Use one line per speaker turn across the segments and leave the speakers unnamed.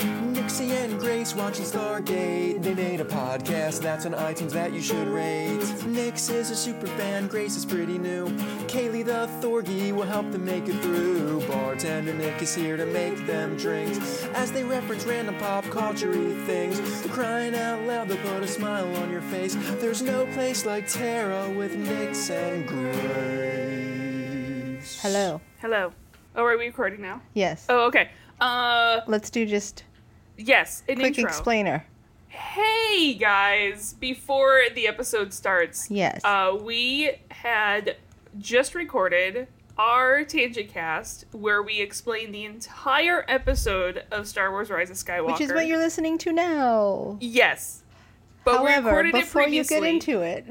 Chloe and Grace watching Stargate. They made a podcast that's on iTunes that you should rate. Nyx is a super fan, Grace is pretty new. Kaylee the Thorgy will help them make it through. Bartender Nick is here to make them drinks as they reference random pop culture things. Crying out loud, they'll put a smile on your face. There's no place like Tara with Nyx and Grace.
Hello.
Hello. Oh, are we recording now?
Yes.
Oh, okay. Uh,
Let's do just
yes, an
quick
intro.
explainer.
Hey guys, before the episode starts,
Yes.
uh, we had just recorded our tangent cast where we explained the entire episode of Star Wars: Rise of Skywalker,
Which is what you're listening to now.
yes. But we
However,
recorded
before
it
you
previously,
get into it,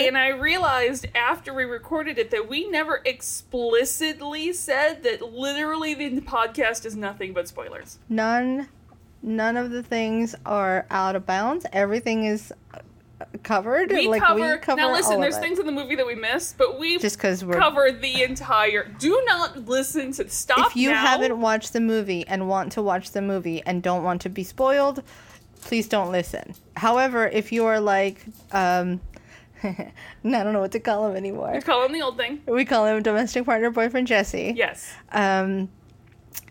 and I realized after we recorded it that we never explicitly said that literally the podcast is nothing but spoilers.
none none of the things are out of bounds. Everything is uh, covered.
we
like
cover,
we cover
now
all
listen there's
of it.
things in the movie that we missed but we
just because we're
cover the entire do not listen to stop
if you
now.
haven't watched the movie and want to watch the movie and don't want to be spoiled, please don't listen. However, if you are like, um, I don't know what to call him anymore.
call on the old thing
We call him domestic partner boyfriend Jesse.
yes
Um,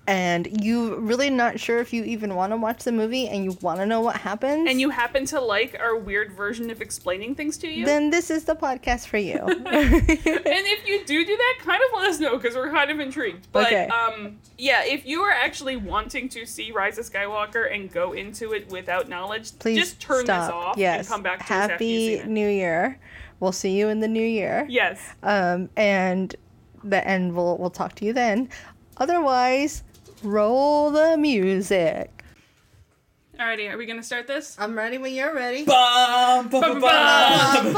and you really not sure if you even want to watch the movie and you want to know what happens.
and you happen to like our weird version of explaining things to you
Then this is the podcast for you.
and if you do do that kind of let us know because we're kind of intrigued but
Okay.
um yeah if you are actually wanting to see rise of skywalker and go into it without knowledge
Please
just turn
stop.
this off
yes.
and come back to us after
Happy
you've seen it.
New Year. We'll see you in the new year.
yes
Um, and the and we'll we'll talk to you then. Otherwise, roll the music.
alrighty are we gonna start this
I'm ready when you're ready.
Bum, bum, bum, bum.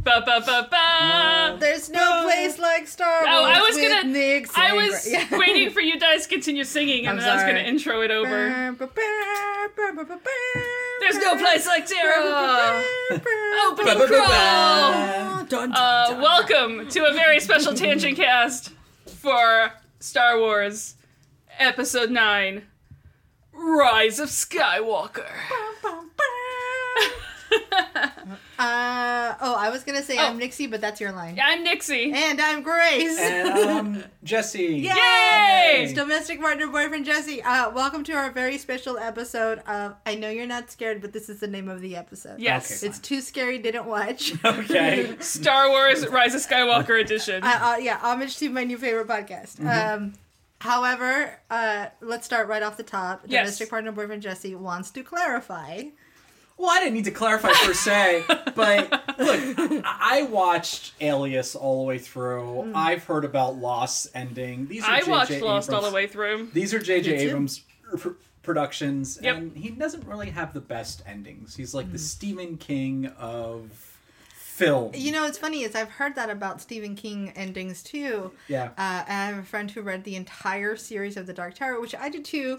Ba-ba-ba. Ba-ba-ba-ba.
There's no place like Star Wars.
Oh, I was
with
gonna.
Nick's
I
and
was
Gra- Yeah.
waiting for you guys to continue singing, and
I'm
then I was
sorry.
gonna intro it over. There's
There's
no place Oh, like Tara. Open and crawl. Uh, welcome to a very special tangent cast for Star Wars Episode Nine: Rise of Skywalker.
Uh, oh, I was gonna say
Oh.
I'm Nixie, but that's your line.
I'm Nixie.
And I'm Grace.
And um, Jesse.
Yay!
Yay!
Domestic partner boyfriend Jesse. Uh, welcome to our very special episode of I know you're not scared, but this is the name of the episode.
Yes.
Okay.
It's too scary, didn't watch.
Okay.
Star Wars Rise of Skywalker edition.
uh, uh, yeah, homage to my new favorite podcast. Um, however, uh, let's start right off the top.
Yes.
Domestic partner boyfriend Jesse wants to clarify.
Well, I didn't need to clarify per se, but look, I I watched Alias all the way through. I've heard about Lost ending. These are
Hmm. I
J.J.
watched Lost all
Abrams-
the way through.
These are J.J.
Me too.
Abrams pr- productions,
Yep. Hmm.
and he doesn't really have the best endings. He's like the Stephen King of film.
You know, it's funny is I've heard that about Stephen King endings too.
yeah.
Uh, and I have a friend who read the entire series of The Dark Tower, which I did too,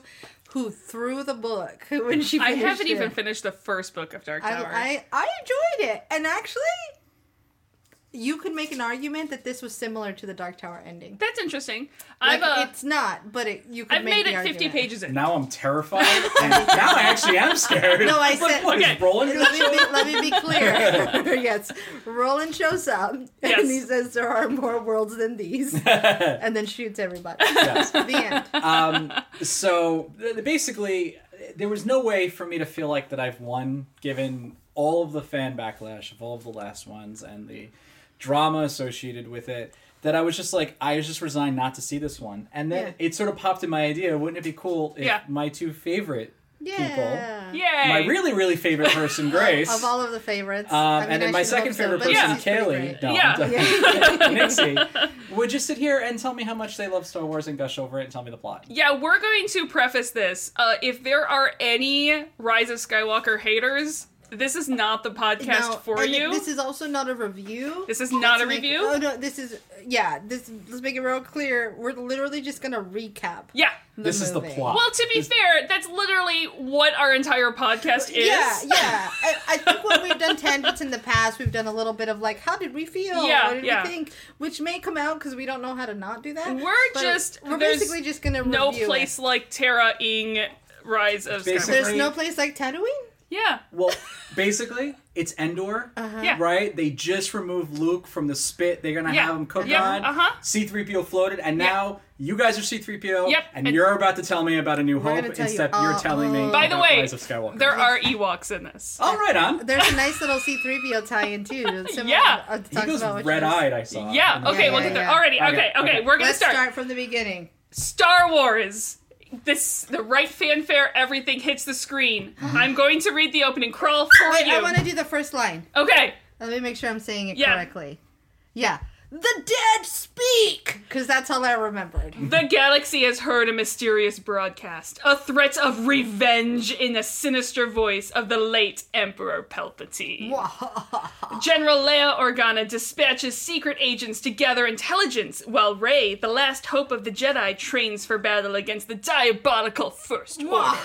who threw the book when she.
I
Finished
haven't
it.
even finished the first book of Dark
I,
Tower.
I I enjoyed it, and actually, you could make an argument that this was similar to the Dark Tower ending.
That's interesting.
Like,
I've uh,
it's not, but it, you could.
I've
make
made
the
it 50
argument.
pages in.
now I'm terrified, and now I actually am scared.
No, I
It's like,
said-
what,
Okay.
is Roland
let me, be, let me be clear. yes, Roland shows up
Yes.
and he says there are more worlds than these, and then shoots everybody.
Yes.
The end.
um, so th- basically, there was no way for me to feel like that I've won, given all of the fan backlash of all of the last ones and the drama associated with it. That I was just like, I was just resigned not to see this one, and then
Yeah.
it sort of popped in my idea. Wouldn't it be cool if
Yeah.
my two favorite
Yeah.
Yay!
my really, really favorite person, Grace,
Of all of the favorites,
um,
I mean,
and then
I
my
should
second
hope so,
favorite
but
person,
she's pretty
Kaylee,
great.
no,
Yeah.
I'm- Nixie, would just sit here and tell me how much they love Star Wars and gush over it and tell me the plot.
yeah, we're going to preface this. Uh, if there are any Rise of Skywalker haters, This is not the podcast
No,
for
and
you.
oh, This is also not a review.
This is not
Let's
a
make-
review?
Oh no, this is yeah. This let's make it real clear. We're literally just gonna recap.
yeah.
the
This is the
movie.
plot.
Well, to be
This-
fair, that's literally what our entire podcast is.
Yeah, yeah. I, I think when we've done tangents in the past, we've done a little bit of like, how did we feel?
Yeah,
what did
yeah.
we think? Which may come out because we don't know how to not do that.
We're
but
just-
we're
there's
basically just gonna
No
review
place
It.
like Terra Ing Rise of
Basically-
Skywalker.
There's no place like Tatooine.
Yeah.
Well, basically, it's Endor,
Yeah.
right? They just removed Luke from the spit. They're gonna
Yeah.
have him cook
Yeah.
on.
Uh-huh.
C-3PO floated, and
Yeah.
now you guys are C-3PO.
Yep.
And,
And-
you're about to tell me about a New
We're
Hope.
gonna tell you
Instead, you're
all-
telling me.
By the
about
way,
Rise of Skywalker.
There are Ewoks in
Oh.
this.
All right, on.
There's a nice little C-3PO tie-in too. that's similar
Yeah.
to- uh,
He
talks
goes
about what you-
red-eyed. I saw.
Yeah, okay,
yeah,
we'll get there.
yeah.
Already,
Okay,
okay, okay,
okay.
we're gonna
Let's
start.
start from the beginning.
Star Wars. This the right fanfare, everything hits the screen. I'm going to read the opening crawl for
Uh-huh. Wait,
you.
I want to do the first line.
Okay.
Let me make sure I'm saying it
Yeah.
correctly. Yeah. The dead speak! Because that's all I remembered.
The galaxy has heard a mysterious broadcast, a threat of revenge in the sinister voice of the late Emperor Palpatine. General Leia Organa dispatches secret agents to gather intelligence, while Rey, the last hope of the Jedi, trains for battle against the diabolical First Order.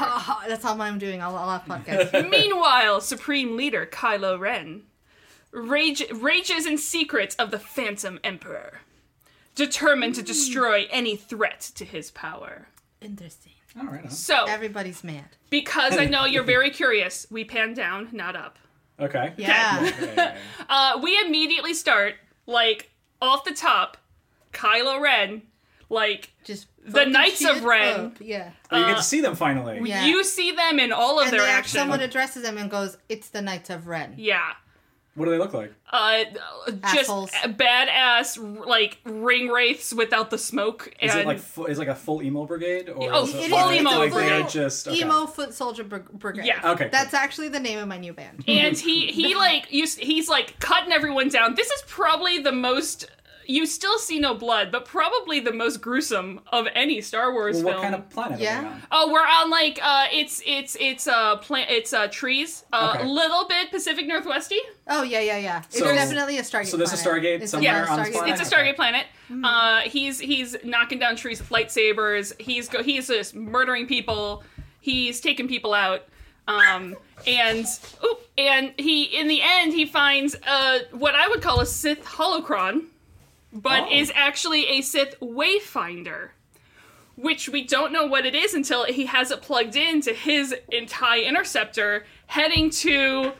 that's all I'm doing. I'll, I'll have podcast.
Meanwhile, Supreme Leader Kylo Ren rage, rages in secret of the Phantom Emperor, determined to destroy any threat to his power.
Interesting.
All right, on.
So,
Everybody's mad.
because I know you're very curious, we pan down, not up.
Okay.
Yeah.
Okay, okay,
Uh, we immediately start, like, off the top, Kylo Ren, like,
Just
The Knights
fucking
of
shit
Ren.
up. Yeah.
okay. you get to
Uh,
see them finally.
Yeah.
you see them in all of
And
their
they act-
action.
someone addresses them and goes, "It's the Knights of Ren."
yeah.
What do they look like?
Uh, just
Assholes.
badass, like, ring wraiths without the smoke. And
Is it like fu- is it like a full emo brigade or
Uh, Oh,
is
it
it
is,
like,
full emo
like they are
brigade.
just okay.
Emo foot soldier brig- brigade.
Yeah.
Okay, cool.
That's actually the name of my new band.
and he he like you s- he's like cutting everyone down this is probably the most you still see no blood but probably the most gruesome of any star wars
Well, what
film
kind of planet are they
Yeah.
on?
oh we're on like uh it's it's it's uh plant it's uh trees a uh,
Okay.
little bit pacific northwesty
Oh yeah, yeah, yeah. It's
So-
definitely a Stargate.
so there's a
planet.
Stargate
It's
somewhere
a
on
this
Stargate.
planet?
it's a stargate planet uh he's he's knocking down trees with lightsabers he's go he's just murdering people he's taking people out um and oop, and he in the end he finds uh what i would call a sith holocron but
Oh.
is actually a sith wayfinder which we don't know what it is until he has it plugged into his entire interceptor heading to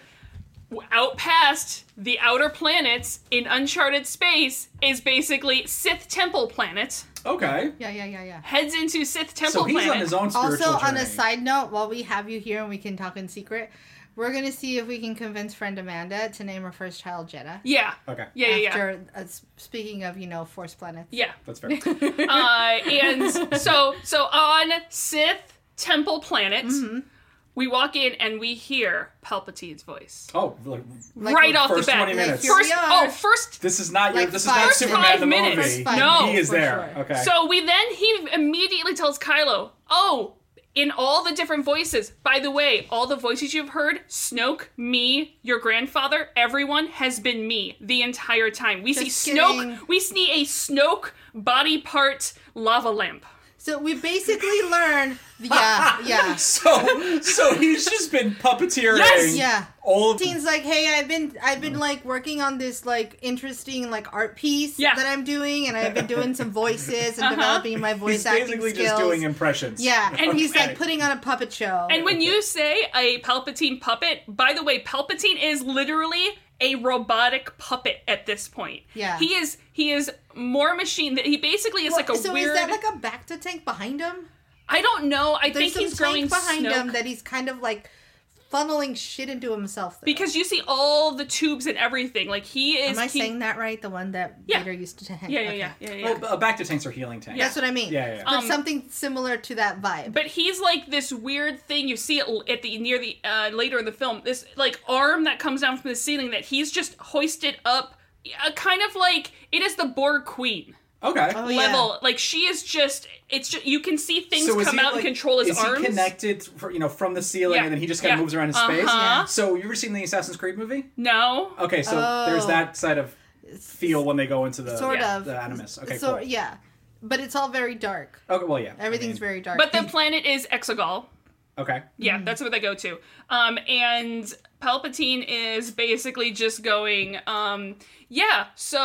out past the outer planets in uncharted space is basically Sith Temple planet.
Okay.
Yeah, yeah, yeah, yeah.
Heads into Sith Temple
So he's
planet.
on his own spiritual
Also, on a
journey.
side note, while we have you here and we can talk in secret, we're gonna see if we can convince friend Amanda to name her first child Jenna.
Yeah.
Okay.
Yeah, yeah, yeah.
After uh, s- speaking of, you know, force planets.
Yeah.
That's fair. Okay.
Uh, and so so on Sith Temple planet,
Mm-hmm.
we walk in and we hear Palpatine's voice.
Oh, like,
Like
right
the
off
first
the bat.
20 minutes.
Like,
First
here we are.
oh, first
this is not your,
Like
this is
five-
not
First
Superman
five
the
minutes.
movie.
First five
No.
he is
for
there.
sure.
Okay.
So we then he immediately tells Kylo, "Oh, in all the different voices. By the way, all the voices you've heard, Snoke, me, your grandfather, everyone has been me the entire time. We
Just
see Snoke.
kidding.
We see a Snoke body part lava lamp.
So we basically learn. Yeah, yeah.
so so he's just been puppeteering
Yes!
Yeah.
all of
Dean's like, hey, I've been I've
Oh.
been like working on this like interesting like art piece
Yeah. Uh-huh.
that I'm doing, and I've been doing some voices and developing my voice
he's
acting
basically
skills.
just doing impressions.
yeah, and he's
Okay.
like putting on a puppet show.
And when you say a Palpatine puppet, by the way, Palpatine is literally a robotic puppet at this point.
Yeah.
He is he is more machine that he basically is like a
so
weird
is that like a Bacta tank behind him?
I don't know. I
There's
think he's
some
growing
tank behind
Snoke.
him that he's kind of like funneling shit into himself. Though.
because you see all the tubes and everything. Like he is.
am I
he-
saying that right? The one that
Yeah.
Vader used to hang.
Yeah, yeah,
okay. Oh.
yeah, yeah, yeah.
Well, b- uh, back to tanks are healing tanks.
That's what I mean.
Yeah, yeah, yeah.
But
Um,
something similar to that vibe.
but he's like this weird thing you see it l- at the near the uh, later in the film. This like arm that comes down from the ceiling that he's just hoisted up, uh, kind of like it is the Borg Queen.
Okay.
Oh, yeah.
level. Like she is just it's just you can see things
is
come
he,
out and
like-
control his
is
arms.
He connected, for, you know, from the ceiling,
Yeah.
and then he just kind of
Yeah.
moves around in
Uh-huh.
space.
Yeah.
So you ever seen the Assassin's Creed movie?
No.
Okay, so there's
Oh.
that side of feel when they go into the
sort
Yeah.
of.
the animus. Okay,
so
cool.
yeah, but it's all very dark.
Okay, well, yeah. I
Everything's
mean,
very dark.
But the planet is Exegol.
okay.
Yeah, that's where they go to. Um, and Palpatine is basically just going, um, yeah, so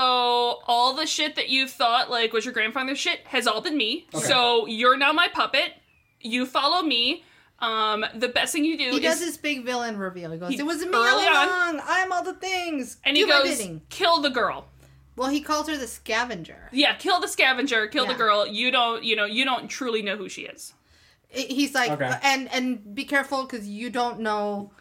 all the shit that you thought, like, was your grandfather's shit, has all been me.
Okay.
So you're now my puppet. You follow me. Um, the best thing you do
he
is.
does this big villain reveal. He goes,
He-
"It was me all
early on-
along. I'm all the things."
and
Do
he
my
goes,
bidding."
kill the girl.
Well, he calls her the scavenger.
Yeah, kill the scavenger, kill the
Yeah.
girl. You don't, you know, you don't truly know who she is.
I- He's like, uh,
Okay.
and and be careful because you don't know.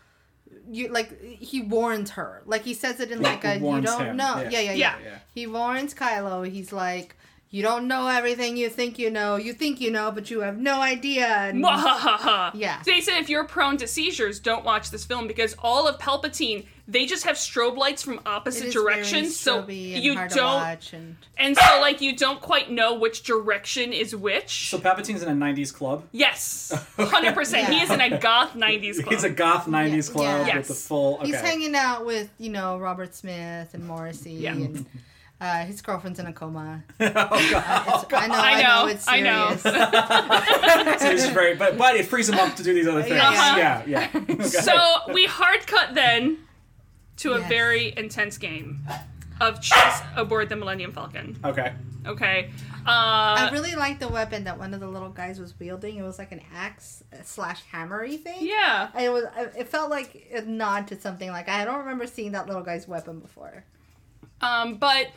You like he warns her. Like he says it in
Yeah,
like
he
a you
warns
don't
him.
know.
Yeah.
Yeah. Yeah, yeah,
Yeah.
Yeah.
He warns Kylo. He's like, you don't know everything. You think you know. You think you know, but you have no idea. And
Mwahahaha.
Yeah.
Mm-hmm. They said if you're prone to seizures, don't watch this film because all of Palpatine, they just have strobe lights from
it
opposite
is very
directions. So
stroby and
you
hard to
don't,
watch and-
and so like you don't quite know which direction is which.
So Palpatine's in a '90s club.
yes, hundred percent. He is in a goth '90s club.
He's a goth '90s
Yeah.
club
Yes.
with the full. Okay.
He's hanging out with, you know, Robert Smith and Morrissey
Yeah.
and uh, his girlfriend's in a coma.
oh god.
It's- I know, I know, it's
I
serious.
know.
So he's very, but but it frees him up to do these other things.
Uh-huh.
Yeah, yeah. Okay.
so we hard cut then to a
Yes.
very intense game of chess aboard the Millennium Falcon.
okay.
Okay. Uh,
I really liked the weapon that one of the little guys was wielding. It was like an axe uh, slash hammery thing.
yeah.
And It was. I- It felt like a nod to something. Like I don't remember seeing that little guy's weapon before.
Um, but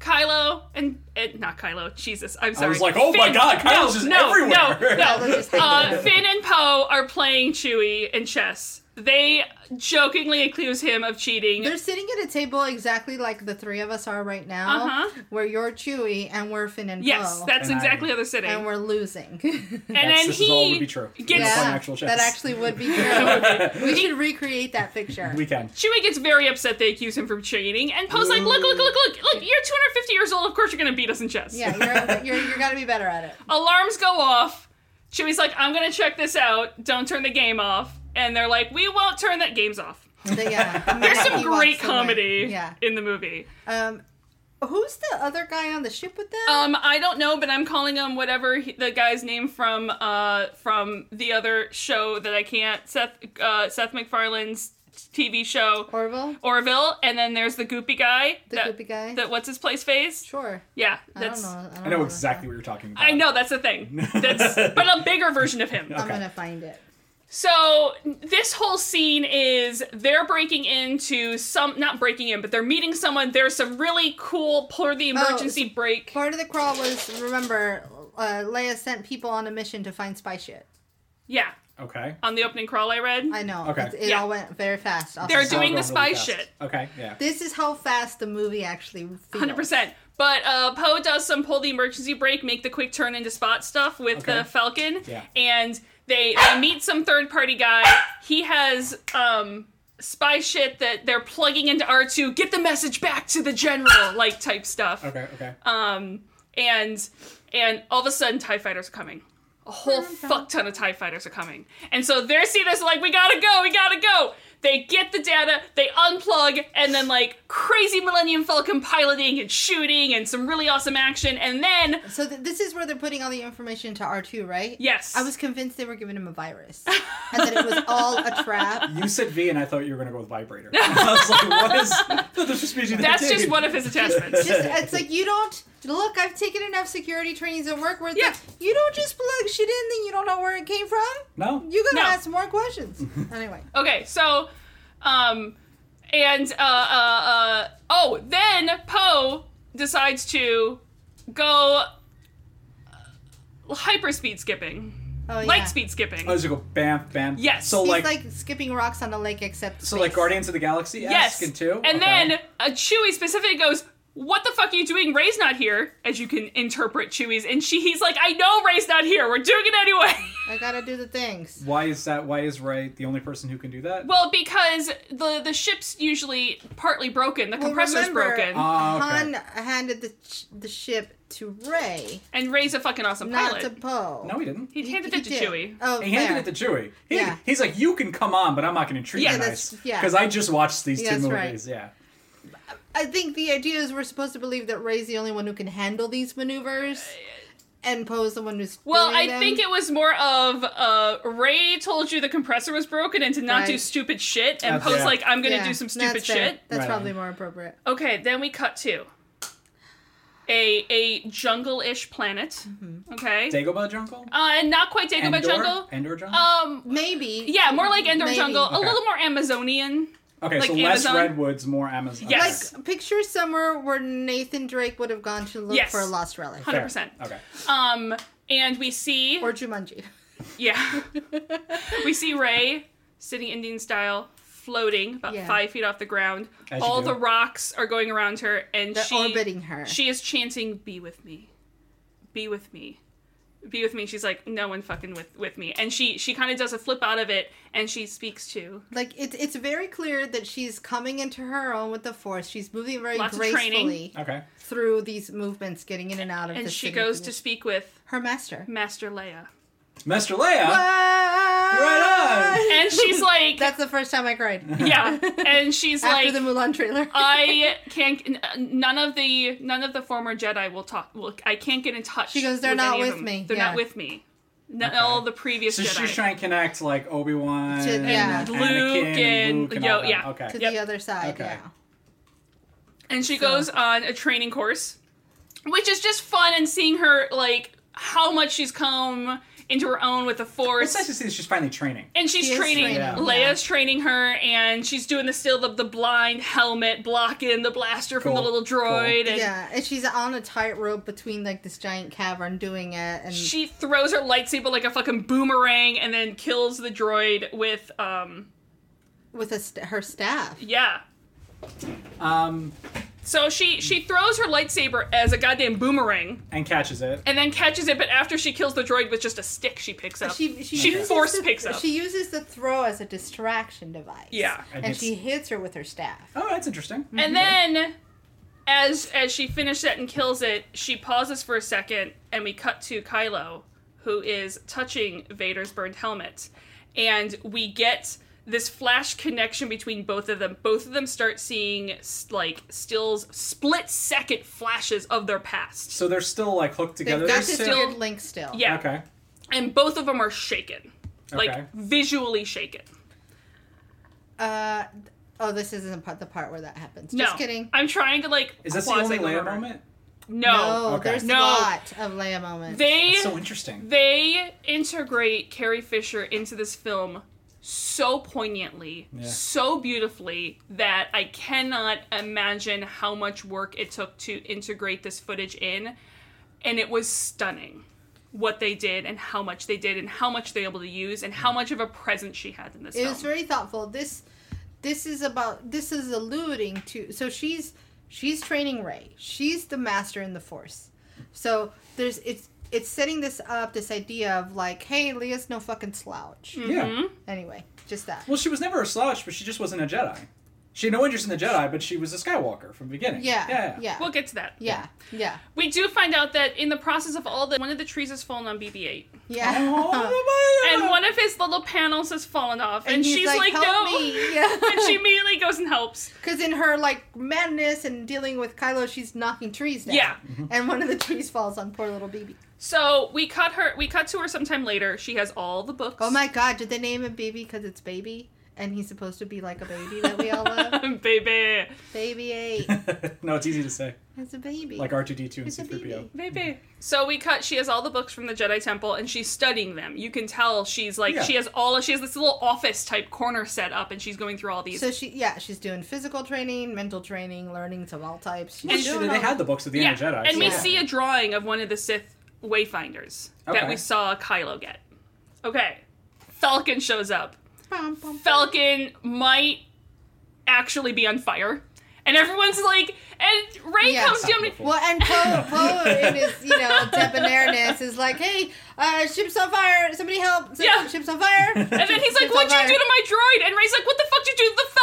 Kylo and, and not Kylo, Jesus, I'm sorry.
I was like, oh my
Finn-
god, Kyle's
no,
just
no,
everywhere.
No,
Kylo's just
no. uh,
hanging.
Finn and Poe are playing Chewie in chess. They jokingly accuse him of cheating.
They're sitting at a table exactly like the three of us are right now,
Uh-huh.
where you're Chewy and we're Finn and
yes,
Poe,
that's
And I-
exactly how they're sitting.
Oh. and we're losing.
and
That's-
then
this
he
is all would be true.
gets
Yeah.
Yeah.
playing actual chess.
That actually would be true. we should recreate that picture.
We can.
Chewie gets very upset they accuse him from cheating, and Poe's like, look, look, look, look, look, you're 250 years old, of course you're gonna beat us in chess.
Yeah, you're, you're, you're gotta be better at it.
alarms go off. Chewie's like, I'm gonna check this out. Don't turn the game off. And they're like, we won't turn that game's off.
So, yeah.
There's
He
some
walks
great
away.
comedy
Yeah.
in the movie.
Um, who's the other guy on the ship with them?
Um, I don't know, but I'm calling him whatever he, the guy's name from uh from the other show that I can't Seth uh, Seth MacFarlane's TV show
Orville.
Orville, and then there's the goopy guy.
The
that,
goopy guy?
That what's his place face?
Sure.
Yeah,
I don't
that's.
know. I, don't
I know exactly what you're talking about.
I know that's the thing. That's but a bigger version of him.
I'm
Okay.
gonna find it.
So this whole scene is they're breaking into some not breaking in, but they're meeting someone. There's some really cool pour
Oh,
the emergency break.
Part of the crawl was remember, uh, Leia sent people on a mission to find spy shit.
Yeah.
Okay.
On the opening crawl I read.
I know.
Okay.
It, it
Yeah.
all went very fast. off
They're
the
It's all
doing the
going
spy
really fast.
shit.
Okay. Yeah.
This is how fast the movie actually. feels.
Hundred percent. But uh, Poe does some pull the emergency brake, make the quick turn into spot stuff with the
Okay.
Falcon,
Yeah.
and they, they meet some third party guy. He has um, spy shit that they're plugging into R two. Get the message back to the general, like type stuff.
Okay. Okay.
Um, and and all of a sudden, Tie fighters are coming. A whole fuck ton of Tie fighters are coming, and so they're seeing us like, we gotta go, we gotta go. They get the data, they unplug, and then like crazy Millennium Falcon piloting and shooting and some really awesome action, and then
So th- this is where they're putting all the information to R two, right?
yes,
I was convinced they were giving him a virus, and that it was all a trap.
You said V, and I thought you were gonna go with vibrator. I was like, what is? That this is species
that's just one of his attachments.
Just it's like you don't look. I've taken enough security trainings at work where it's
Yeah.
like, you don't just plug shit in, then you don't know where it came from.
No.
You gotta
No.
ask more questions. Anyway,
Okay, so, um, and uh, uh, uh, oh, then Poe decides to go uh, hyperspeed skipping,
oh yeah,
light speed skipping.
Oh, just go bam, bam.
Yes.
So
He's
like,
like, skipping rocks on the lake, except
so like
space.
Guardians of the Galaxy.
yes,
And two.
and then uh, Chewie specifically goes. What the fuck are you doing? Ray's not here, as you can interpret Chewie's, and she he's like, I know Ray's not here. We're doing it anyway.
I gotta do the things.
Why is that? Why is Wright the only person who can do that?
Well, because the the ship's usually partly broken, the
Well,
compressor's
remember-
broken,
Ah, okay.
Han handed the sh- the ship to Ray,
and Ray's a fucking awesome
not
pilot.
to Poe.
No, he didn't.
he handed
He
it to
did.
Chewie.
Oh,
He handed
fair.
it to Chewie. He,
Yeah.
He's like, you can come on, but I'm not going to treat
Yeah,
you
that's-
nice
yeah.
because I just watched these
Yeah,
two
that's right.
movies. Yeah.
I think the idea is we're supposed to believe that Ray's the only one who can handle these maneuvers, and Poe's the one who's.
Well,
doing
I
them.
think it was more of uh, Ray told you the compressor was broken and to not do
Right.
stupid shit, and
That's
Poe's
fair.
like, I'm gonna
Yeah,
do some
that's
stupid
fair.
shit.
That's
Right
probably
on.
more appropriate.
Okay, then we cut to a a jungle-ish planet.
Mm-hmm.
Okay,
Dagobah Jungle?
uh, and not quite Dagobah
Endor?
jungle.
Endor Jungle?
Um,
Maybe.
yeah, more like Endor
Maybe.
jungle, Oh, a
Okay.
little more Amazonian.
okay,
like
so
Amazon?
less redwoods, more Amazon.
Yes.
Like picture somewhere where Nathan Drake would have gone to look
Yes.
for a lost relic
Fair.
100%.
Okay.
Um, and we see
or Jumanji.
yeah, we see Ray sitting Indian style, floating about
Yeah.
five feet off the ground.
As you
All
do.
the rocks are going around her, and
They're
she
orbiting her.
She is chanting, "Be with me, be with me, be with me." She's like, "No one fucking with with me," and she she kind of does a flip out of it, and she speaks to
like it's it's very clear that she's coming into her own with the force. She's moving very
Lots of training.
gracefully
Okay.
through these movements, getting in and out of.
and
this
she
thing.
goes to speak with
her master.
Master Leia,
Master Leia?
Right
Right
and she's like,
That's the first time I cried
"Yeah," and she's
after
like,
the Mulan trailer.
I can't. n- uh, None of the none of the former Jedi will talk. Look, I can't get in touch.
She goes, "They're not
any of
with
them.
me."
They're
Yeah.
not with me. No, All the previous
So
Jedi.
she's trying to connect like Obi Wan
To-
and,
yeah.
Anakin,
Luke and-
Luke and
yo-
all that.
yeah.
to the
Okay.
Yep.
other side.
Okay.
Yeah.
and she goes on a training course, which is just fun and seeing her like how much she's come into her own with the
It's nice
Force.
to see that she's finally training.
And she's
She is
training.
training,
Yeah.
Leia's training her, and she's doing the still the, the blind helmet blocking the blaster from the
Cool.
little droid. And
Yeah, and she's on a tightrope between like this giant cavern doing it, and
she throws her lightsaber like a fucking boomerang, and then kills the droid with um
with a st- her staff.
Yeah.
Um,
So she she throws her lightsaber as a goddamn boomerang
and catches it.
and then catches it, but after she kills the droid with just a stick she picks up.
She she,
She
uses
force
the,
picks up.
She uses the throw as a distraction device.
yeah.
And
and
hits-
she hits her with her staff.
Oh, that's interesting.
And then as as she finishes it and kills it, she pauses for a second and we cut to Kylo, who is touching Vader's burned helmet. And we get this flash connection between both of them. Both of them start seeing s- like stills split second flashes of their past.
So they're still like hooked together.
They've got
They're
this
still-
weird link still.
Yeah.
Okay.
and both of them are shaken, like
Okay.
visually shaken.
Uh, oh, this isn't part, the part where that happens.
No,
Just kidding.
I'm trying to like.
Is this the only Leia
quasi-remember.
moment?
No,
No,
Okay.
there's a
No.
lot of Leia moments.
they
That's so interesting.
they integrate Carrie Fisher into this film so poignantly, so beautifully that I cannot imagine how much work it took to integrate this footage in, and it was stunning what they did and how much they did and how much they were able to use and how much of a presence she had in this
it
film.
was very thoughtful. This, this is about. This is alluding to. So she's she's training Ray. She's the master in the Force. So there's it's it's setting this up. This idea of like, hey, Leia's no fucking slouch.
Hmm. Mm-hmm.
Yeah.
Anyway, just that.
Well, she was never a slouch, but she just wasn't a Jedi. She had no interest in the Jedi, but she was a Skywalker from the beginning.
Yeah,
Yeah.
yeah,
we'll get to that.
yeah, yeah,
We do find out that in the process of all that, one of the trees has fallen on BB-8,
yeah.
Oh, my God.
and one of his little panels has fallen off, and,
And he's
she's like,
"Help
"No!"
me. Yeah.
and she immediately goes and helps.
Because in her like madness and dealing with Kylo, she's knocking trees down.
Yeah.
And one of the trees falls on poor little BB.
So we cut her. We cut to her sometime later. She has all the books.
Oh my god, did they name him BB because it's baby? And he's supposed to be like a baby that we all love?
baby,
baby 8.
no, it's easy to say.
It's a baby.
Like R2D2 and
it's a
C3PO.
baby.
baby. So we cut. She has all the books from the Jedi Temple, and she's studying them. You can tell she's like
Yeah.
she has all. She has this little office type corner set up, and she's going through all these.
So she, yeah, she's doing physical training, mental training, learnings of all types. She's
Well,
she-
shit,
doing
they
all-
had the books at the
yeah,
end of Jedi.
and we
yeah.
see a drawing of one of the Sith wayfinders that
Okay.
we saw Kylo get. Okay, Falcon shows up.
Bum, bum, bum.
Falcon might actually be on fire. and everyone's like, and Ray
Yeah.
comes down.
Wonderful.
Well, and Poe, Poe in his you know debonairness is like, "Hey, uh, ship's on fire! Somebody help! Si-
Yeah.
Ship's on fire!" and,
And then he's like,
Ship's
"What'd
on
you do
fire."
to my droid?" And Ray's like, "What the fuck did you do to the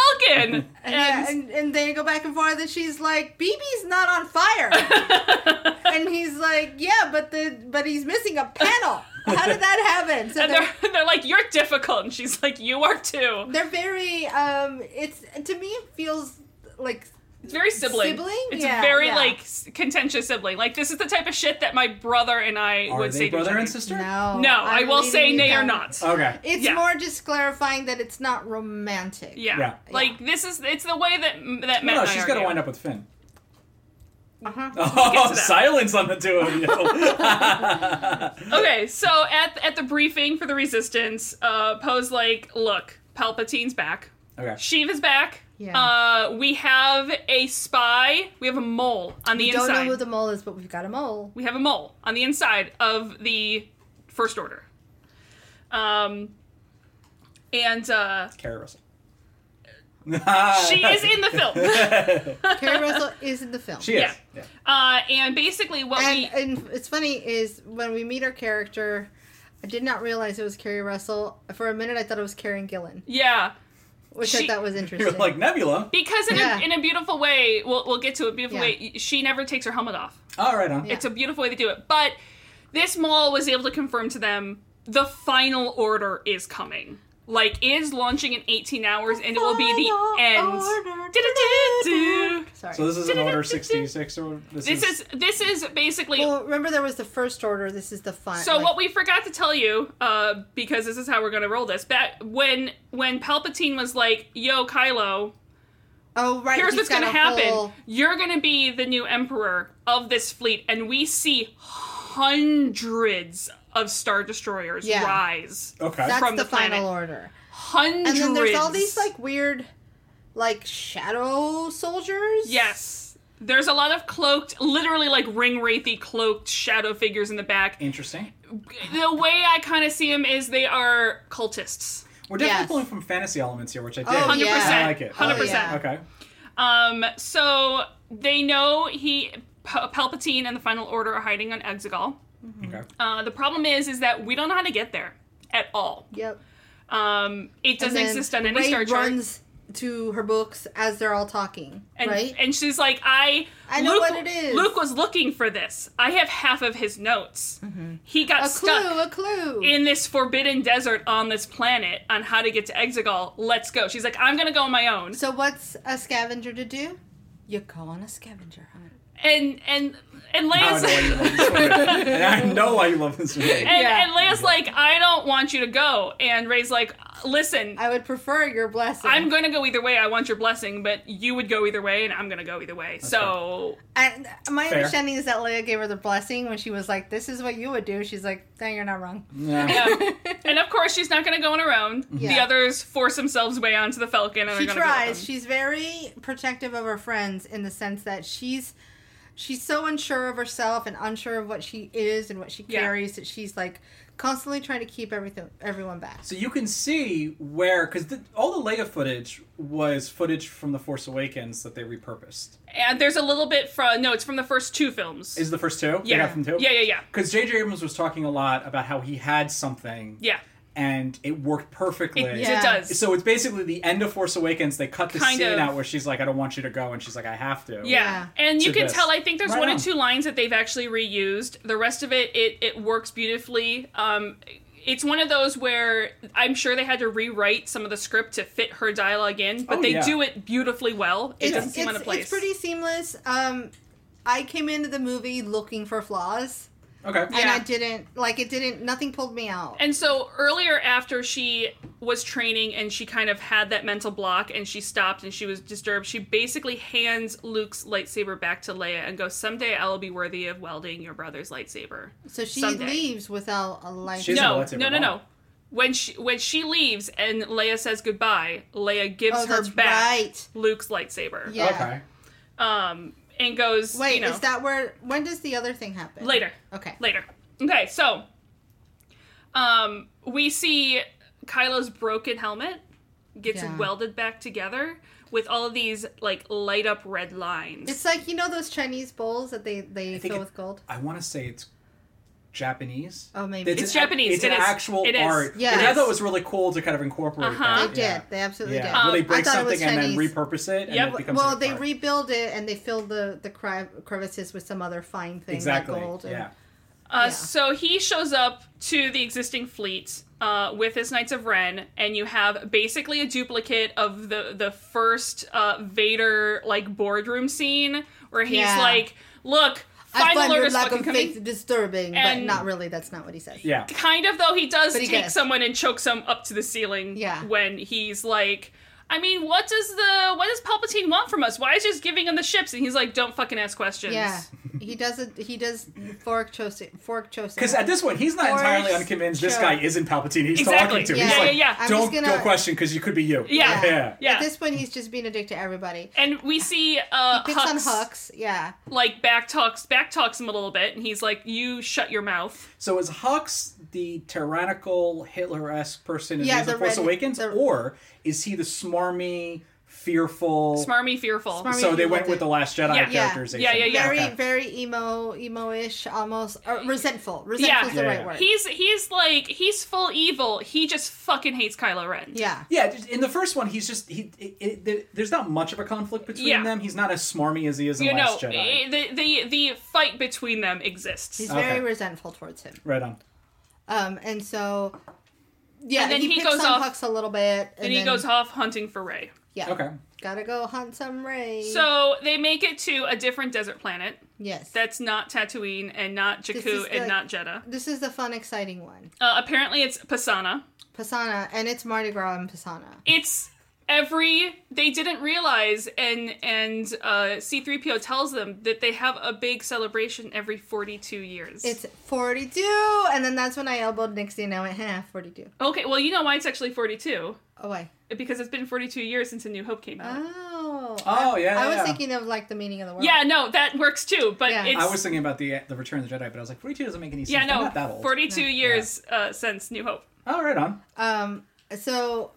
Falcon?"
yeah, and, and they go back and forth, and she's like, "BB's not on fire," and he's like, "Yeah, but the but he's missing a panel. How did that happen?" So
and
they're,
they're they're like, "You're difficult," and she's like, "You are too."
they're very um, it's to me it feels like
It's very sibling.
Sibling?
It's
Yeah,
very
yeah.
like s- contentious sibling. Like this is the type of shit that my brother and I
Are
would
they
say. to each
brother
other.
and sister? Oh,
no.
No, I
I'm
will
leaving
say
you
nay or
down.
not.
Okay.
It's
Yeah.
more just clarifying that it's not romantic.
Yeah.
Yeah.
Like this is it's the way that that Matt
no,
and I
she's got to
argue.
wind up with Finn.
Uh-huh.
Oh,
that.
silence on the two of you.
Okay, so at at the briefing for the resistance, uh Poe's like, "Look, Palpatine's back.
okay.
Sheev is back.
Yeah.
Uh we have a spy. We have a mole on the
We
inside.
don't know who the mole is, but we've got a mole.
we have a mole on the inside of the first order." Um and uh
Carrie Russell.
she is in the film.
Carrie Russell is in the film.
She is.
Yeah.
Yeah.
Uh, and basically, what
and,
we
and it's funny is when we meet our character, I did not realize it was Carrie Russell. For a minute, I thought it was Karen Gillan,
yeah,
which I
She-
thought was
You're
interesting.
like Nebula.
because in,
Yeah.
a, in a beautiful way, we'll we'll get to a beautiful
Yeah.
way. She never takes her helmet off.
All right, on.
It's a beautiful way to do it. But this mall was able to confirm to them the final order is coming. Like it is launching in 18 hours, and it will be the
Final
end.
order.
Du-du-du-du.
Sorry.
So this is an Order 66 or this,
This is this is basically
well, remember there was the first order. This is the fun.
So
like-
what we forgot to tell you, uh, because this is how we're gonna roll this. Back when when Palpatine was like, "Yo, Kylo,
Oh right.
here's
he's
what's
got
going to
a
happen.
whole-
You're going to be the new emperor of this fleet, and we see hundreds of star destroyers
Yeah.
rise.
Okay.
That's
from
the,
the planet.
final order.
Hundreds.
And then there's all these like weird, like shadow soldiers.
yes. There's a lot of cloaked, literally like ring wraithy cloaked shadow figures in the back.
Interesting.
The way I kind of see them is they are cultists.
We're definitely
Yes.
pulling from fantasy elements here, which I did.
Oh,
and I
yeah.
like it.
Oh,
100%.
yeah.
Okay.
Um, so they know he P- Palpatine and the Final Order are hiding on Exegol.
Mm-hmm.
Okay.
Uh, the problem is, is that we don't know how to get there at all.
Yep.
Um, it doesn't
And then
exist on any
Ray
Star Trek.
runs to her books as they're all talking.
and,
right.
and she's like, I,
I know what it is.
Luke was looking for this. I have half of his notes. He got
Mm-hmm. a
stuck
clue. A clue.
in this forbidden desert on this planet on how to get to Exegol. Let's go. She's like, I'm gonna go on my own.
So what's a scavenger to do? You go on a scavenger hunt.
And and and
Now I
Leia's
know why you love this movie. And I know why you love this movie.
and,
Yeah.
and Leia's like, I don't want you to go. And Ray's like, listen.
I would prefer your blessing.
I'm going to go either way. I want your blessing, but you would go either way, and I'm going to go either way. so
And my
Fair.
understanding is that Leia gave her the blessing when she was like, "This is what you would do." She's like, "No, you're not wrong."
Yeah.
Yeah. and of course, she's not going to go on her own. The
Mhm. Yeah.
others force themselves way onto the Falcon. And
She
are gonna go with
tries.
them.
She's very protective of her friends in the sense that she's she's so unsure of herself and unsure of what she is and what she
Yeah.
carries that she's like constantly trying to keep everything everyone back.
So you can see where, because all the Leia footage was footage from The Force Awakens that they repurposed.
and there's a little bit from no, it's from the first two films.
Is the first two? They
yeah.
got from two?
yeah, yeah, yeah,
Because J.J. Abrams was talking a lot about how he had something
yeah.
and it worked perfectly.
It,
Yeah.
it does.
So it's basically the end of Force Awakens. They cut the
Kind
scene
of.
out where she's like, I don't want you to go. And she's like, I have to.
yeah. and you
To
can
this.
tell. I think there's
Right
one
on.
or two lines that they've actually reused. The rest of it, it it works beautifully. Um, it's one of those where I'm sure they had to rewrite some of the script to fit her dialogue in, but
Oh,
they
yeah.
do it beautifully well. It doesn't seem out of place.
it's pretty seamless. Um, I came into the movie looking for flaws.
Okay.
and
Yeah.
I didn't like it. Didn't nothing pulled me out.
And so earlier, after she was training and she kind of had that mental block and she stopped and she was disturbed, she basically hands Luke's lightsaber back to Leia and goes, Someday I will be worthy of welding your brother's lightsaber.
so she
someday.
leaves without a light.
She's
no,
doesn't
no,
have a lightsaber
no,
at
no.
all.
When she when she leaves and Leia says goodbye, Leia gives
Oh,
her
that's
back
right.
Luke's lightsaber.
Yeah.
Okay.
Um and goes
Wait,
you know,
is that where? When does the other thing happen?
later.
Okay.
later. Okay, so um we see Kylo's broken helmet gets
Yeah.
welded back together. with all these like light up red lines.
It's like you know those Chinese bowls that they they
I think
fill
it-
with gold.
I want to say it's Japanese.
Oh, maybe.
It's
an-
Japanese.
It's
It
an
is.
actual
It is.
art.
Yeah.
And I
It
thought
is.
it was really cool to kind of incorporate
Uh-huh.
that.
They
They
yeah.
did. They absolutely
Yeah.
did.
Um,
Where they
I
break
thought it was
something and then
Chinese.
repurpose it, and
Yep.
it
Well-
becomes
well,
an
they
art.
rebuild it and they fill the the cri- crevices with some other fine thing
exactly.
like gold. And,
yeah.
Uh,
Yeah.
So he shows up to the existing fleet uh, with his Knights of Ren, and you have basically a duplicate of the the first uh, Vader like boardroom scene where he's
Yeah.
like, "Look,
I
final
find your
order's
lack
fucking
of
coming."
faith disturbing, but
And-
not really. That's not what he says.
Yeah.
Kind of though, he does
But he
take
does.
someone and choke some up to the ceiling.
Yeah.
When he's like. I mean, what does the what does Palpatine want from us? Why is he just giving him the ships? And he's like, "Don't fucking ask questions."
Yeah, he doesn't. He does fork chosen. Fork chosen.
Because at this point, he's not
Force
entirely unconvinced this
choke.
guy isn't Palpatine. He's
Exactly.
talking to.
Yeah,
he's
yeah,
like,
yeah. I'm
Don't,
just gonna-
don't question because you could be you.
Yeah.
Yeah.
Yeah.
At this point, he's just being a dick to everybody.
And we see uh,
Picks
Hux-
on hooks. Yeah.
like back talks back talks him a little bit and he's like you shut your mouth
So is Hux the tyrannical Hitler-esque person in
Yeah,
the
the
Force
red-
Awakens,
the-
or is he the smarmy, fearful?
smarmy fearful
Smarmy-
So they
Fearful
went
dude.
with the Last Jedi
Yeah. Yeah.
characterization.
Yeah, yeah, yeah.
Very,
Okay.
very emo, emo-ish, almost uh, resentful.
yeah,
Resentful's the right word.
he's he's like he's full evil he just fucking hates kylo ren
yeah.
Yeah, just- in the first one, he's just he. It, it, there- there's not much of a conflict between
Yeah.
them. He's not as smarmy as he is in
you know
Last Jedi.
eh, the, the the fight between them exists
He's
Okay.
very resentful towards him.
Right on.
Um, and so, yeah,
And then he
picks
goes
on
off-
Hux a little bit, and,
and he
then-
goes off hunting for ray
Yeah,
Okay.
gotta go hunt some Ray.
so they make it to a different desert planet
yes,
that's not tatooine and not jakku
is
and
the-
not jeddah
this is the fun, exciting one.
uh, apparently it's pasana
Pisana, and it's Mardi Gras and Pisana.
it's every they didn't realize and and uh, c3po tells them that they have a big celebration every 42 years
It's 42, and then that's when I elbowed Nixie, and I went, "Huh, 42."
okay well you know why it's actually 42
Oh, why?
because it's been 42 years since a new hope came out
Oh,
Oh
I,
yeah.
I was
yeah.
thinking of like the meaning of the word.
yeah no that works too but
Yeah.
it's
I was thinking about the the Return of the Jedi, but I was like, 42 doesn't make any sense.
yeah
They're not that
no
old.
42 years uh, since new hope
Oh, right on.
Um. So.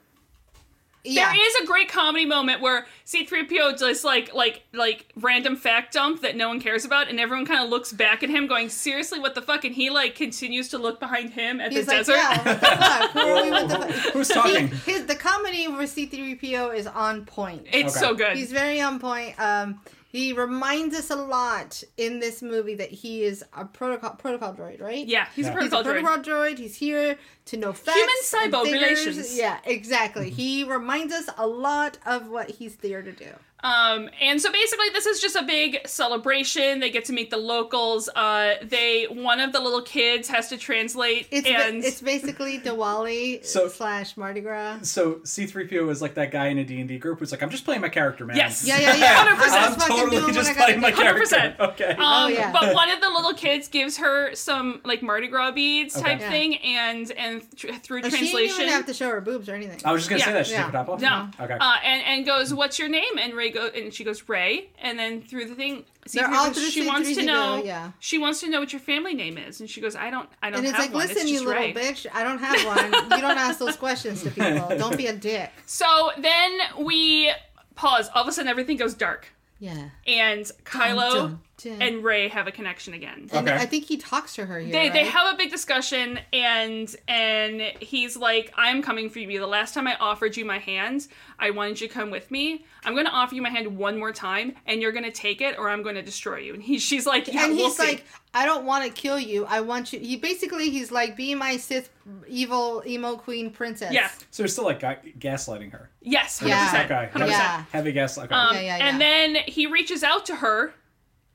Yeah.
There is a great comedy moment where C3PO does like like like random fact dump that no one cares about and everyone kind of looks back at him going seriously what the fuck and he like continues to look behind him at
He's
the
like,
desert.
yeah, what the fuck? Who are we with the fuck?
Who's talking?
He- his, the comedy with C-3PO is on point.
It's
Okay.
so good.
He's very on point. Um, he reminds us a lot in this movie that he is a protocol protocol droid, right?
yeah, he's
Yeah.
a
He's a
protocol droid.
protocol droid. He's here to know facts. and
cyborg
figures.
relations.
Yeah, exactly.
Mm-hmm.
He reminds us a lot of what he's there to do.
Um, and so basically, this is just a big celebration. They get to meet the locals. Uh, they one of the little kids has to translate,
It's ba-
and
it's basically Diwali
So-
slash Mardi Gras.
So C3PO is like that guy in a D&D group who's like, I'm just playing my character, man.
Yes.
Yeah, yeah, yeah.
100%.
I'm
I'm
just fucking doing
totally
what I
just
gotta
playing my
do.
character.
100%.
Okay.
Um,
oh, yeah.
But one of the little kids gives her some like Mardi Gras beads
Okay.
type
Yeah.
thing, and and tr- through
And She didn't
translation,
even have to show her boobs or anything.
I was just gonna say
Yeah.
that. She
Yeah.
took it off.
No.
Okay.
Uh, and and goes, "What's your name?" And Ray go, and she goes, "Ray." And then through the thing,
They're all
C-3PO,
through
she wants to
C-3PO,
know.
yeah.
She wants to know what your family name is, and she goes, "I don't, I don't
And it's
have
like,
one.
listen,
it's
you
just
little
Ray."
bitch, I don't have one. you don't ask those questions to people. Don't be a dick.
So then we pause. All of a sudden, everything goes dark,
Yeah.
and Kylo
dun, dun.
and Ray have a connection again.
And
Okay.
I think he talks to her here.
They, they
Oh, right?
have a big discussion and and he's like i'm coming for you the last time i offered you my hand i wanted you to come with me i'm going to offer you my hand one more time and you're going to take it or i'm going to destroy you and he, she's like yeah,
and
we'll
he's
see.
like, I don't want to kill you. I want you. He basically he's like, be my Sith evil emo queen princess.
yeah
So you're still like ga- gaslighting her.
yes 100%,
Yeah.
Okay.
100%.
Yeah.
Heavy gaslight.
Um,
Yeah, yeah, yeah.
and then he reaches out to her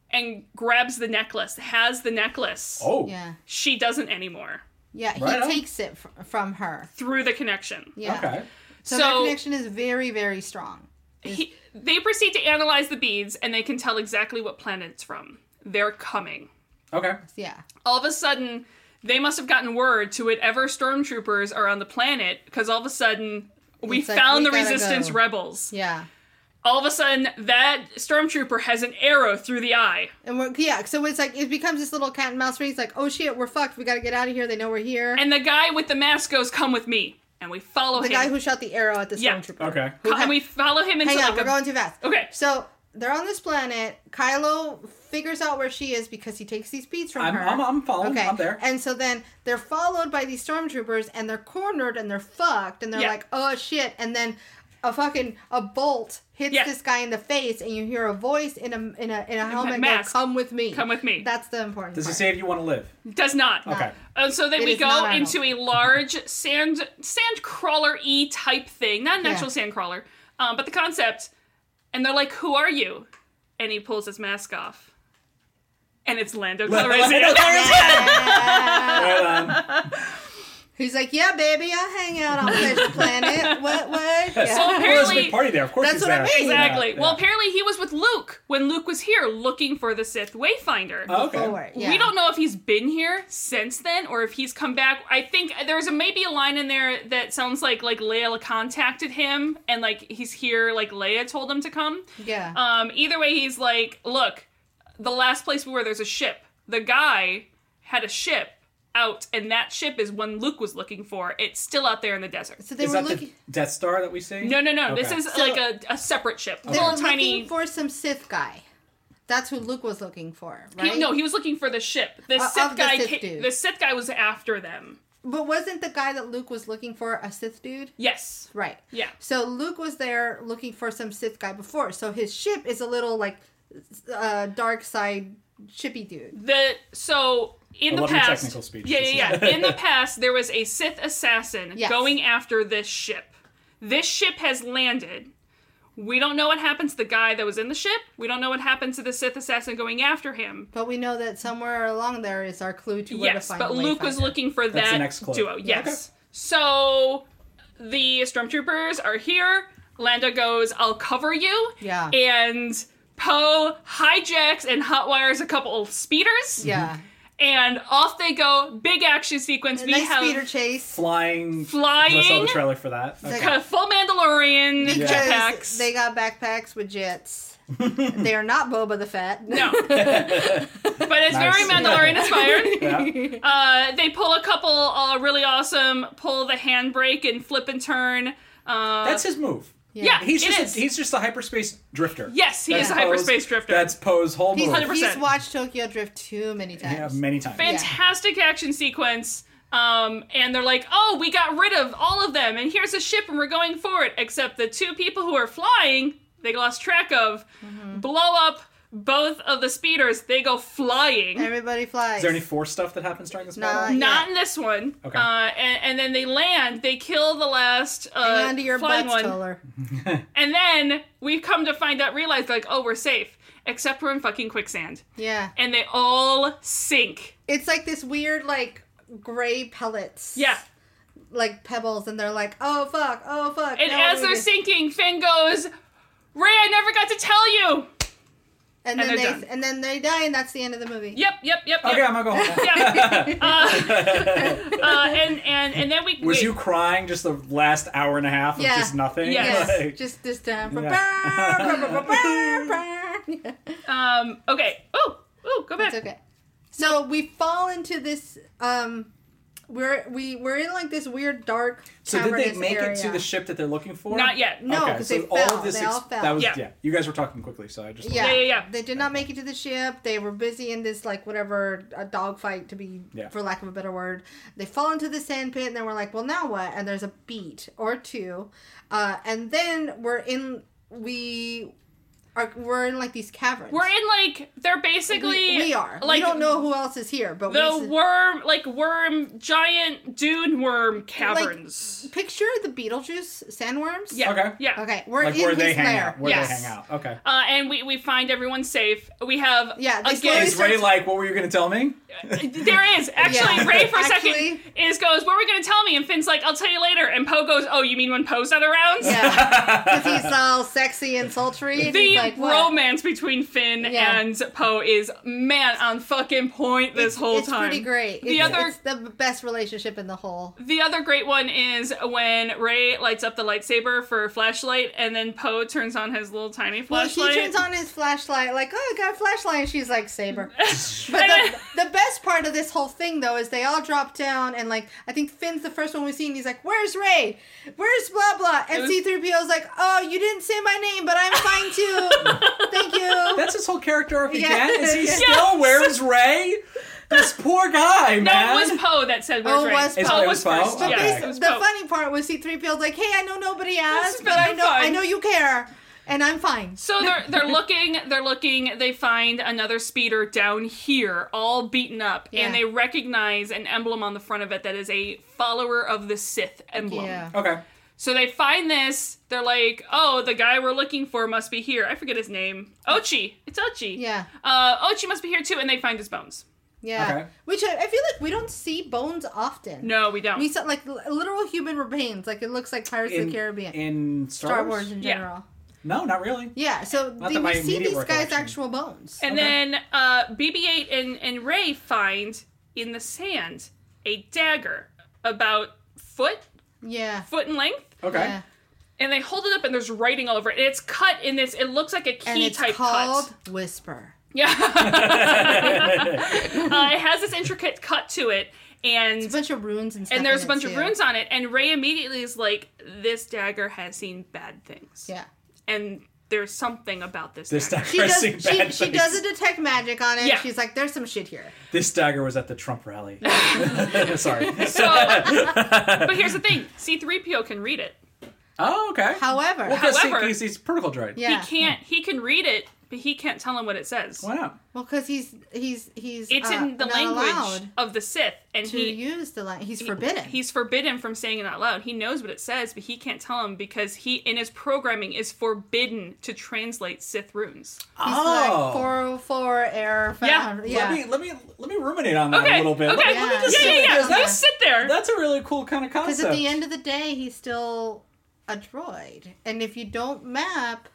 and grabs the necklace has the necklace
oh.
Yeah.
she doesn't anymore
Yeah. He
Right on.
takes it fr- from her.
through the connection
Yeah.
Okay.
So,
So-
their connection is very very strong.
he, they proceed to analyze the beads and they can tell exactly what planet it's from they're coming
Okay.
Yeah.
all of a sudden they must have gotten word to whatever stormtroopers are on the planet because all of a sudden we
It's like,
found
we
the
gotta
resistance
go.
rebels
Yeah.
all of a sudden that stormtrooper has an arrow through the eye
And we're, yeah, so it's like it becomes this little cat and mouse race. Like, oh shit, we're fucked. We gotta get out of here. They know we're here.
and the guy with the mask goes come with me and and we follow
The
him.
guy who shot the arrow at the
Yeah.
stormtrooper.
Okay.
Who
and
had-
we follow him into
Hang on,
like
we're
a
going too fast.
Okay.
So they're on this planet. Kylo figures out where she is because he takes these beats from
I'm-
her.
I'm- I'm following. I'm there.
And so then they're followed by these stormtroopers, and they're cornered, and they're fucked, and they're
Yeah.
like, "Oh shit!" And then a fucking a bolt hits
Yeah.
this guy in the face, and you hear a voice in a in a in a helmet go,
mask.
"Come with me."
Come with me.
That's the important.
Does he
part.
say if you want to live?
does not.
Okay.
And Uh, so then
It
we
is not
go
idle.
into a large sand sand crawler e type thing, not an
Yeah.
actual sand crawler, um, but the concept. And they're like, "Who are you?" And he pulls his mask off, and it's Lando Calrissian.
Right on.
He's like, "Yeah, baby, I hang out on this planet. What? What?" Yeah.
So
Well, there's a
apparently,
big party there. Of course
That's
he's
what I
there.
mean.
exactly.
Yeah,
Well,
yeah.
apparently he was with Luke when Luke was here looking for the Sith Wayfinder.
Oh, okay.
Forward, yeah.
We don't know if he's been here since then or if he's come back. I think there's a, maybe a line in there that sounds like like Leia contacted him and like he's here like Leia told him to come.
Yeah.
Um, either way, he's like, look, the last place we were, there's a ship. The guy had a ship out, and that ship is one Luke was looking for. It's still out there in the desert.
so they
Is
were
that
looking.
the Death Star that we see?
No, no, no. This
Okay.
is
So-
like a, a separate ship.
They were
Little tiny.
looking for some Sith guy. That's who Luke was looking for,
he-
right?
no, he was looking for the ship. The
Uh,
Sith
of the
guy.
Sith
ca-
dude.
the Sith guy was after them.
but wasn't the guy that Luke was looking for a Sith dude?
Yes.
Right.
Yeah.
So Luke was there looking for some Sith guy before. So his ship is a little like uh, dark side shippy dude.
The so in
I
the
love your
past,
technical speech.
yeah,
This
yeah,
is-
yeah. in the past, there was a Sith assassin
Yes.
going after this ship. This ship has landed. We don't know what happens to the guy that was in the ship. We don't know what happens to the Sith assassin going after him.
But we know that somewhere along there is our clue to where
Yes,
to find
but
the
Luke was
Wayfinder.
looking for
That's the
that
next clue.
duo.
Yeah,
Yes. So the stormtroopers are here. Lando goes, "I'll cover you."
Yeah.
And Poe hijacks and hotwires a couple of speeders.
Yeah.
and off they go. Big action sequence. we
nice
have
speeder chase.
Flying. I saw
flying,
the trailer for that. Okay.
kind of full Mandalorian
Because
jetpacks.
they got backpacks with jets. they are not Boba the Fett.
no, but it's very
Nice.
Mandalorian inspired.
Yeah.
Uh, they pull a couple uh, really awesome pull the handbrake and flip and turn. Uh,
That's his move.
yeah,
He's
it
just
is.
A, he's just a hyperspace drifter.
Yes, he
That's
is a
Poe's-
hyperspace drifter.
That's Poe's whole
He's,
move.
100%.
he's watched Tokyo Drift too many times.
Yeah, many times.
fantastic action sequence. Um, and they're like, oh, we got rid of all of them, and here's a ship, and we're going forward. Except the two people who are flying, they lost track of,
Mm-hmm.
blow up both of the speeders. They go flying.
Everybody flies.
Is there any force stuff that happens during this
Nah.
battle?
Not in this one.
Okay.
Uh, and, and then they land. They kill the last uh,
Hang on to your
flying
butts,
one.
Toller.
And then we come to find out, realize like, oh, we're safe, except we're in fucking quicksand,
Yeah.
and they all sink.
It's like this weird, like, gray pellets.
Yeah.
Like pebbles, and they're like, oh, fuck, oh, fuck.
And
now what
as
do
they're
we do?
sinking, Finn goes, Ray, I never got to tell you.
and,
and
then
they're
they
done.
And then they die, and that's the end of the movie.
Yep, yep, yep.
Okay,
yep.
I'm gonna go home.
Yeah. Uh, uh, and, and, and then we.
Was
wait.
you crying just the last hour and a half of
Yeah.
just nothing?
Yes.
Like-
Just this time.
Yeah.
Um, okay. Oh, oh, go back.
It's okay. So we fall into this. um we're we we're in like this weird dark.
so did they
cavernous
make it to
area.
the ship that they're looking for?
Not yet.
No,
okay,
'cause
so
they
all
fell.
of this
They all fell.
that was
Yeah.
yeah. You guys were talking quickly, so I just
Yeah.
Yeah, yeah, yeah.
They did not make it to the ship. They were busy in this like whatever a dogfight to be
Yeah.
for lack of a better word. They fall into the sand pit and then we're like, well now what? And there's a beat or two. Uh, and then we're in we are we're in like these caverns.
We're in like, they're basically.
we, we are. we
Like,
don't know who else is here, but
The
we
worm, like worm, giant dune worm caverns.
picture the Beetlejuice sandworms.
yeah.
Okay.
Yeah.
Okay, we're
like
in
where
his
they hang
lair.
out. Where
Yes.
they hang out. Okay.
Uh, and we, we find everyone safe. We have
Yeah, they slowly
again.
Is Ray like, what were you gonna tell me?
There is actually
Yeah.
Ray for a
Actually-
second is goes. What were you gonna tell me? And Finn's like, I'll tell you later. And Poe goes, Oh, you mean when Poe's not around?
Yeah, because he's all sexy and sultry. And
The
he's like, what?
romance between Finn
Yeah.
and Poe is man on fucking point this
It's-
whole
it's
time.
pretty great.
The
it's,
other-
it's the best relationship in the whole.
The other great one is when Ray lights up the lightsaber for a flashlight, and then Poe turns on his little tiny
Well,
flashlight.
he turns on his flashlight, like, oh, I got a flashlight. And she's like, saber. But
And
the, the best part of this whole thing, though, is they all drop down and, like, like, I think Finn's the first one we see, and he's like, "Where's Ray? Where's blah blah?"
It
And
was-
C three PO is like, "Oh, you didn't say my name, but I'm fine too. Thank you."
That's his whole character arc
Yeah.
again. Is he
Yes.
still where's Ray? This poor guy,
No,
man.
it was Poe that said where's
Oh, it
Ray.
was
Poe
Poe.
It
was
was Poe?
first.
Okay.
Yes, it
the
was Poe.
funny part was C3PO's like, "Hey, I know nobody asked,
is
but I
better
know I
fun."
know you care, and I'm fine."
So they're they're looking, they're looking, they find another speeder down here, all beaten up,
Yeah.
and they recognize an emblem on the front of it that is a follower of the Sith emblem.
Yeah.
okay.
So they find this, they're like, Oh, the guy we're looking for must be here. I forget his name. Ochi. It's Ochi.
Yeah.
Uh Ochi must be here too, and they find his bones.
Yeah.
Okay.
Which I, I feel like we don't see bones often.
No, we don't.
We saw like li- literal human remains. Like it looks like Pirates of the Caribbean,
In Star,
Star Wars in
Yeah.
general.
No, not really.
Yeah. so
Not
they,
that my
we see
immediate
these guys'
recollection.
actual bones.
And
Okay.
then uh, BB-8 and, and Ray find in the sand a dagger about foot
yeah.
foot in length,
Okay.
Yeah.
and they hold it up and there's writing all over it. And it's cut in this. It looks like a key
And it's
type
called
cut.
Whisper.
Yeah, Uh, it has this intricate cut to it,
A
and
bunch of runes and stuff.
and there's
in
a bunch
it,
of
too.
runes on it. And Ray immediately is like, "This dagger has seen bad things."
Yeah.
and there's something about this.
This
dagger.
dagger
She
has
does.
seen
She,
bad
she
things.
doesn't detect magic on it.
Yeah.
She's like, "There's some shit here."
This dagger was at the Trump rally. Sorry.
So, but here's the thing: C-3PO can read it.
Oh, okay.
However,
Well, 'cause he-
However-
he's, he's a protocol droid.
yeah.
He can't. He can read it, but he can't tell him what it says.
Why not?
Well, because he's he's he's
It's
uh,
in the
not
language
allowed
of the Sith, and
to
he
use the language. He's forbidden.
he's forbidden from saying it out loud. He knows what it says, but he can't tell him because he, in his programming, is forbidden to translate Sith runes.
He's
oh.
like four oh four error.
Yeah.
found-
Let me let me let me ruminate on that
Okay.
a little bit.
Okay.
Let
Yeah.
me
Yeah.
just
yeah,
sit
yeah,
with this.
Yeah.
Let him
That's,
sit there.
that's a really cool kind of
Because
concept.
at the end of the day, he's still a droid, and if you don't map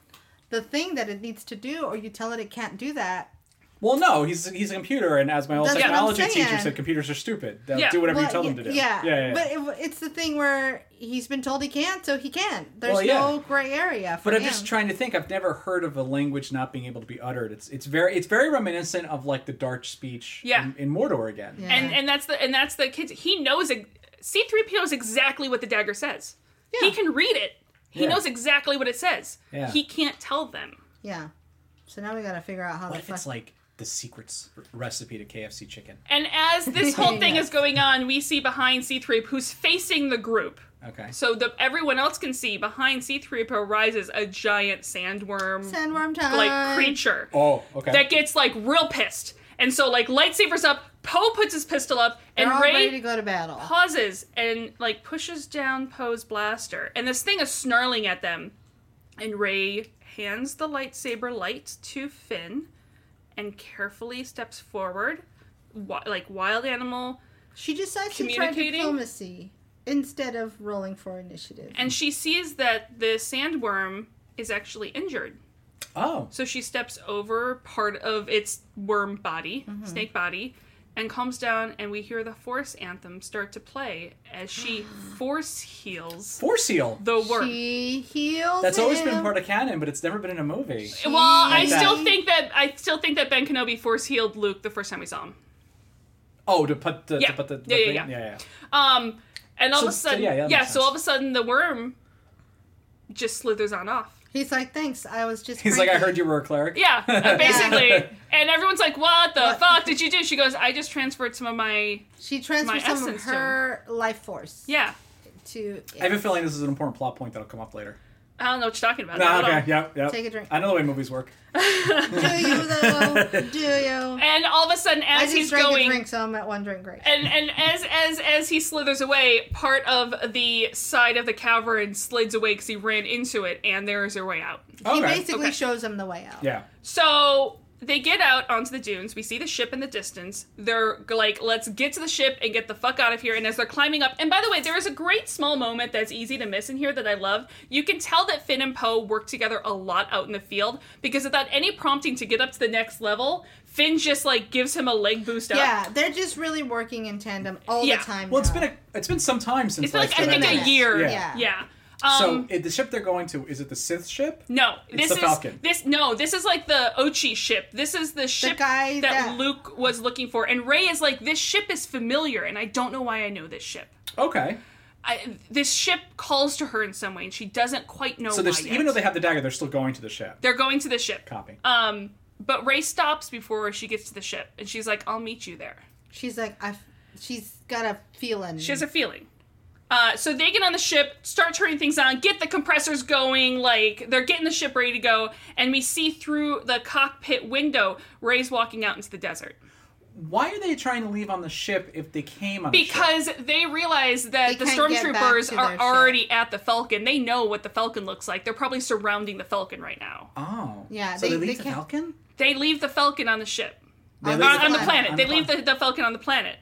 the thing that it needs to do, or you tell it it can't do that,
well, no, he's he's a computer, and as my old
That's what I'm
technology teacher
saying.
said, computers are stupid. They'll
Yeah.
do whatever
well,
you tell
yeah,
them to do.
Yeah,
yeah, yeah.
But it, it's the thing where he's been told he can't, so he can. There's
Well, yeah.
no gray area. For
But I'm
him.
just trying to think. I've never heard of a language not being able to be uttered. It's it's very it's very reminiscent of like the Darch speech
Yeah.
in, in Mordor again.
Yeah.
And and that's the and that's the kids. He knows C three PO knows exactly what the dagger says. He can read it. He
Yeah.
knows exactly what it says.
Yeah.
He can't tell them.
Yeah. So now we gotta figure out how
What
the
if
fuck.
it's like the secret r- recipe to KFC chicken?
And as this whole thing
Yeah.
is going on, we see behind C three who's facing the group.
Okay.
So the everyone else can see behind C3PO rises a giant sandworm
Sandworm time.
like creature
Oh, okay.
that gets like real pissed. And so like lightsabers up, Poe puts his pistol up
They're
and
all ready
Ray
to go to battle.
pauses and like pushes down Poe's blaster. And this thing is snarling at them. And Ray hands the lightsaber light to Finn and carefully steps forward wi- like wild animal
She decides to try
Communicating?
diplomacy instead of rolling for initiative.
and she sees that the sandworm is actually injured.
oh,
So she steps over part of its worm body,
Mm-hmm.
snake body, and calms down. And we hear the Force anthem start to play as she force heals
force seal.
the worm.
She heals.
That's always been
him.
part of canon, but it's never been in a movie.
well, I
Like
that.
still think that I still think that Ben Kenobi force healed Luke the first time we saw him.
Oh, to put the
Yeah.
to put the
Yeah,
the
yeah,
thing-
yeah. Um, and all
So-
of a
so,
sudden,
yeah,
yeah,
yeah, that makes
so all of a
sense.
sudden the worm just slithers on off.
He's like, thanks. I was just.
He's like, I heard you were a cleric.
Yeah, uh, basically. and everyone's like, "What the
What?
fuck did you do?" She goes, "I just transferred some of my
She
my
transferred some of
essence to
her life force.
yeah."
To
I have a feeling this is an important plot point that'll come up later.
I don't know what you're talking about.
Nah,
Not at
okay,
all.
yep, yep.
Take a drink.
I know the way movies work.
do you though? Do you?
And all of a sudden,
I
as
just
he's
drank
going,
a drink, so I'm at one drink rate.
and and as as as he slithers away, part of the side of the cavern slids away because he ran into it, and there is a way out.
He
Okay.
basically Mm-hmm.
okay.
shows him the way out.
Yeah.
So they get out onto the dunes. We see the ship in the distance. They're like, "Let's get to the ship and get the fuck out of here." And as they're climbing up, and by the way, there is a great small moment that's easy to miss in here that I love. You can tell that Finn and Poe work together a lot out in the field because without any prompting to get up to the next level, Finn just like gives him a leg boost up.
Yeah, they're just really working in tandem all
Yeah.
the time.
Well, it's
now.
been a it's been some time since
It's been like,
last
I
Jedi.
think a
Minutes.
year. um,
Yeah.
Yeah.
Yeah.
so it, the ship they're going to is it the Sith ship?
No,
It's
this
the
is
Falcon.
this. No, this is like the Ochi ship. This is the ship
guy
that,
that-
Luke was looking for, and Ray is like, "This ship is familiar, and I don't know why I know this ship."
Okay,
I, this ship calls to her in some way, and she doesn't quite know.
so
why
there's
yet.
even though they have the dagger, they're still going to the ship.
Oh they're going to the ship.
Copy.
Um, but Ray stops before she gets to the ship, and she's like, "I'll meet you there."
She's like, I. She's got a feeling.
She has a feeling. Uh, so they get on the ship, start turning things on, get the compressors going, like they're getting the ship ready to go, and we see through the cockpit window Ray's walking out into the desert
Oh,
Why are they trying to leave on the ship if they came on? the ship?
because they realize that
They
the
can't get back
stormtroopers
to
are
their ship.
already at the Falcon. They know what the Falcon looks like. They're probably surrounding the Falcon right now.
oh
Yeah,
so
they-
they,
they
leave the
can't-
Falcon.
They leave the Falcon on the ship.
They leave
on, on the
planet.
planet.
on
they
the
leave
planet.
the, the Falcon on the planet.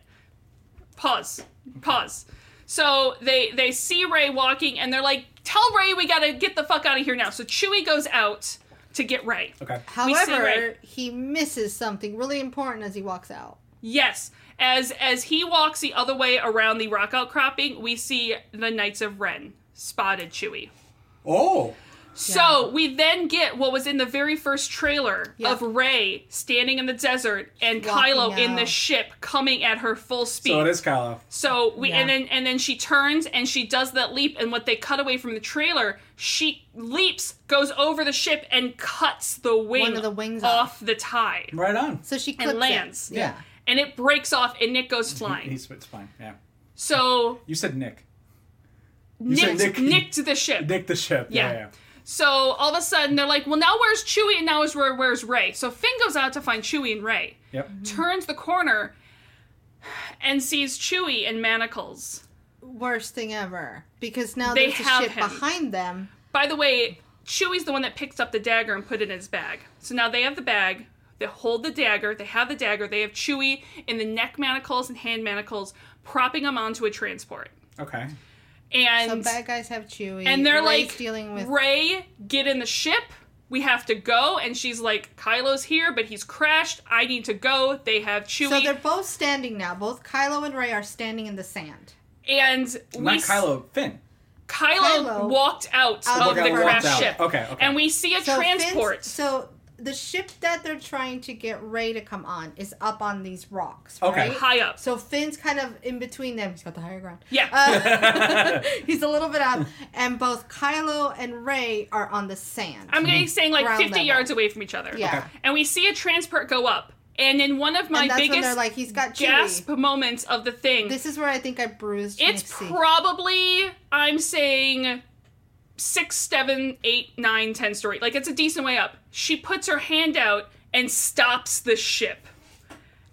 Pause. Pause. So they they see Ray walking and they're like, "Tell Ray we gotta get the fuck out of here now." So Chewie goes out to get Ray.
Okay.
We see
However,
Ray.
he misses something really important as he walks out.
Yes. As as he walks the other way around the rock outcropping, we see the Knights of Ren spotted Chewie.
Oh,
So we then get what was in the very first trailer
Yeah.
of Ray standing in the desert and
Walking
Kylo in the
out.
ship coming at her full speed.
so it is Kylo.
So we and
Yeah.
then and then she turns and she does that leap and what they cut away from the trailer, she leaps, goes over the ship and cuts the wing
of the wings
off the tie.
Right on.
So she clips
And lands.
It. Yeah.
And it breaks off and Nick goes flying.
He's it's fine. Yeah.
So
You said Nick. said
Nick
Nick-
Nick to the ship.
Nick the ship.
Yeah.
Yeah. yeah.
So all of a sudden they're like, Well now where's Chewie and now is where where's Ray? So Finn goes out to find Chewie and Ray,
Yep.
Mm-hmm.
turns the corner and sees Chewie in manacles.
Worst thing ever. Because now
They
there's
have
a ship
him.
behind them.
By the way, Chewie's the one that picks up the dagger and put it in his bag. So now they have the bag. They hold the dagger. They have the dagger. They have Chewie in the neck manacles and hand manacles, propping him onto a transport.
Okay.
So
And
bad guys have Chewie.
and they're
Rey's
like,
dealing with.
Ray, get in the ship. We have to go. And she's like, Kylo's here, but he's crashed. I need to go. They have Chewie.
so they're both standing now. Both Kylo and Ray are standing in the sand.
and we
Not
s-
Kylo. Finn.
Kylo,
Kylo
walked out
out
of
of
the
the
crashed
crashed
ship.
out. Okay, okay.
And we see a
So Finn's-
transport.
so the ship that they're trying to get Ray to come on is up on these rocks.
Okay.
Right?
high up.
So Finn's kind of in between them. He's got the higher ground.
Yeah.
Uh, he's a little bit up, and both Kylo and Ray are on the sand.
I'm getting saying like
Ground
50
level.
yards away from each other.
Yeah. Okay.
And we see a transport go up. And in one of my
and that's when
biggest
they're like, he's got
gasp
Chewie.
moments of the thing,
This is where I think I bruised.
it's
Nixie.
probably, I'm saying, six, seven, eight, nine, ten story. Like it's a decent way up. She puts her hand out and stops the ship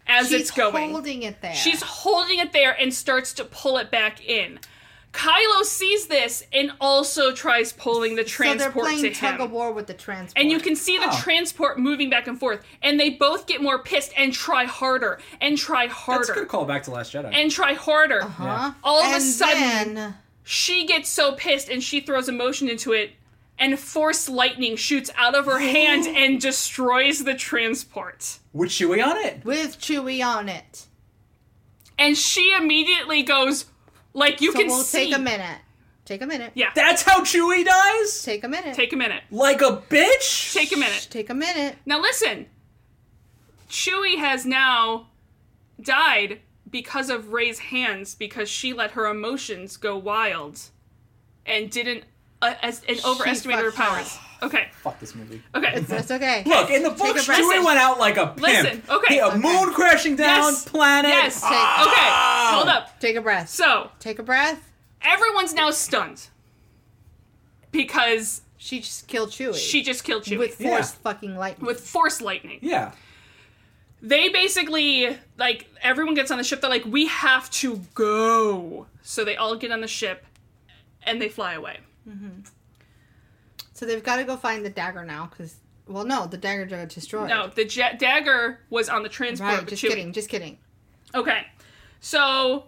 as
She's
it's going.
holding it there.
She's holding it there and starts to pull it back in. Kylo sees this and also tries pulling the
so
transport
they're playing
to him.
tug of war with the transport.
And you can see the
Oh.
transport moving back and forth. And they both get more pissed and try harder and try
That's a good
harder
call back to Last Jedi.
and uh-huh. try harder.
Huh?
All of a
Uh-huh. and
sudden-
then
She gets so pissed and she throws emotion into it. And force lightning shoots out of her hand and destroys the transport.
With Chewie on it.
with Chewie on it.
And she immediately goes, like you
So
can
we'll
see.
take a minute. Take a minute.
Yeah.
That's how Chewie dies?
Take a minute.
Take a minute.
Like a bitch?
Take a minute.
Take a minute.
Now listen. Chewie has now died because of Ray's hands because she let her emotions go wild and didn't uh, as, and overestimated her
fucked
powers. Okay.
Fuck this movie.
Okay.
That's okay.
Look, in the
Take a
books,
breath.
Chewie went out like a pimp.
Listen, okay.
Hey, a
Okay.
moon crashing down,
Yes.
planet.
Yes.
Ah,
Okay. Hold up.
Take a breath.
So,
Take a breath.
everyone's now stunned because
She just killed Chewie.
she just killed Chewie
with
with,
Yeah.
force fucking lightning.
force lightning.
Yeah.
they basically like everyone gets on the ship they're like we have to go so they all get on the ship and they fly away
so they've got to go find the dagger now, because well, no, the dagger got destroyed.
no the ja- dagger was on the transport
right?
with
Just
Chewie.
kidding. Just kidding.
okay so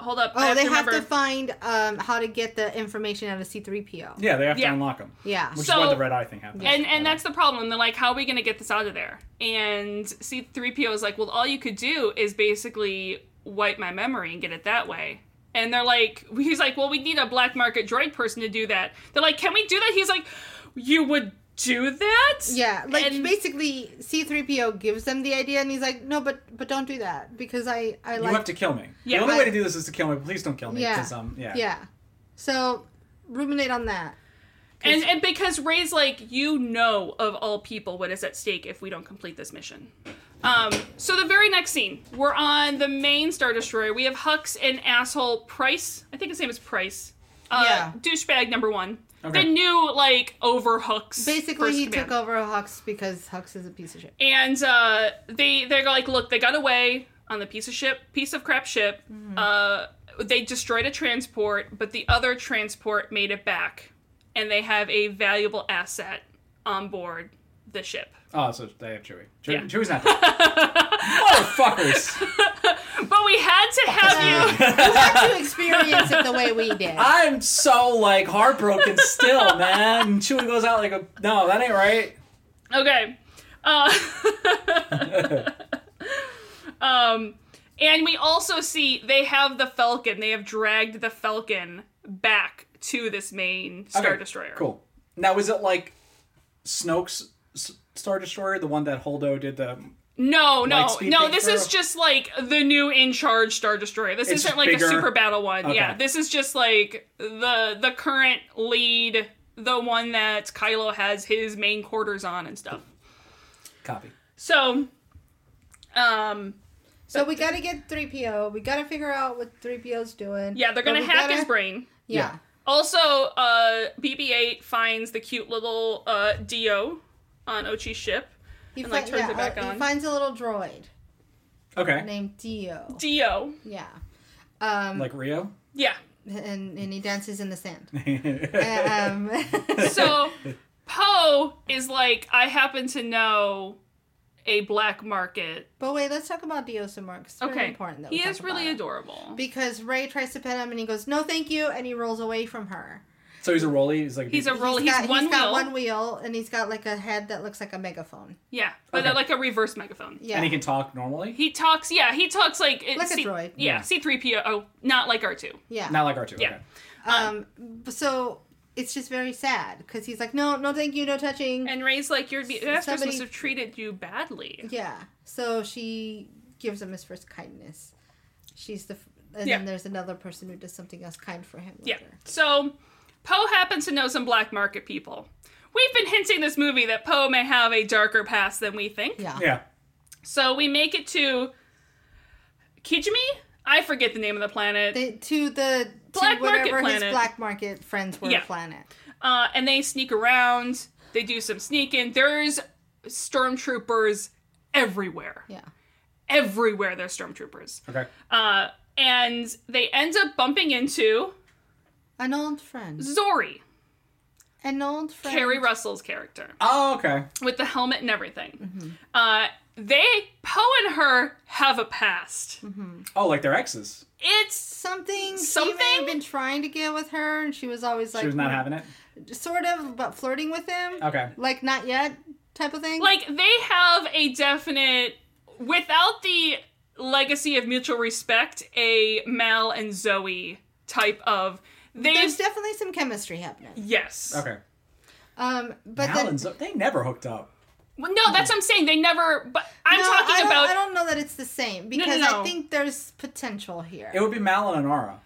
hold up I
Oh,
have
they
to
have
remember
to find um, how to get the information out of C three PO.
Yeah, they have to
Yeah.
unlock him.
Yeah.
Which
So-
is why the red eye thing happened.
and and that's the problem they're like how are we going to get this out of there and c3po is like well all you could do is basically wipe my memory and get it that way and they're like, he's like, well, we need a black market droid person to do that. They're like, can we do that? He's like, you would do that?
Yeah, like
And-
basically, C-3PO gives them the idea, and he's like, "No, but but don't do that because I I
You
like
have to kill me.
Yeah.
the only way
I-
to do this is to kill me. Please don't kill me.
yeah
'cause, um, yeah.
yeah." So ruminate on that.
And and because Ray's like, you know of all people what is at stake if we don't complete this mission. Um, so the very next scene, we're on the main Star Destroyer. We have Hux and asshole Price. I think his name is Price. Uh,
Yeah.
Douchebag number one.
Okay.
The new like over Hux.
Basically,
first
he
command.
took over Hux because Hux is a piece of shit.
And uh, they they're like, look, they got away on the piece of ship, piece of crap ship.
Mm-hmm.
Uh, they destroyed a transport, but the other transport made it back, and they have a valuable asset on board the ship.
Oh, so they have Chewie. Chewie
Yeah.
Chewie's not. dead. Motherfuckers!
But we had to have you.
you had to experience it the way we did.
I'm so like heartbroken still, man. And Chewie goes out like a no. That ain't right.
Okay. Uh, um, and we also see they have the Falcon. They have dragged the Falcon back to this main Star
Okay,
Destroyer.
Cool. Now is it like Snoke's s- Star Destroyer, the one that Holdo did the?
No, no,
Lightspeed
no.
thing
This is
through?
just like the new in charge Star Destroyer. This
It's
isn't like
bigger?
a super battle one. Yeah,
Okay.
this is just like the the current lead, the one that Kylo has his main quarters on and stuff.
Copy.
So, um,
so we gotta get 3PO. We gotta figure out what 3PO's doing.
yeah, they're
But
gonna
we
hack
gotta-
his brain.
Yeah.
Also, uh, BB-8 finds the cute little uh, Do on Ochi's ship.
He,
And, like,
fin-
turns
yeah,
it back
uh, he
on.
finds a little droid
Okay.
named Dio.
Do,
Yeah. Um,
Like Rio.
yeah.
and, and he dances in the sand.
okay.
um,
So Poe is like, I happen to know a black market
but wait, let's talk about Dio some more. 'cause it's
Okay.
really important. That we
he
talk
is really
about it.
adorable.
Because Ray tries to pet him and he goes, "No, thank you," and he rolls away from her.
So he's a rolly. He's like
he's a roll. He's,
got,
one
he's got
wheel.
one wheel, and he's got like a head that looks like a megaphone.
Yeah, but
Okay.
uh, like a reverse megaphone.
Yeah,
and he can talk normally.
He talks. Yeah, he talks like it-
Like a droid.
Yeah,
Yeah.
C three PO. Oh, not like R two.
yeah.
Not like R two.
Yeah.
Okay.
Um, b- so it's just very sad because he's like, no, no, thank you, no touching.
And Ray's like, your masters
somebody-
must have treated you badly.
yeah. So she gives him his first kindness. She's the, f- and
Yeah.
then there's another person who does something else kind for him
Yeah.
later.
So Poe happens to know some black market people. We've been hinting this movie that Poe may have a darker past than we think.
Yeah.
Yeah.
So we make it to Kijimi. I forget the name of the planet.
They, to the
Black
to
market
whatever
planet.
his black market friends were
Yeah.
planet.
uh, and they sneak around. They do some sneaking. There's stormtroopers everywhere.
Yeah.
Everywhere there's stormtroopers.
Okay.
Uh, and they end up bumping into
An old friend.
Zori,
An old friend.
Carrie Russell's character,
Oh, okay.
with the helmet and everything.
Mm-hmm.
Uh, they, Poe and her, have a past.
Mm-hmm.
Oh, like they're exes.
It's
Something, something he may
Something?
have been trying to get with her, and she was always like,
She was not having it.
sort of, but flirting with him.
Okay.
Like, not yet type of thing.
like they have a definite, without the legacy of mutual respect, a Mal and Zoe type of. They
There's definitely some chemistry happening.
Yes.
Okay.
Um, but then,
Alan's they never hooked up.
Well, no, that's what I'm saying. They never. But I'm
No, I
talking
don't,
about.
I don't know that it's the same because
no.
I think there's potential here.
It would be Malin and Ara.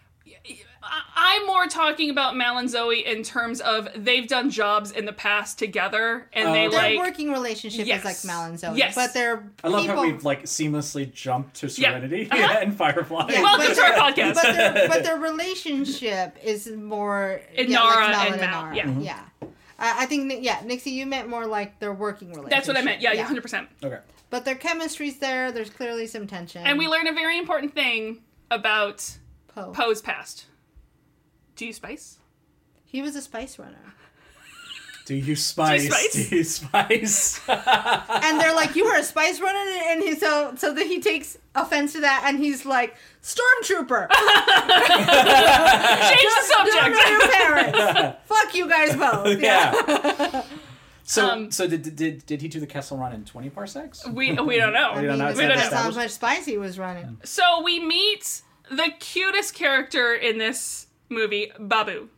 I, am more talking about Mal and Zoe in terms of they've done jobs in the past together, and
Uh,
they
They're
their
like.
working relationship
Yes.
is like Mal and Zoe,
Yes.
but they're
I love
people.
how we've like seamlessly jumped to
Yeah. Uh-huh.
Serenity and Firefly.
Yeah,
Welcome
but
to our
their-
podcast.
But their, but their relationship is more
Nara and
Mal
Mal,
Nara.
yeah.
Mm-hmm.
Mhm.
yeah. I I think, yeah, Nixie, you meant more like their working relationship.
That's what I meant. Yeah, 100. percent
Okay.
But their chemistry's there. There's clearly some tension.
And we learn a very important thing about
Poe.
Poe's past. Do you spice?
He was a spice runner.
Do you spice?
spice?
Do you spice?
and they're like, "You were a spice runner," and he so so that he takes offense to that, and he's like, "Stormtrooper,
Change the
don't know
subject.
your parents. Fuck you guys both."
yeah. So
Um,
so did, did did he do the Kessel Run in twenty parsecs?
we we don't know.
I mean,
know,
that's
we don't
that's
know.
how much spice he was running.
So we meet the cutest character in this movie, Babu.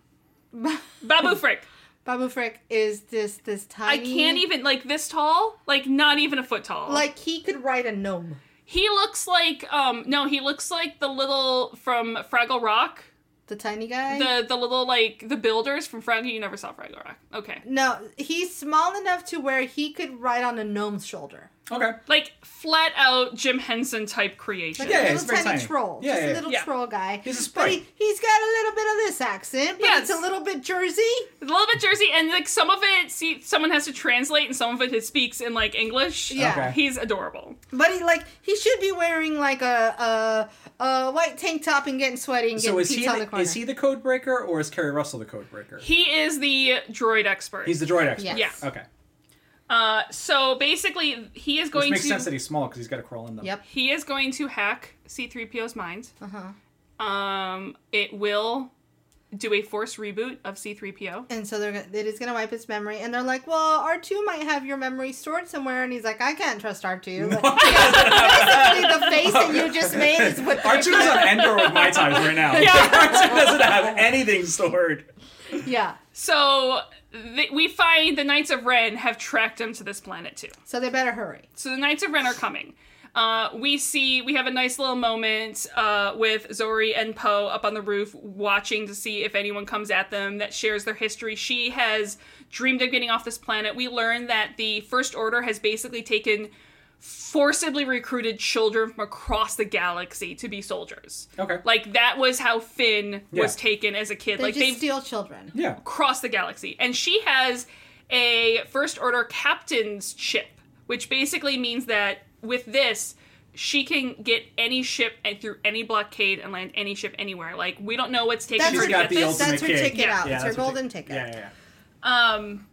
Babu Frick.
Babu Frick is this this
I
tiny.
can't even like this tall, like not even a foot tall.
Like he could ride a gnome.
he looks like um no, he looks like the little from Fraggle Rock.
The tiny guy.
The the little like the builders from Fraggle you never saw Fraggle Rock. Okay.
no, he's small enough to where he could ride on a gnome's shoulder.
Okay.
Like flat out Jim Henson type creation.
Like
Yeah,
a
he's
little
very
tiny,
tiny.
troll.
Yeah,
just
yeah,
a little
yeah.
troll guy.
He's a
But
sprite.
he, he's got a little bit of this accent, but
Yeah,
it's a
it's-
little bit Jersey.
A little bit Jersey and like some of it see someone has to translate and some of it speaks in like English.
Yeah.
Okay.
He's adorable.
But he like he should be wearing like a a, a white tank top and getting sweaty and getting
So is
peeps
he
on
the,
the corner.
is he the code breaker or is Kerry Russell the code breaker?
He is the droid expert.
He's the droid expert.
Yes.
Yeah.
Okay.
Uh, so basically, he is
Which
going
makes
to
sense that he's small because he's got to crawl in them.
Yep.
he is going to hack C-3PO's mind. Uh-huh. Um, it will do a force reboot of C-3PO.
And so they're gonna- it is gonna wipe his memory, and they're like, "Well, R two might have your memory stored somewhere," and he's like, "I can't trust R two. Basically, the face that you just made is what
R2 is on Endor with my times right now. R2 doesn't have anything stored.
yeah.
So th- we find the Knights of Ren have tracked him to this planet too.
So they better hurry.
So the Knights of Ren are coming. Uh, we see we have a nice little moment uh, with Zori and Poe up on the roof watching to see if anyone comes at them that shares their history. She has dreamed of getting off this planet. We learn that the First Order has basically taken forcibly recruited children from across the galaxy to be soldiers.
Okay.
Like that was how Finn was
Yeah.
taken as a kid.
They
like
just
they've
steal children.
yeah.
across the galaxy. And she has a First Order captain's ship, which basically means that with this, she can get any ship and through any blockade and land any ship anywhere. Like we don't know what's taking
That's
her
She's
to
her,
got
get
the
that's,
this.
that's her
ultimate
ticket
cake.
out.
Yeah,
it's her
that's what
golden
they-
ticket.
Yeah, yeah, yeah.
Um,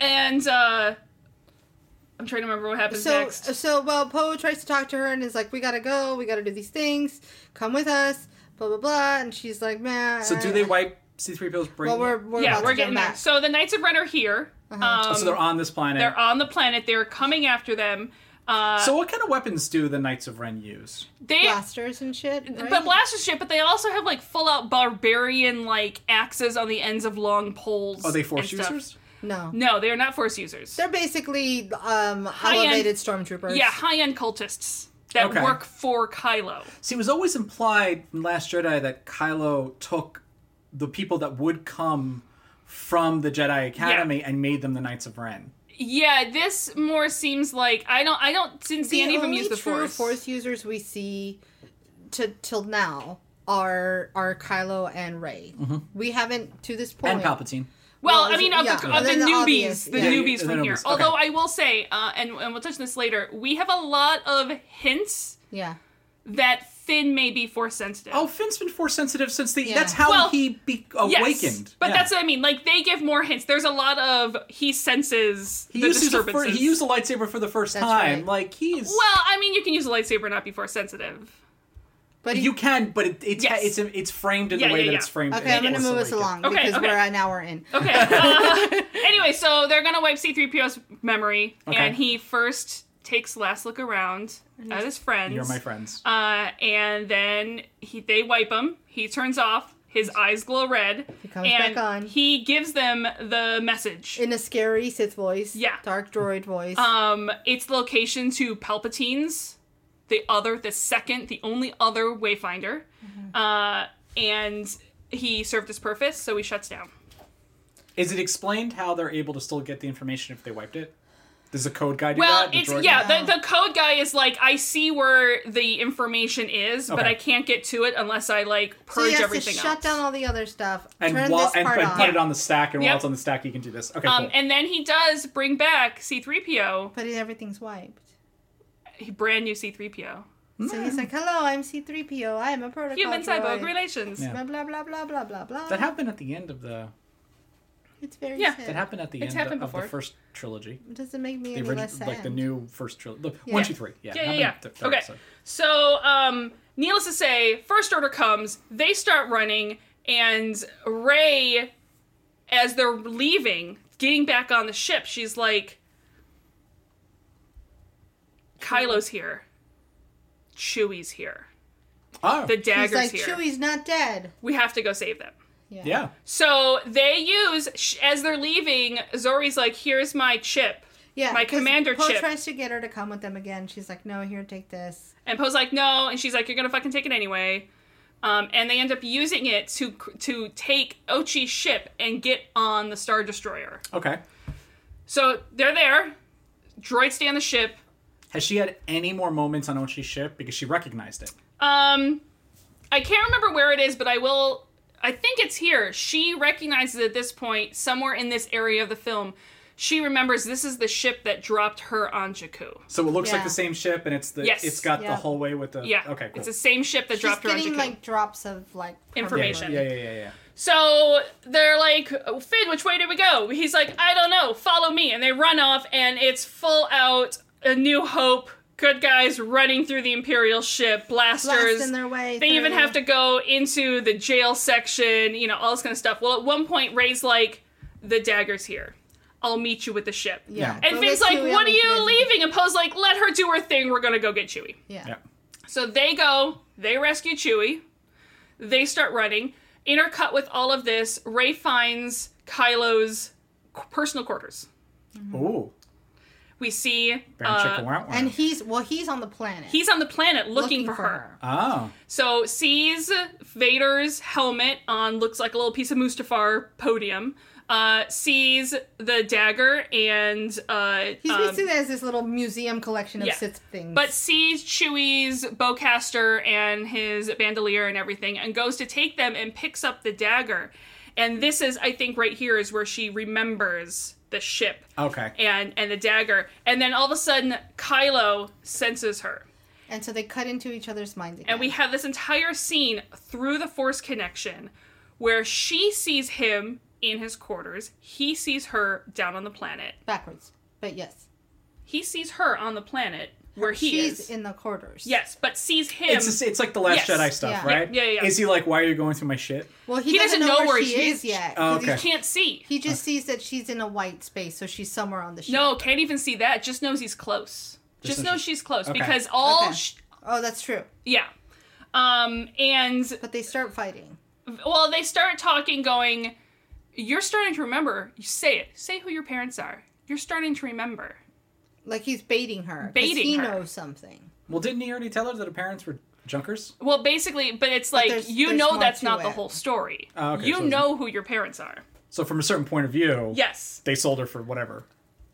and uh, I'm trying to remember what happens
So
next.
so well, Poe tries to talk to her and is like, "We gotta go. We gotta do these things. Come with us." Blah blah blah. And she's like, "Man."
So do they wipe C3PO's brain?
Well, we're, we're
yeah,
about
Uh, we're
to
getting
back.
there. So the Knights of Ren are here. Um,
Oh, so they're on this planet.
they're on the planet. They're coming after them. Uh,
so what kind of weapons do the Knights of Ren use?
they
blasters and shit. Right?
But blaster shit, but they also have like full out barbarian like axes on the ends of long poles.
Are they force
and stuff.
users?
no.
No, they are not force users.
They're basically um,
High-end-
elevated stormtroopers.
yeah, high end cultists that
Okay.
work for Kylo.
See, it was always implied in Last Jedi that Kylo took the people that would come from the Jedi Academy and made them the Knights of Ren.
Yeah, this more seems like I don't I don't didn't see any of them
only
use the
true
force.
force. users we see to till now are are Kylo and Rey. We haven't to
Oh,
this point.
Mm-hmm. And Palpatine.
Well,
Well,
I mean,
is
of,
it-
the,
yeah.
of the
Then the
newbies,
obvious-
the
yeah.
Yeah,
newbies
the
from
newbies,
here.
okay.
Although I will say, uh, and, and we'll touch on this later, we have a lot of hints
Yeah.
that Finn may be force sensitive.
Oh, Finn's been force sensitive since the.
Yeah.
That's how
Well,
he be-
Yes,
awakened.
But
Yeah.
that's what I mean. Like they give more hints. There's a lot of he senses
He
the
used, his-
disturbances.
he used a lightsaber for the first
That's
time.
right.
Like he's
well, I mean, you can use a lightsaber and not be force sensitive.
But
you can, but it, it's
Yes.
it's it's framed in
Yeah,
the way
yeah,
that
yeah.
it's framed.
Okay, I'm
in
gonna
Force
move us
Awakens.
along
Okay,
because
okay.
we're an hour in.
Okay. uh, anyway, so they're gonna wipe C-3PO's memory,
Okay.
and he first takes last look around at his friends.
You're my friends.
Uh, and then he they wipe him. He turns off. His eyes glow red. He
comes
and
back on.
He gives them the message.
In a scary Sith voice.
Yeah.
Dark droid voice.
um its location to Palpatine's, the other, the second, the only other Wayfinder,
Mm-hmm.
uh, and he served his purpose, so he shuts down.
Is it explained how they're able to still get the information if they wiped it? Does the code guy do
Well,
that? The
it's
droid guy?
yeah. The, the code guy is like, I see where the information is, but
Okay.
I can't get to it unless I like
so
purge
he has to
everything
shut
else.
down all the other stuff.
and
turn
while,
this
and,
part
and
off.
put it on the stack, and
Yep.
while it's on the stack, you can do this. Okay,
um,
cool.
and then he does bring back C-3PO,
But everything's wiped.
he- brand new C-3PO.
So he's like, "Hello, I'm C-3PO. I am a protocol
Mm. Human cyborg
droid."
relations.
Yeah.
Blah blah blah blah blah blah blah.
that happened at the end of the.
it's very
Yeah.
sad.
That happened at the
It's
end
happened
of, of the
before.
first trilogy.
It doesn't make me
The
any less
original,
sad.
like the new first trilogy. One, two, three. Yeah, it
Yeah, yeah,
happened
yeah.
at the third
Okay.
episode.
So, um, needless to say, First Order comes, they start running, and Ray, as they're leaving, getting back on the ship, she's like, Kylo's here. Chewie's here.
Oh,
The dagger's
He's like,
here.
Chewie's not dead.
We have to go save them.
yeah.
So they use sh- as they're leaving. Zori's like, "Here's my chip,"
Yeah,
My
'cause
commander
Poe
chip.
tries to get her to come with them again. She's like, "No, here, take this."
and Poe's like, "No," and she's like, "You're gonna fucking take it anyway." Um, and they end up using it to to take Ochi's ship and get on the star destroyer.
Okay.
So they're there. Droids stay on the ship.
Has she had any more moments on Ochi's ship because she recognized it?
Um, I can't remember where it is, but I will. I think it's here. She recognizes at this point, somewhere in this area of the film, she remembers this is the ship that dropped her on Jakku.
So it looks
Yeah.
like the same ship, and it's the
Yes.
it's got the
Yeah.
hallway with the
Yeah.
Okay, cool.
It's the same ship that
She's
dropped her on
getting
Jakku.
like drops of like
Information.
yeah, yeah, yeah, yeah.
so they're like, Finn, which way did we go? He's like, I don't know. Follow me. And they run off, and it's full out a new hope. Good guys running through the Imperial ship, blasters.
blast in their way.
They even
through.
have to go into the jail section, you know, all this kind of stuff. Well, at one point, Ray's like, "The dagger's here. I'll meet you with the ship."
Yeah.
And
But
Finn's
with
like,
Chewie,
"What
I'm
are you
with Finn."
leaving?" And Poe's like, "Let her do her thing. We're gonna go get Chewie."
Yeah.
Yeah.
So they go. They rescue Chewie. They start running. Intercut with all of this, Ray finds Kylo's qu- personal quarters.
Ooh.
We see
Baron
uh,
Chicken Wow Wow.
And he's well, he's on the planet.
he's on the planet looking, for, her.
Oh.
So sees Vader's helmet on looks like a little piece of Mustafar podium. Uh, sees the dagger and uh,
He's
um,
basically has this little museum collection of
yeah.
Sith things.
but sees Chewie's bowcaster and his bandolier and everything, and goes to take them and picks up the dagger. And this is, I think, right here is where she remembers the ship
Okay.
and and the dagger. And then all of a sudden, Kylo senses her.
and so they cut into each other's minds again.
And we have this entire scene through the Force connection where she sees him in his quarters, he sees her down on the planet.
backwards, but yes,
He sees her on the planet where he
she's
is.
in the quarters.
yes, but sees him.
It's just, it's like the Last
Yes.
Jedi stuff,
Yeah.
right?
Yeah, yeah, yeah.
Is he like, why are you going through my shit?
Well, he,
He
doesn't, know, where, she is, yet.
Oh,
'cause
okay.
he's-
can't see.
He just sees that she's in a white space, so she's somewhere on the ship.
No, can't even see that. Just knows he's close. Just,
knows
knows she's close
Okay.
because all
Okay.
sh-
Oh, that's true.
yeah. Um and
But they start fighting.
well, they start talking, going, You're starting to remember. You say it. Say who your parents are. You're starting to remember.
Like he's baiting her. 'cause
Baiting
he
her.
knows something.
Well, didn't he already tell her that her parents were junkers?
Well, basically, but it's like
there's-
you
there's
know
more
that's
to
not the
it.
whole story.
Oh, okay,
you
so it's-
know who your parents are.
So from a certain point of view,
Yes.
they sold her for whatever.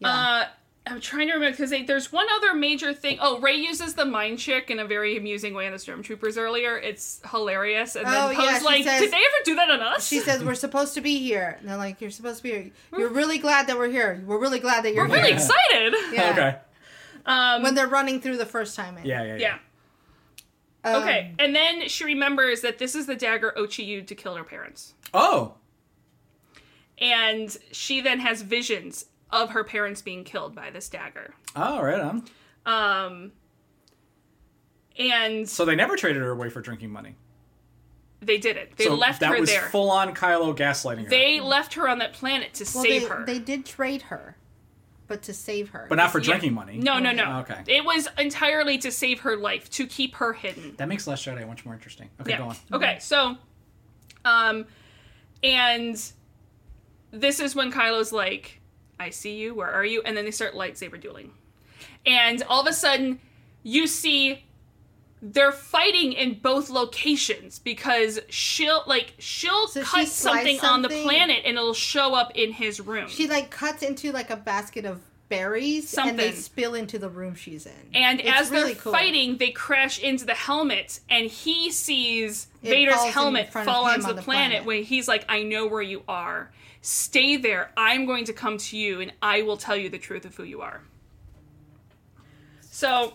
Uh, I'm trying to remember because there's one other major thing. Oh, Ray uses the mind chick in a very amusing way in the Stormtroopers earlier. It's hilarious. And
Oh,
then
yeah,
Poe's
she
like,
says-
"Did they ever do that on us?"
She says, We're supposed to be here. And they're like, You're supposed to be here. You're really glad that we're here. We're really glad that you're
I'm really
here.
excited.
Yeah.
Okay.
When they're running through the first time. in.
Yeah, yeah, yeah.
Yeah.
Um,
Okay. and then she remembers that this is the dagger Ochi used to kill her parents.
Oh.
And she then has visions of her parents being killed by this dagger.
Oh, right on.
Um, and
So they never traded her away for drinking money.
they did it. They
so
left
that
her
was
there.
full on Kylo gaslighting her.
They left her on that planet to
Well,
save
they,
her.
they did trade her, but to save her.
but not for
Yeah.
drinking money.
No, no, no.
Okay.
It was entirely to save her life, to keep her hidden.
That makes Last Jedi much more interesting. Okay, go
Yeah.
on.
Okay, so um and this is when Kylo's like, I see you, where are you? And then they start lightsaber dueling. And all of a sudden, you see they're fighting in both locations because she'll like she'll
So she
cut
sliced
something, on the
something?
planet and it'll show up in his room.
She like cuts into like a basket of berries and they
Something.
spill into the room she's in.
And
It's
as
really
they're
cool.
fighting, they crash into the helmet, and he sees
It
Vader's
falls in
helmet
front of
fall
him
onto
on
the
the
planet.
planet.
Where he's like, "I know where you are. Stay there. I'm going to come to you, and I will tell you the truth of who you are." So,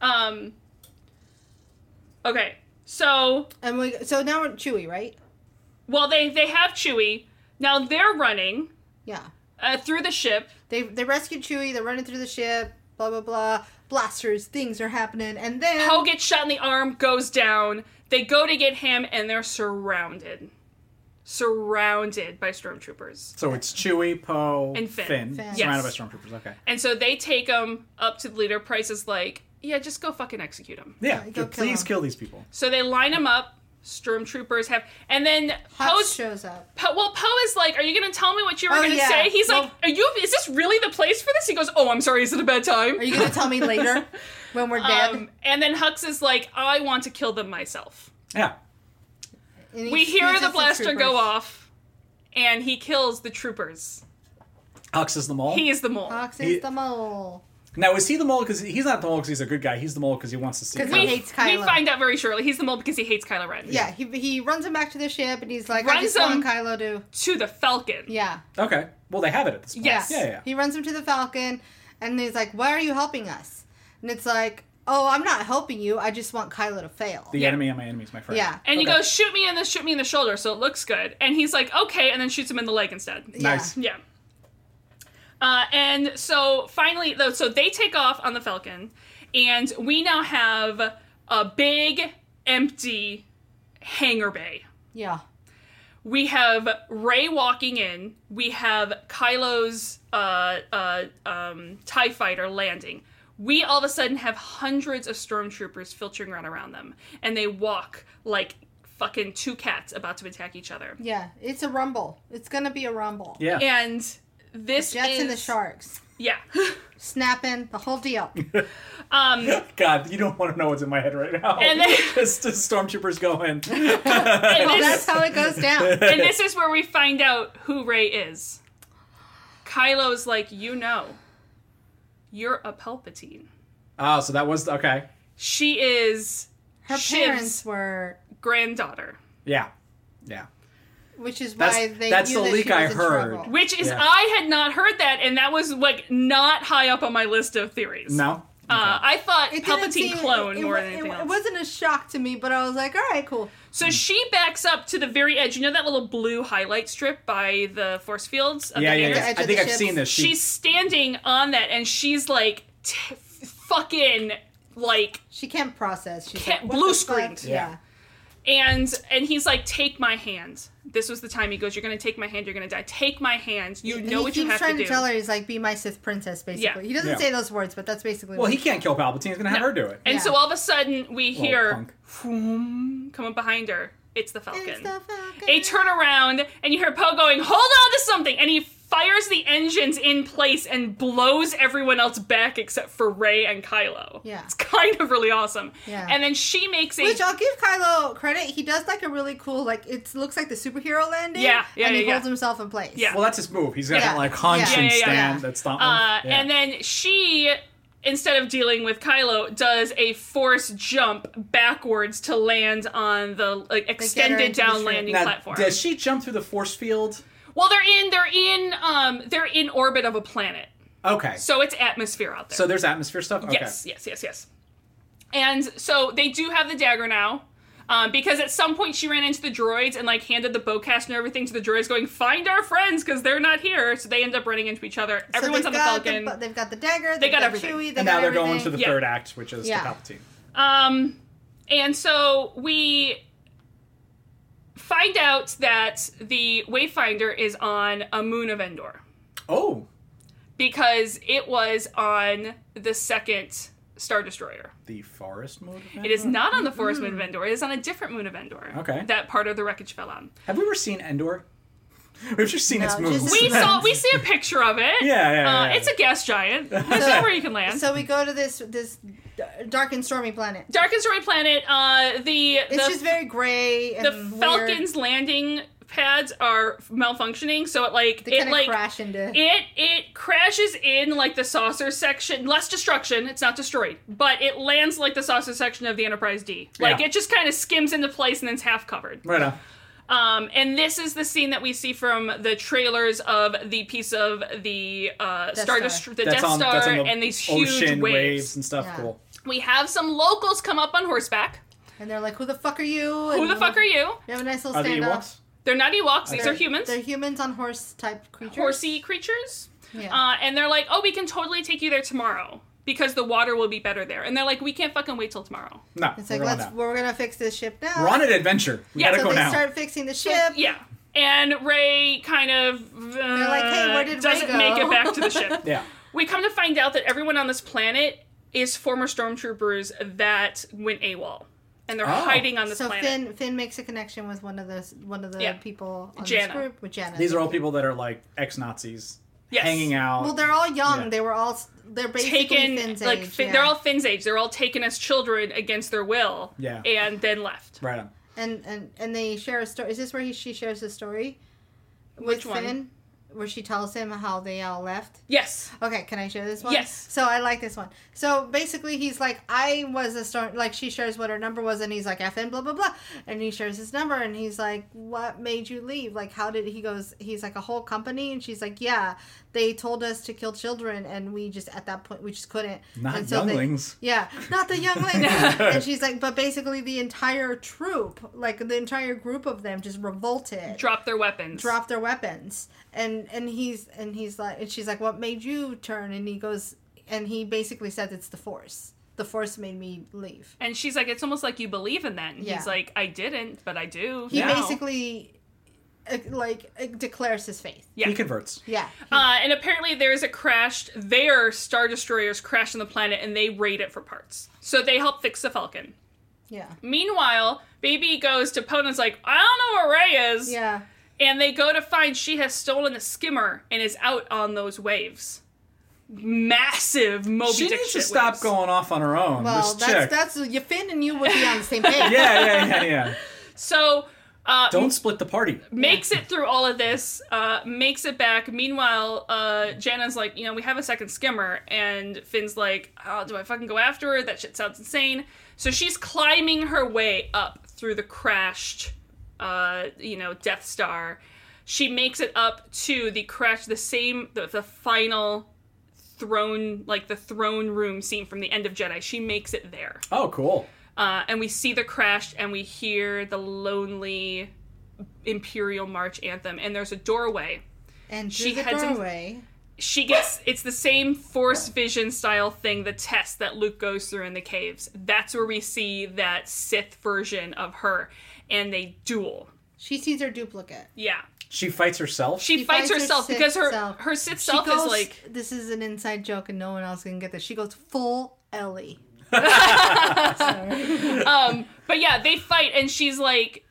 um, okay, so
and we so now we're Chewy, right?
well, they they have Chewie. Now they're running
Yeah.
uh, through the ship.
They they rescue Chewie. They're running through the ship. Blah blah blah. Blasters. Things are happening, and then
Poe gets shot in the arm, goes down. They go to get him, and they're surrounded. Surrounded by stormtroopers.
So it's Chewie, Poe,
And Finn.
Finn,
Finn.
surrounded
Yes.
by stormtroopers. Okay.
And so they take him up to the leader. Price is like, yeah, just go fucking execute them.
Yeah,
Yeah, go kill
please
'em.
kill these people.
So they line them up. Stormtroopers have, and then
Hux
Poe's,
shows up.
Poe, well, Poe is like, "Are you going to tell me what you were
Oh,
going to
yeah.
say?" He's like,
Well-
"Are you? Is this really the place for this?" He goes, "Oh, I'm sorry. Is it a bad time?"
Are you gonna tell me later when we're dead?
um, and then Hux is like, "I want to kill them myself."
Yeah.
And he
We hear
squeezes
the blaster go
troopers.
off, and he kills the troopers.
Hux is the mole.
He is the mole.
Hux
He-
is the mole.
now, is he the mole? Because he's not the mole because he's a good guy. He's the mole because he wants to see.
'Cause
Kylo.
he hates
we
Kylo.
find out very shortly he's the mole because he hates Kylo Ren.
Yeah, he, he runs him back to the ship and he's like, I
Runs
just
him-
want Kylo to.
To the Falcon.
Yeah.
Oh. okay. Well, they have it at this point.
Yes.
Yeah, yeah.
He runs him to the Falcon and he's like, Why are you helping us? And it's like, Oh, I'm not helping you. I just want Kylo to fail.
The
Yeah.
enemy of my enemy is my friend.
Yeah.
And he
Okay.
goes, shoot me in the shoot me in the shoulder, so it looks good. And he's like, okay, and then shoots him in the leg instead.
Nice.
Yeah. Uh, and so finally, though, so they take off on the Falcon, and we now have a big empty hangar bay.
Yeah.
We have Ray walking in. We have Kylo's uh, uh, um, Tie Fighter landing. We all of a sudden have hundreds of stormtroopers filtering around around them, and they walk like fucking two cats about to attack each other.
Yeah. It's a rumble. It's going to be a rumble.
Yeah.
And this
Jets
is
and the sharks.
Yeah,
Snapping the whole deal.
um,
God, you don't want to know what's in my head right now.
And then-
Just- just stormtroopers going.
and
Well,
this,
that's how it goes down.
and this is where we find out who Ray is. Kylo's like, you know, you're a Palpatine.
Oh, so that was the, okay.
She is
Her
Shiv's
parents were,
granddaughter.
Yeah, yeah.
which is
That's-
why they.
that's
knew
the
that
leak
she was
I
in
heard.
trouble.
Which is
Yeah.
I had not heard that, and that was like not high up on my list of theories.
No.
Uh, I thought
It didn't
Palpatine
seem-
clone
it,
more
wa-
than anything
it, wa-
else.
It wasn't a shock to me, but I was like, all right, cool.
so she backs up to the very edge. You know that little blue highlight strip by the force fields? Of
yeah,
the
yeah,
hangar?
edge
yeah.
of
I
the
think I've
ships.
seen this. She-
She's standing on that, and she's like, t- fucking, like,
She can't process. She's
Can't-
like, what
blue
the
screened.
fuck?
Yeah.
Yeah.
and and he's like, take my hand. This was the time he goes, you're gonna take my hand, you're gonna die. Take my hand. You
And
know
he
what you
keeps
have
trying
to
to,
do.
tell her he's like, be my Sith princess, basically.
Yeah.
He doesn't
Yeah.
say those words, but that's basically
well,
what
he can't kill Palpatine. He's gonna have
No.
her do it.
and
Yeah.
so all of a sudden we
Little
hear
Oh, punk.
"Vroom," coming behind her. It's the Falcon.
It's the Falcon.
They turn around and you hear Poe going, hold on to something! And he fires the engines in place and blows everyone else back except for Ray and Kylo.
Yeah.
It's kind of really awesome.
Yeah.
And then she makes a
Which I'll give Kylo credit. He does like a really cool, like it looks like the superhero landing.
Yeah, yeah,
and he
yeah,
holds
yeah.
himself in place.
Yeah.
Well, that's his move. He's gonna
Yeah.
like hunch
Yeah.
and
Yeah, yeah, yeah.
stand. That's not.
uh,
Oh, yeah.
and then she instead of dealing with Kylo does a force jump backwards to land on the like extended
into the
down
ship.
landing
Now,
platform.
Does she jump through the force field?
well, they're in they're in um they're in orbit of a planet.
Okay. So,
So it's atmosphere out there.
there's atmosphere stuff. Okay.
Yes, yes, yes, yes. And so they do have the dagger now. Um, because at some point she ran into the droids and like handed the bowcast and everything to the droids, going "Find our friends" because they're not here. So they end up running into each other.
So
Everyone's
they've
on the
got
Falcon.
bu- they've got the dagger. They've
got
got,
everything.
Chewie. They
And
got
now they're
everything.
going to the
Yeah.
third act, which is
Yeah.
the Palpatine.
Um, and so we find out that the Wayfinder is on a moon of Endor
Oh,
because it was on the second Star Destroyer.
the forest mode. of
It is
Endor?
not on the forest moon of Endor. It is on a different moon of Endor.
Mm-hmm. Okay.
That part of the wreckage fell on.
Have we ever seen Endor? We've just seen its
No, just
moves.
its
We saw. We see a picture of it.
Yeah, yeah,
Uh,
yeah, yeah.
It's a gas giant. There's nowhere you can land.
So we go to this this dark and stormy planet.
Dark and Story Planet. Uh, the
It's
the
just very gray and
the
weird.
Falcon's landing pads are malfunctioning, so it like
They
it
kind of
like
crash into.
it it crashes in like the saucer section. Less destruction. It's not destroyed, but it lands like the saucer section of the Enterprise D. Like
Yeah.
it just kind of skims into place and then it's half covered.
Right on.
Um, and this is the scene that we see from the trailers of the piece of the uh, Star
Star.
Destroyer, the
That's
Death
on,
Star,
that's on the
and these huge
ocean
waves.
and stuff.
Yeah.
Cool.
We have some locals come up on horseback.
and they're like, "Who the fuck are you?"
Who
And
the fuck are you?
We have a nice little
Are the
standoff.
Ewoks?
They're not Ewoks. These
They're-
are humans,
They're humans on horse type creatures.
horsey creatures.
Yeah.
Uh, and they're like, "Oh, we can totally take you there tomorrow because the water will be better there." And they're like, "We can't fucking wait till tomorrow."
No,
it's
we're,
like
going
let's
now.
we're gonna fix this ship now.
we're on an adventure. We
Yeah.
gotta
So
go
they
now.
start fixing the ship.
Yeah. And Ray kind of uh,
like, "Hey, where did Ray
doesn't
go?"
make it back to the ship.
yeah.
We come to find out that everyone on this planet is former stormtroopers that went AWOL, and they're
Oh.
hiding on this
so
planet.
Finn Finn makes a connection with one of the one of the
Yeah.
people on
Janna.
this group with Janet.
These are all people that are like ex Nazis
Yes.
hanging out.
well, they're all young.
Yeah.
They were all s- they're basically
taken
Finn's
like
age.
Fin-
yeah.
they're all Finn's age. They're all taken as children against their will.
Yeah.
and then left.
right on.
and and and they share a story. Is this where he she shares a story
Which
with
one?
Finn, where she tells him how they all left?
Yes.
Okay, can I share this one?
Yes.
So I like this one. So basically, he's like, I was a storm. Like she shares what her number was, and he's like, FN blah blah blah, and he shares his number, and he's like, What made you leave? Like, how did he goes? He's like a whole company, and she's like, Yeah, they told us to kill children, and we just at that point we just couldn't.
Not
and they-
younglings.
yeah, not the younglings. and she's like, but basically the entire troop, like the entire group of them, just revolted
Drop their weapons.
drop their weapons and and he's and he's like and she's like what made you turn and he goes and he basically said it's the force the force made me leave
And she's like, it's almost like you believe in that. And
Yeah.
He's like, I didn't, but I do.
he
now."
basically uh, like uh, declares his faith
Yeah.
He converts.
yeah
Uh, and apparently, there is a crashed. Their star destroyers crash on the planet, and they raid it for parts. So they help fix the Falcon.
yeah
Meanwhile, Baby goes to Pona's like, I don't know where Ray is.
yeah
And they go to find she has stolen a skimmer and is out on those waves. Massive Moby
She
Dick
needs to
shit
stop
waves.
going off on her own.
well
this
that's
chick.
that's you finn and you would be on the same page
Yeah, yeah, yeah, yeah.
So uh,
Don't split the party.
makes it through all of this, uh, makes it back. Meanwhile, uh, Jana's like, you know, we have a second skimmer, and Finn's like, oh, do I fucking go after her? That shit sounds insane. So she's climbing her way up through the crashed, uh, you know, Death Star. She makes it up to the crash, the same, the, the final throne, like the throne room scene from the end of Jedi. She makes it there.
Oh, cool.
Uh, and we see the crash and we hear the lonely Imperial March anthem. And there's a doorway.
and through
She
the
heads in-
doorway
She gets it's the same Force Vision style thing, the test that Luke goes through in the caves. That's where we see that Sith version of her. And they duel.
she sees her duplicate
Yeah.
She fights herself.
She,
She
fights,
finds her
herself
Sith
because her
self.
her Sith
she
self
goes
is like
this is an inside joke and no one else can get this she goes full ellie
But yeah, they fight, and she's like,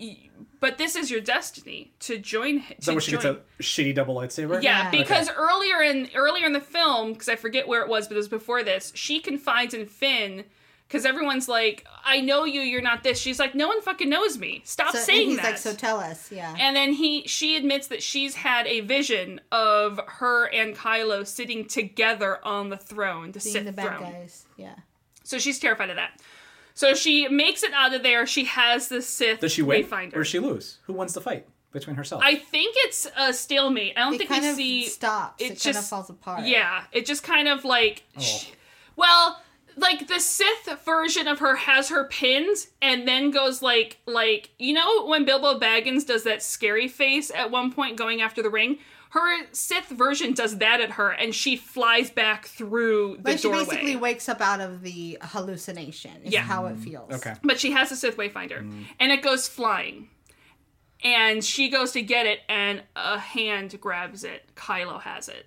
"Y- "But this is your destiny to join." h- To
Is that where she
join.
gets a shitty double lightsaber?
Yeah,
Yeah.
because earlier in earlier in the film, because I forget where it was, but it was before this. She confides in Finn because everyone's like, "I know you. You're not this." She's like, "No one fucking knows me. Stop
so and
saying
he's
that."
like so tell us yeah
and then he she admits that she's had a vision of her and Kylo sitting together on the throne, the
being
Sith
the bad
throne.
guys yeah
So she's terrified of that. So she makes it out of there. She has the Sith.
Does she win?
Wayfinder.
Or does she lose? Who wins the fight between herself?
I think it's a stalemate. I don't
it
think
kind
we
of
see.
stops. It,
it
kind of
just-
falls apart.
Yeah, it just kind of like, sh- well, like the Sith version of her has her pins, and then goes like, like you know when Bilbo Baggins does that scary face at one point going after the ring. Her Sith version does that at her, and she flies back through the
But she
doorway.
basically wakes up out of the hallucination. Is
Yeah.
how it feels.
okay.
but she has a Sith Wayfinder, and it goes flying. And she goes to get it, and a hand grabs it. Kylo has it.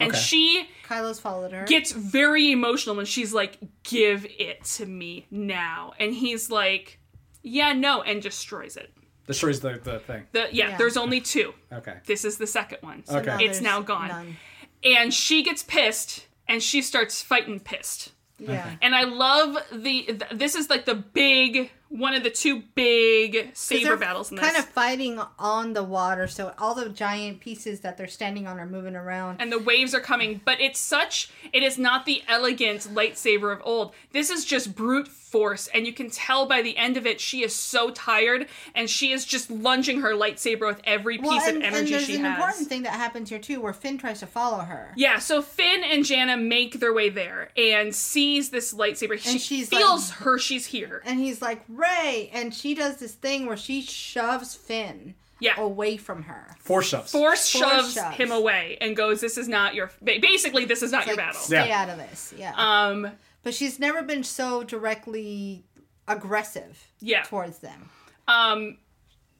And
Okay.
she
Kylo's followed her.
gets very emotional when she's like, Give it to me now. And he's like, Yeah, no, and destroys it.
Destroys the, the thing.
The, yeah,
Yeah.
there's only two.
Okay.
This is the second one.
Uh, Okay. now
It's
there's
now gone.
none.
And she gets pissed, and she starts fighting pissed.
Yeah.
And I love the. Th- this is like the big one of the two big
'Cause
saber
they're
battles in this.
kind of fighting on the water, so all the giant pieces that they're standing on are moving around.
and the waves are coming, but it's such. It is not the elegant lightsaber of old. This is just brute force, and you can tell by the end of it, she is so tired, and she is just lunging her lightsaber with every piece
and,
of energy
and there's
she
an
has.
important thing that happens here too, where Finn tries to follow her.
Yeah, so Finn and Janna make their way there and sees this lightsaber. She
she's
feels her. She's here.
And he's like, Ray! And she does this thing where she shoves Finn
Yeah.
away from her.
Four shoves.
Force,
Force
shoves,
shoves.
him away and goes, "This is not your. ba- Basically, this is not your
Like,
battle."
Stay
Yeah.
out of this. Yeah.
Um,
but she's never been so directly aggressive
Yeah.
towards them.
um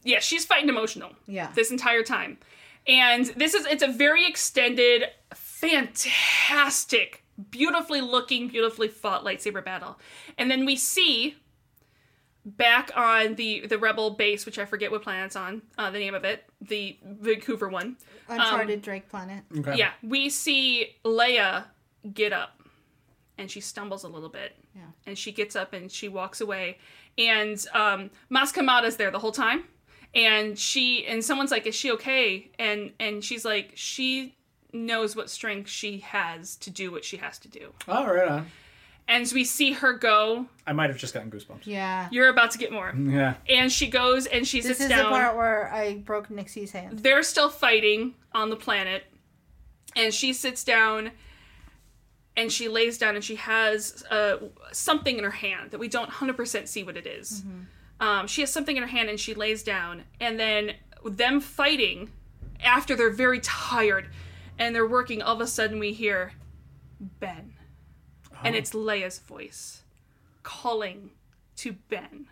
yeah she's fighting emotional
Yeah.
this entire time and this is it's a very extended fantastic beautifully looking, beautifully fought lightsaber battle. And then we see back on the the rebel base, which I forget what planet's on, uh, the name of it, the Vancouver one.
Uncharted Drake Planet.
Okay.
Yeah, we see Leia get up, and she stumbles a little bit.
Yeah.
And she gets up and she walks away, and um, Mas Kamada's there the whole time, and she and someone's like, "Is she okay?" And and she's like, "She knows what strength she has to do what she has to do."
Oh, right on.
And so we see her go.
I might have just gotten goosebumps.
Yeah.
You're about to get more.
Yeah.
And she goes and she sits
Mm-hmm. This is
down.
the part where I broke Nixie's hand.
they're still fighting on the planet and she sits down and she lays down and she has uh, something in her hand that we don't 100% see what it is.
Mm-hmm.
um, she has something in her hand and she lays down and then them fighting after they're very tired and they're working all of a sudden we hear ben and it's leia's voice calling to ben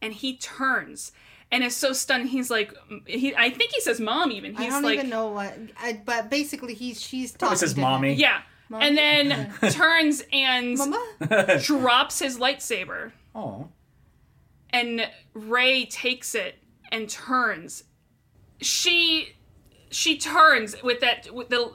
and he turns and is so stunned he's like he, i think he says mom even he's
I don't
like
even know what, I, but basically he's she's talking.
Probably says
to
Oh, mommy.
him.
yeah and then turns and
Mama.
drops his lightsaber
Oh.
and Ray takes it and turns. She she turns with that with the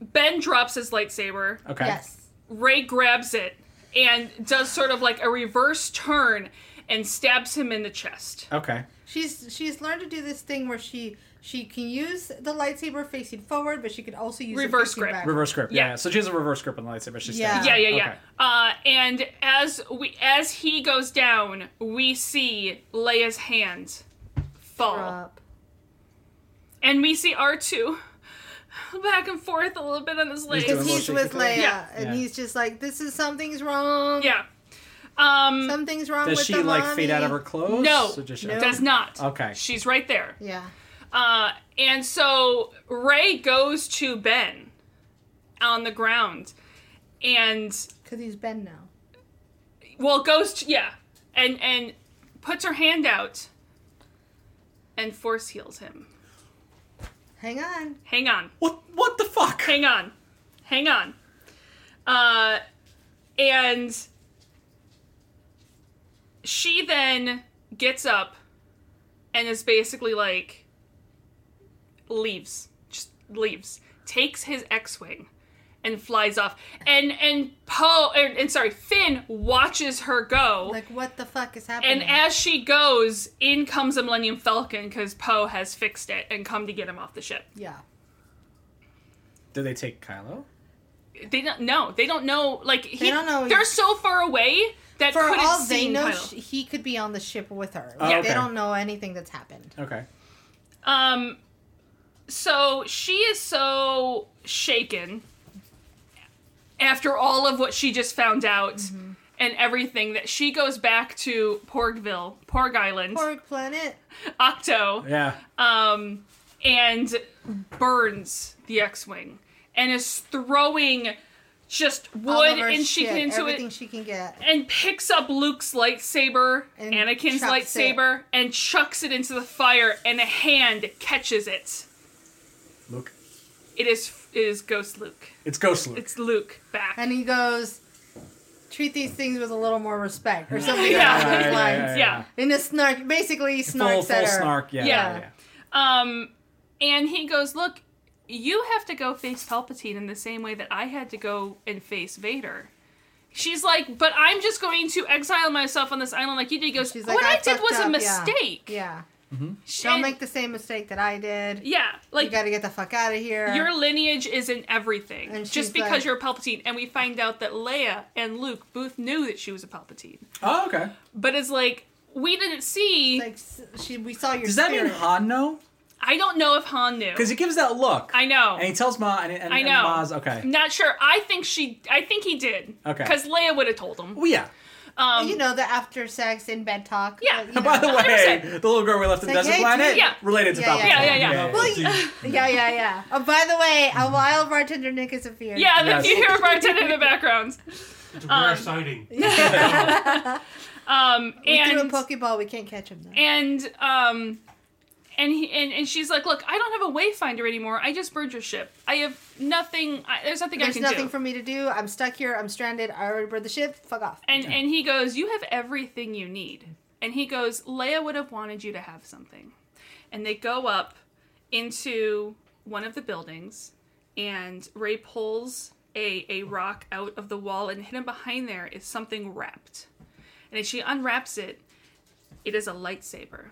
Ben drops his lightsaber.
Okay.
Yes.
Ray grabs it and does sort of like a reverse turn and stabs him in the chest.
Okay.
She's she's learned to do this thing where she she can use the lightsaber facing forward, but she can also use it
Reverse
facing
grip.
Back.
Reverse grip.
Yeah.
Yeah. So she has a reverse grip on the lightsaber. She's
Yeah.
standing.
Yeah, yeah, yeah.
Ah, Okay.
Uh, and as we as he goes down, we see Leia's hand fall.
Up.
And we see R2 back and forth a little bit on his leg.
doing
Because
little
he's
shaky
with
thing.
Leia,
Yeah.
and
Yeah.
he's just like, "This is something's wrong.
Yeah. Um
something's wrong."
Does
with
she
the
like
mommy.
fade out of her clothes?
No.
Or just-
No.
does not.
Okay.
She's right there.
Yeah,
Uh and so Ray goes to Ben on the ground and
because he's Ben now.
well goes to yeah and and puts her hand out and force heals him.
Hang on.
Hang on.
What? What the fuck?
hang on hang on uh and she then gets up and is basically like leaves just leaves takes his x-wing and flies off and and poe er, and, and sorry finn watches her go
Like, what the fuck is happening?
and as she goes in comes a millennium falcon because poe has fixed it and come to get him off the ship
yeah,
Do they take Kylo?
they don't know. They don't know. Like he, they
don't know.
They're so far away that
for
couldn't
all
see
they know,
Kylo.
sh he could be on the ship with her.
Oh,
Like,
okay.
They don't know anything that's happened.
Okay.
um, so she is so shaken after all of what she just found out
Mm-hmm.
and everything that she goes back to Porgville, Porg Island,
Porg planet.
Octo,
Yeah.
um, and burns the X-wing and is throwing just
all
wood
of her
and she
shit,
can into it.
everything she can get.
and picks up Luke's lightsaber,
And
Anakin's
chucks
lightsaber, and chucks it into the fire, and a hand catches it.
Luke.
It is it is Ghost Luke.
It's Ghost Luke.
It's Luke back.
And he goes, "Treat these things with a little more respect," or something.
Yeah.
along those
Yeah,
lines.
yeah.
In a snark, basically he
Full,
snarks
full
at her.
snark. Yeah.
Yeah.
Yeah. yeah.
Um, and he goes, "Look, you have to go face Palpatine in the same way that I had to go and face Vader." She's like, "But I'm just going to exile myself on this island like you did." He goes,
She's like,
"What
"I
I, did
fucked
was
up,
a
yeah."
mistake."
Yeah.
She-
Don't make the same mistake that I did.
yeah,
You
like
gotta get the fuck out of here.
Your lineage is in everything.
And she's
just because
like-
you're a Palpatine. And we find out that Leia and Luke both knew that she was a Palpatine.
Oh, okay.
But it's like, we didn't see.
like s- she, we saw your.
Does that mean
spirit.
Han no?
I don't know if Han knew.
Because he gives that look.
I know.
And he tells Ma and, and,
I
and
know.
Ma's okay.
Not sure. I think she. I think he did.
Okay.
Because Leia would have told him.
Well, yeah.
Um,
you know the after sex in bed talk?
Yeah.
uh, you
By
know.
the way,
100%.
the little girl we left in
Say,
the desert
"Hey,
planet
dude."
Yeah.
related to
Yeah,
Palpatine.
yeah,
yeah, yeah.
Well, yeah, yeah, yeah, yeah. Oh, by the way, a wild bartender Nick has appeared.
yeah, and then
Yes.
you hear a bartender in the background.
It's a
Um,
rare sighting.
Um,
we
and
threw a pokeball. We can't catch him though.
and um and he and, and she's like, "Look, I don't have a wayfinder anymore. I just burned your ship. I have nothing. I, there's nothing I
There's
can
nothing
do."
for me to do. I'm stuck here. I'm stranded. I already boarded the ship. Fuck off.
and and he goes, "You have everything you need." And he goes, "Leia would have wanted you to have something." And they go up into one of the buildings, and Ray pulls a a rock out of the wall, and hidden behind there is something wrapped. And as she unwraps it, it is a lightsaber.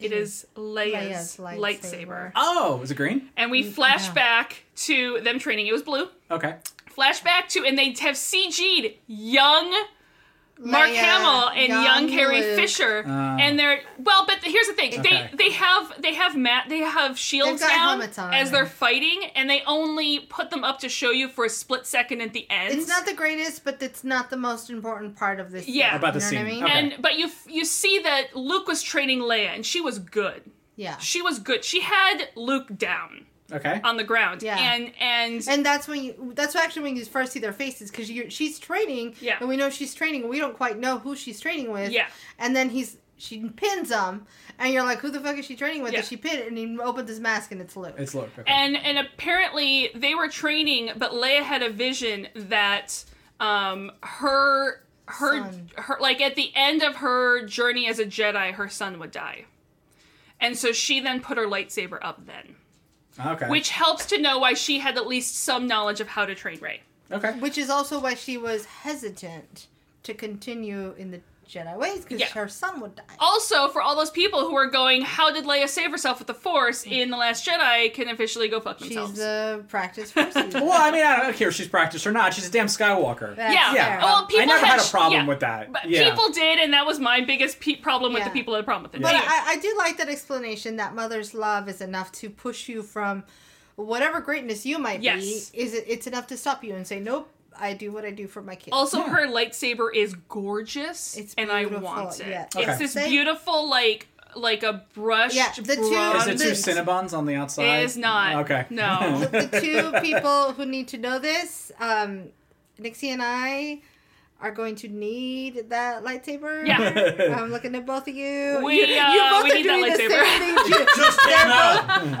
It is Leia's,
Leia's lightsaber.
lightsaber.
Oh, is it green?
And we flash back to them training. It was blue.
Okay.
Flashback to, and they have CG'd young Mark
Leia,
Hamill and young, Carrie
Luke.
Fisher,
Ah.
and they're well. But the- here's the thing:
Okay.
they they have they have mat they have shields
got
down
helmets on.
as they're fighting, and they only put them up to show you for a split second at the end.
It's not the greatest, but it's not the most important part of this.
Yeah.
About the
You know what I
scene.
mean?
Okay.
and but you f- you see that Luke was training Leia, and she was good.
Yeah.
She was good. She had Luke down
Okay.
on the ground.
Yeah.
and and
And that's when you. That's actually when you first see their faces because she's training.
Yeah.
And we know she's training. and We don't quite know who she's training with.
Yeah.
And then he's she pins him, and you're like, who the fuck is she training with?
Yeah.
And she pinned, and he opens his mask, and it's Luke.
it's Luke. Okay.
and and apparently they were training, but Leia had a vision that um her her
Son.
her like at the end of her journey as a Jedi, her son would die, and so she then put her lightsaber up then,
okay.
which helps to know why she had at least some knowledge of how to train Rey.
okay.
Which is also why she was hesitant to continue in the Jedi ways because
Yeah.
her son would die.
Also, for all those people who are going, how did Leia save herself with the Force in the Last Jedi? Can officially go fuck
She's
themselves.
the practice force. leader.
Well, I mean, I don't care if she's practiced or not. She's a damn Skywalker.
That's
yeah,
fair.
well, people
I never had a
sh-
problem
yeah.
with that.
But
yeah.
people did, and that was my biggest pe- problem with
Yeah.
the people that had a problem with it.
But
Anyway.
I, I do like that explanation that mother's love is enough to push you from whatever greatness you might
Yes.
be. Is it? It's enough to stop you and say, "Nope, I do what I do for my kids."
Also,
Yeah.
her lightsaber is gorgeous,
It's
and I
beautiful,
want it.
yeah.
Okay.
It's this
They-
beautiful, like like a brushed
Yeah, the two-
bronze.
Is it
the-
two Cinnabons on the outside?
It is not.
Okay.
No.
the two people who need to know this, um, Nixie and I. Are going to need that lightsaber.
Yeah.
I'm looking at both of you.
We,
you, you
uh,
both
we
are
need that
doing the
lightsaber.
same thing. too.
Just came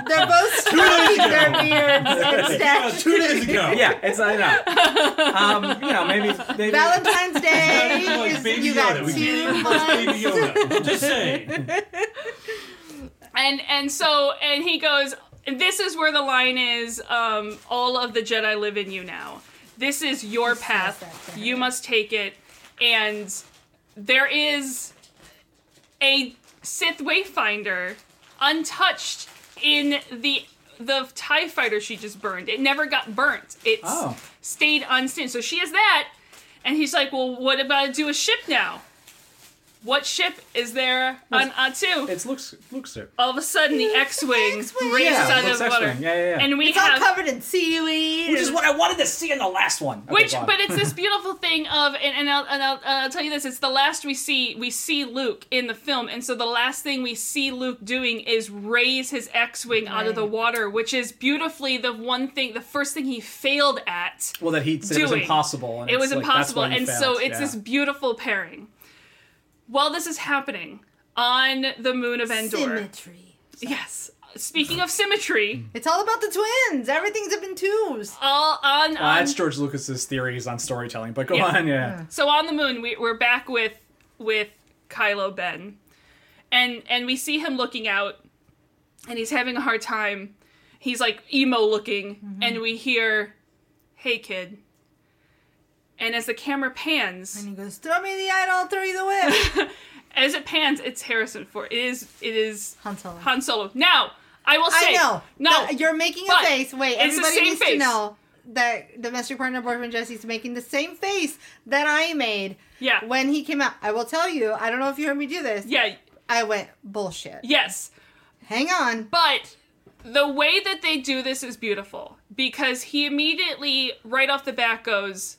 out
They're both stroking their beards and
uh,
statues.
two days ago.
yeah, it's I know. Um, you know, maybe maybe
Valentine's Day
Like
is
Baby
you
Yoda.
got
We
two
can't
months.
Baby Yoda. Just saying.
and and so and he goes. This is where the line is. Um, all of the Jedi live in you now. This is your path.
that to her.
You must take it. And there is a Sith Wayfinder untouched in the the Tie Fighter she just burned. It never got burnt. It
Oh.
stayed unstained. So she has that, and he's like, "Well, what about I do a ship now? What ship is there on uh, Atu?"
it's Luke's Luke's suit.
All of a sudden, the X-wing raises
X-Wing.
Yeah,
out
Luke's
of water,
X-Wing. Yeah, yeah, yeah.
and we
It's all
have
covered in seaweed.
Which is what I wanted to see in the last one. Okay,
Which,
go on.
but it's this beautiful thing of, and, and, I'll, and I'll, and I'll tell you this: it's the last we see. We see Luke in the film, and so the last thing we see Luke doing is raise his X-wing out of the water, which is beautifully the one thing, the first thing he failed at.
well, that he said it was
doing.
impossible. And
it
it's
was
like, that's
impossible,
why you
and
failed.
so it's
yeah.
this beautiful pairing. While this is happening on the moon of Endor,
Symmetry.
yes. Speaking of symmetry,
It's all about the twins. Everything's up in twos.
all on,
Uh,
on
that's George Lucas's theories on storytelling, but go
Yeah.
on, yeah.
So on the moon, we, we're back with with Kylo Ben, and and we see him looking out, and he's having a hard time. He's like emo looking,
Mm-hmm.
and we hear, "Hey kid," and as the camera pans,
And he goes, throw me the idol, throw you the whip.
as it pans, it's Harrison Ford. It is it is
Han Solo.
Han Solo. Now I will
I
say
know.
no.
Th- you're making a
but
face. Wait,
it's the
everybody
same
needs to
face.
know that domestic partner boyfriend Jesse's making the same face that I made
yeah
when he came out. I will tell you. I don't know if you heard me do this.
yeah
I went bullshit.
yes.
Hang on.
But the way that they do this is beautiful because he immediately, right off the bat, goes,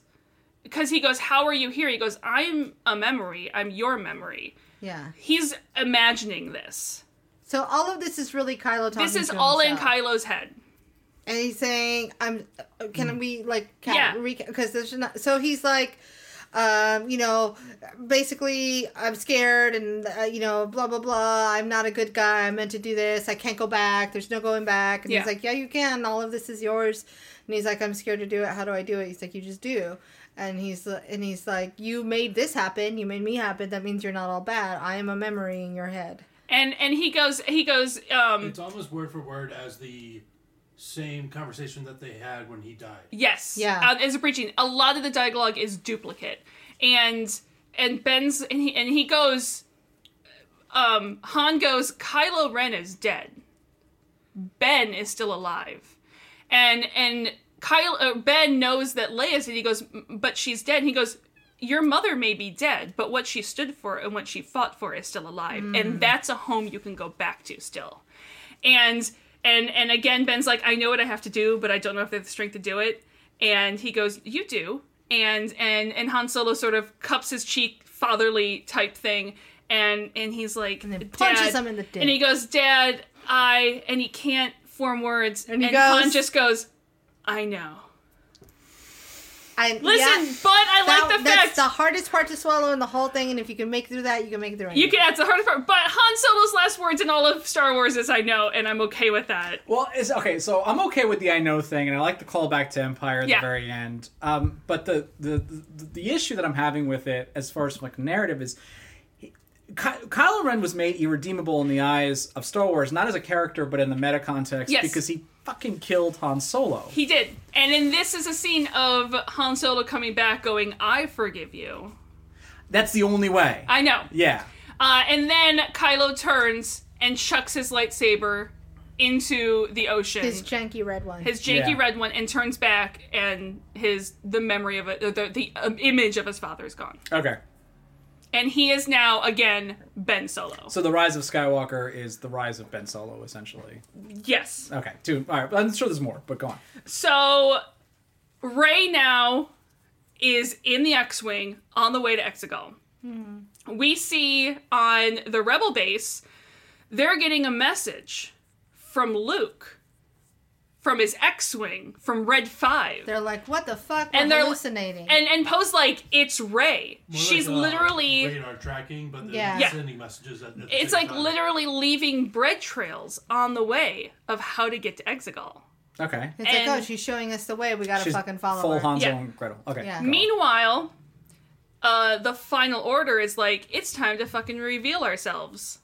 because he goes, How are you here? He goes, I'm a memory. I'm your memory.
Yeah.
He's imagining this.
So all of this is really Kylo talking.
This is
to
all in
himself.
Kylo's head.
and he's saying, "I'm." Can we like? Can
Mm. Yeah.
yeah. Because there's not. So he's like, um, you know, basically I'm scared and uh, you know, blah blah blah. I'm not a good guy. I meant to do this. I can't go back. There's no going back. And
Yeah.
he's like, yeah, you can. All of this is yours. And he's like, I'm scared to do it. How do I do it? He's like, you just do. And he's and he's like, you made this happen. You made me happen. That means you're not all bad. I am a memory in your head.
And and he goes he goes um
It's almost word for word as the same conversation that they had when he died.
Yes.
Yeah.
Uh, as a preaching, a lot of the dialogue is duplicate, and and Ben's and he and he goes, um, Han goes, Kylo Ren is dead. Ben is still alive, and and Kyle uh, Ben knows that Leia's and he goes, "M- but she's dead. And he goes. Your mother may be dead, but what she stood for and what she fought for is still alive,
Mm.
and that's a home you can go back to still and and and again ben's like i know what i have to do but i don't know if i have the strength to do it and he goes you do and and and han solo sort of cups his cheek fatherly type thing and and he's like
And then punches
"Dad-"
him in the dick.
and he goes dad i and he can't form words and,
he
han
goes-
just goes i know
And
listen
yeah,
but i
that-
like the
that's
fact
the hardest part to swallow in the whole thing. And if you can make it through that, you can make it through anything.
you can that's the hardest part but han solo's last words in all of star wars is i know and i'm okay with that
Well, it's okay. So I'm okay with the I know thing, and I like the callback to Empire at
Yeah.
the very end. Um, but the, the the the issue that I'm having with it, as far as like narrative, is Ky- Kylo Ren was made irredeemable in the eyes of Star Wars, not as a character, but in the meta context,
Yes.
because he fucking killed Han Solo.
He did. And then this is a scene of Han Solo coming back going, I forgive you.
That's the only way.
I know.
yeah.
Uh, and then Kylo turns and chucks his lightsaber into the ocean.
His janky red one.
His janky
Yeah.
red one and turns back and his the memory of it the, the um, image of his father is gone
Okay.
and he is now again Ben Solo
So the rise of Skywalker is the rise of Ben Solo, essentially.
yes
Okay. Two. All right. I'm sure there's more, but go on.
so Ray now is in the X-wing on the way to Exegol. We see on the Rebel base they're getting a message from Luke, from his X-wing, from Red Five,
They're like, what the fuck?
And
And
they're-
they're hallucinating.
and and Poe's like, "It's Ray.
More
She's
like, uh,
literally."
radar tracking, but they're
Yeah.
Yeah.
sending messages. At, at the
It's
same
like
time.
literally leaving bread trails on the way of how to get to Exegol.
Okay.
it's
and-
like, oh, she's showing us the way. We gotta
She's
fucking follow
full
her.
Hansel
Yeah.
and Gretel. Okay.
Yeah.
go on.
Meanwhile, uh, the final order is like, it's time to fucking reveal ourselves.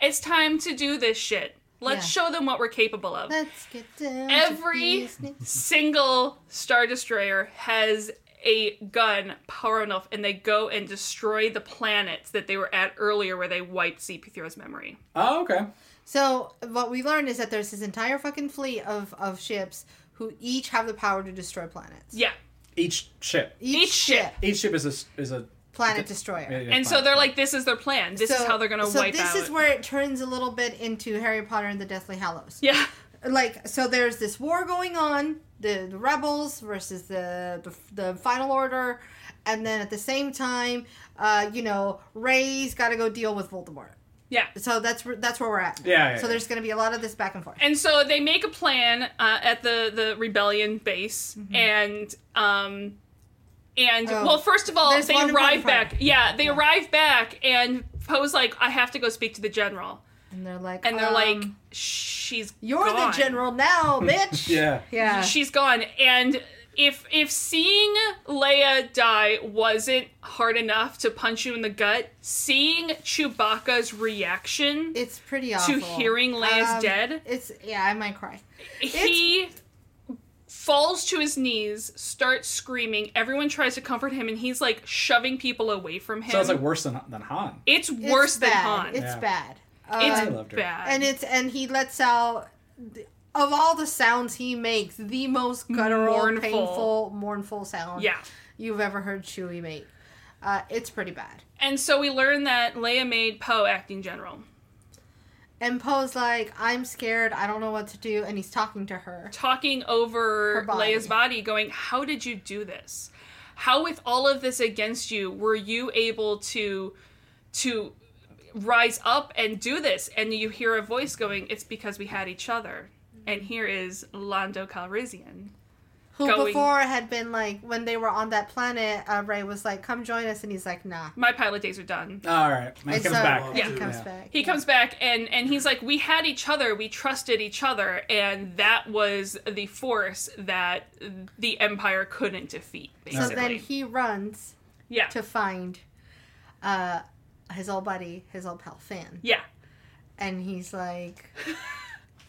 It's time to do this shit. Let's
Yeah.
show them what we're capable of.
Let's get down. to
Every-
business.
Single Star Destroyer has a gun power enough, and they go and destroy the planets that they were at earlier where they wiped CP3's memory.
Oh, okay.
So what we learned is that there's this entire fucking fleet of of ships who each have the power to destroy planets.
Yeah.
Each ship.
Each ship.
Each ship is a s- is a.
Planet destroyer.
yeah, yeah,
And so
fine.
they're like, this is their plan. This is
So-
how they're going to
so
wipe
this
out.
is where it turns a little bit into Harry Potter and the Deathly Hallows.
yeah.
Like, so there's this war going on, the, the rebels versus the, the the Final Order, and then at the same time, uh, you know, Ray's got to go deal with Voldemort.
Yeah.
So that's where- that's where we're at.
Yeah, yeah,
so
yeah.
there's going to be a lot of this back and forth.
and so they make a plan uh, at the the rebellion base and um and
Mm-hmm. Oh.
well first of all
There's
they
one in front
arrive
of her.
back yeah they arrive back and poe's like i have to go speak to the general
And they're like,
and they're
um,
like she's
"You're
gone.
the general now, bitch."
Yeah.
yeah.
she's gone and if if seeing leia die wasn't hard enough to punch you in the gut seeing chewbacca's reaction
It's pretty awful. Um,
hearing Leia's dead?
It's yeah, I might cry.
he falls to his knees, starts screaming. Everyone tries to comfort him, and he's like shoving people away from him.
Sounds like worse than than Han.
it's
It's
worse than
bad.
Han.
It's
Yeah.
bad.
It's
I
Um,
loved her.
bad.
and it's and he lets out th- of all the sounds he makes, the most guttural,
Mournful.
painful, mournful sound
yeah.
you've ever heard Chewie make. Uh, it's pretty bad.
And so we learn that Leia made Poe acting general,
And Poe's like, "I'm scared. I don't know what to do," and he's talking to her.
talking over
Her body.
Leia's body, going, How did you do this? How, with all of this against you, were you able to to rise up and do this? And you hear a voice going, It's because we had each other. And here is Lando Calrissian.
who
going-
before had been like when they were on that planet. Uh, Ray was like, "Come join us," and he's like, "Nah."
My pilot days are done.
All right, man
And
comes
so-
back.
He
Yeah.
comes
Yeah.
back.
He comes back and and he's like, we had each other, we trusted each other, and that was the force that the Empire couldn't defeat.
So
Basically,
then he runs
yeah,
to find uh, his old buddy, his old pal Fan,
yeah.
and he's like,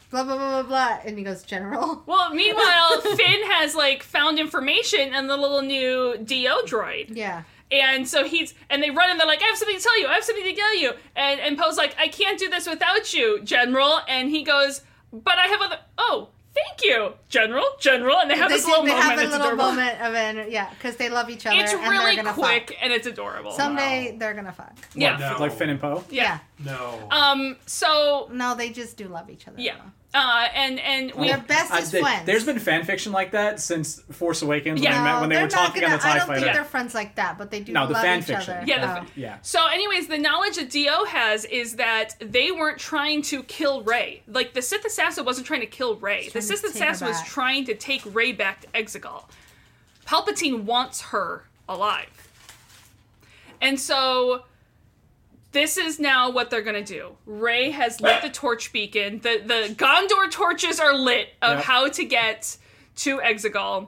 blah blah blah blah blah, and he goes, "General."
Well, meanwhile, Finn has like found information in the little new DO droid.
Yeah.
And so he's and they run and they're like, I have something to tell you, I have something to tell you. And and Poe's like, I can't do this without you, General. And he goes, But I have other oh, thank you, General, General. And they have
They,
this little
they
moment.
have a
it's
little
adorable.
moment of an yeah, because they love each other.
It's
and they're
really
gonna
quick
Fuck.
and it's adorable.
Someday they're gonna fuck.
yeah.
No.
Like Finn and Poe.
yeah.
No.
Um. So
No, they just do love each other.
yeah.
though.
Uh. And and we.
They're bestest
I-
friends.
There's been fan fiction like that since Force Awakens
Yeah.
when they,
No,
met, when they
they're
were
not
talking
gonna-
on the TIE
I don't
Fighter.
think they're friends like that, but they do
No, the
love
fan
each
fiction.
other.
Yeah, the
Oh.
fa-
Yeah.
So, anyways, the knowledge that Dio has is that they weren't trying to kill Rey. Like the Sith assassin wasn't trying to kill Rey. The
trying to
Sith
take her
assassin was
back.
trying to take Rey back to Exegol. Palpatine wants her alive, and so this is now what they're gonna do. Rey has lit the torch beacon. The the Gondor torches are lit of
Yep.
how to get to Exegol.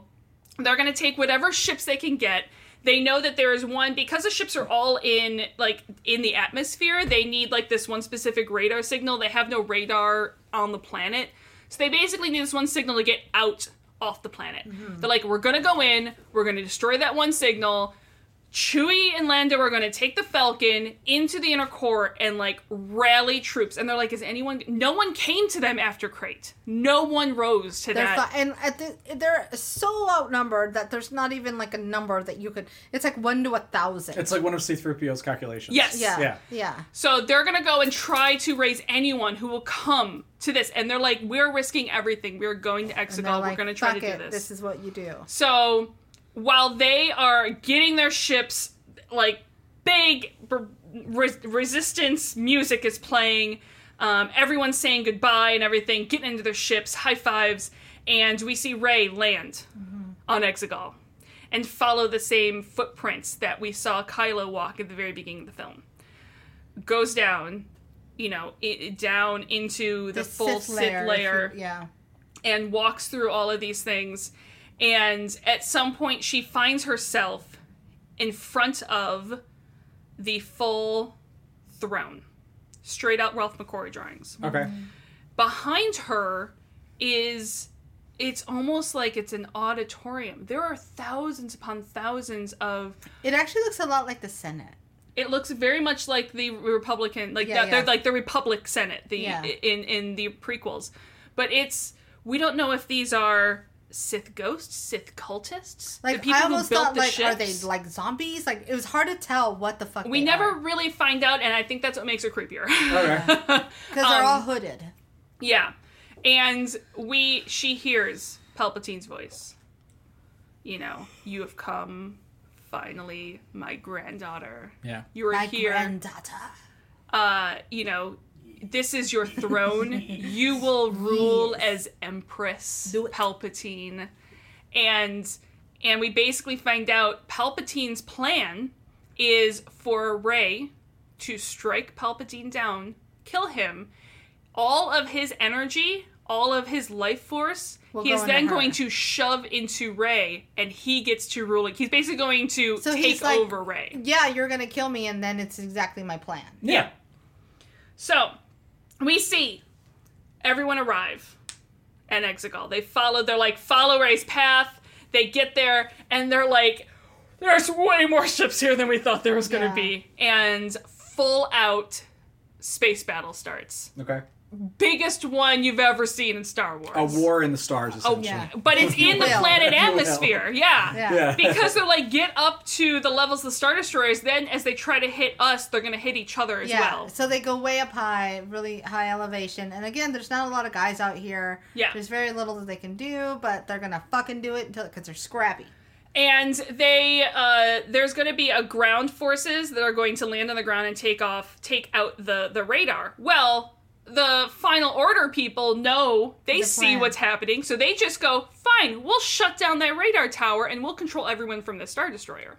They're gonna take whatever ships they can get. They know that there is one because the ships are all in like in the atmosphere. They need like this one specific radar signal. They have no radar on the planet, so they basically need this one signal to get out off the planet.
Mm-hmm.
They're like, we're gonna go in. We're gonna destroy that one signal. Chewie and Lando are going to take the Falcon into the inner core and like rally troops. And they're like, "Is anyone? No one came to them after Crate. No one rose to
They're
that."
fi- and at the, they're so outnumbered that there's not even like a number that you could. It's like one to a thousand.
It's like one of C3PO's calculations.
Yes.
yeah,
yeah.
yeah,
So they're going to go and try to raise anyone who will come to this. And they're like, "We're risking everything. We're going to
And they're
Exegol. "Oh, We're
like,
going to try
"Fuck
to do
it,
this."
This is what you do.
So while they are getting their ships, like big re- res- resistance music is playing, um, everyone's saying goodbye and everything, getting into their ships, high fives, and we see Ray land on Exegol and follow the same footprints that we saw Kylo walk at the very beginning of the film. Goes down, you know, i down into the, full Sith layer,
if you- yeah,
and walks through all of these things. And at some point, she finds herself in front of the full throne. Straight out Ralph McCory drawings.
Okay.
Mm.
Behind her is, it's almost like it's an auditorium. There are thousands upon thousands of,
it actually looks a lot like the Senate.
it looks very much like the Republican, like
Yeah,
that, they're
yeah.
like the Republic Senate, the
Yeah.
in in the prequels. But it's we don't know if these are Sith ghosts, Sith cultists,
Like
the people
I almost
who built
thought,
the
like,
ships.
are they like zombies? Like it was hard to tell what the fuck.
we
they
never
are.
really find out, and I think that's what makes it creepier.
Okay.
because they're
um,
all hooded.
yeah, and we she hears Palpatine's voice. You know, you have come, finally, my granddaughter.
Yeah.
You are
My
here.
granddaughter.
uh, you know, this is your throne. you will rule as Empress
Do it.
Palpatine. And and we basically find out Palpatine's plan is for Rey to strike Palpatine down, kill him. All of his energy, all of his life force,
Will
he
go
is
into
then
her.
going to shove into Rey, and he gets to rule. it. He's basically going to
So
take
he's like-
over Rey.
Yeah, you're gonna kill me, and then it's exactly my plan.
Yeah.
So we see everyone arrive at Exegol. They follow, they're like, follow Ray's path. They get there and they're like, there's way more ships here than we thought there was going to
Yeah.
be. And full out space battle starts.
Okay.
Biggest one you've ever seen in Star Wars.
A war in the
Oh,
stars, essentially.
Yeah,
But it's in the
will.
planet
If you will.
atmosphere. Yeah.
yeah.
Yeah.
Because they're like, get up to the levels of the Star Destroyers. Then, as they try to hit us, they're going to hit each other as well.
So they go way up high, really high elevation. And again, there's not a lot of guys out here.
Yeah.
There's very little that they can do, but they're gonna fucking do it until because they're scrappy.
and they uh, there's going to be a ground forces that are going to land on the ground and take off take out the the radar well the final order people know they
The
see
plan.
what's happening, so they just go, "Fine, we'll shut down that radar tower and we'll control everyone from the star destroyer."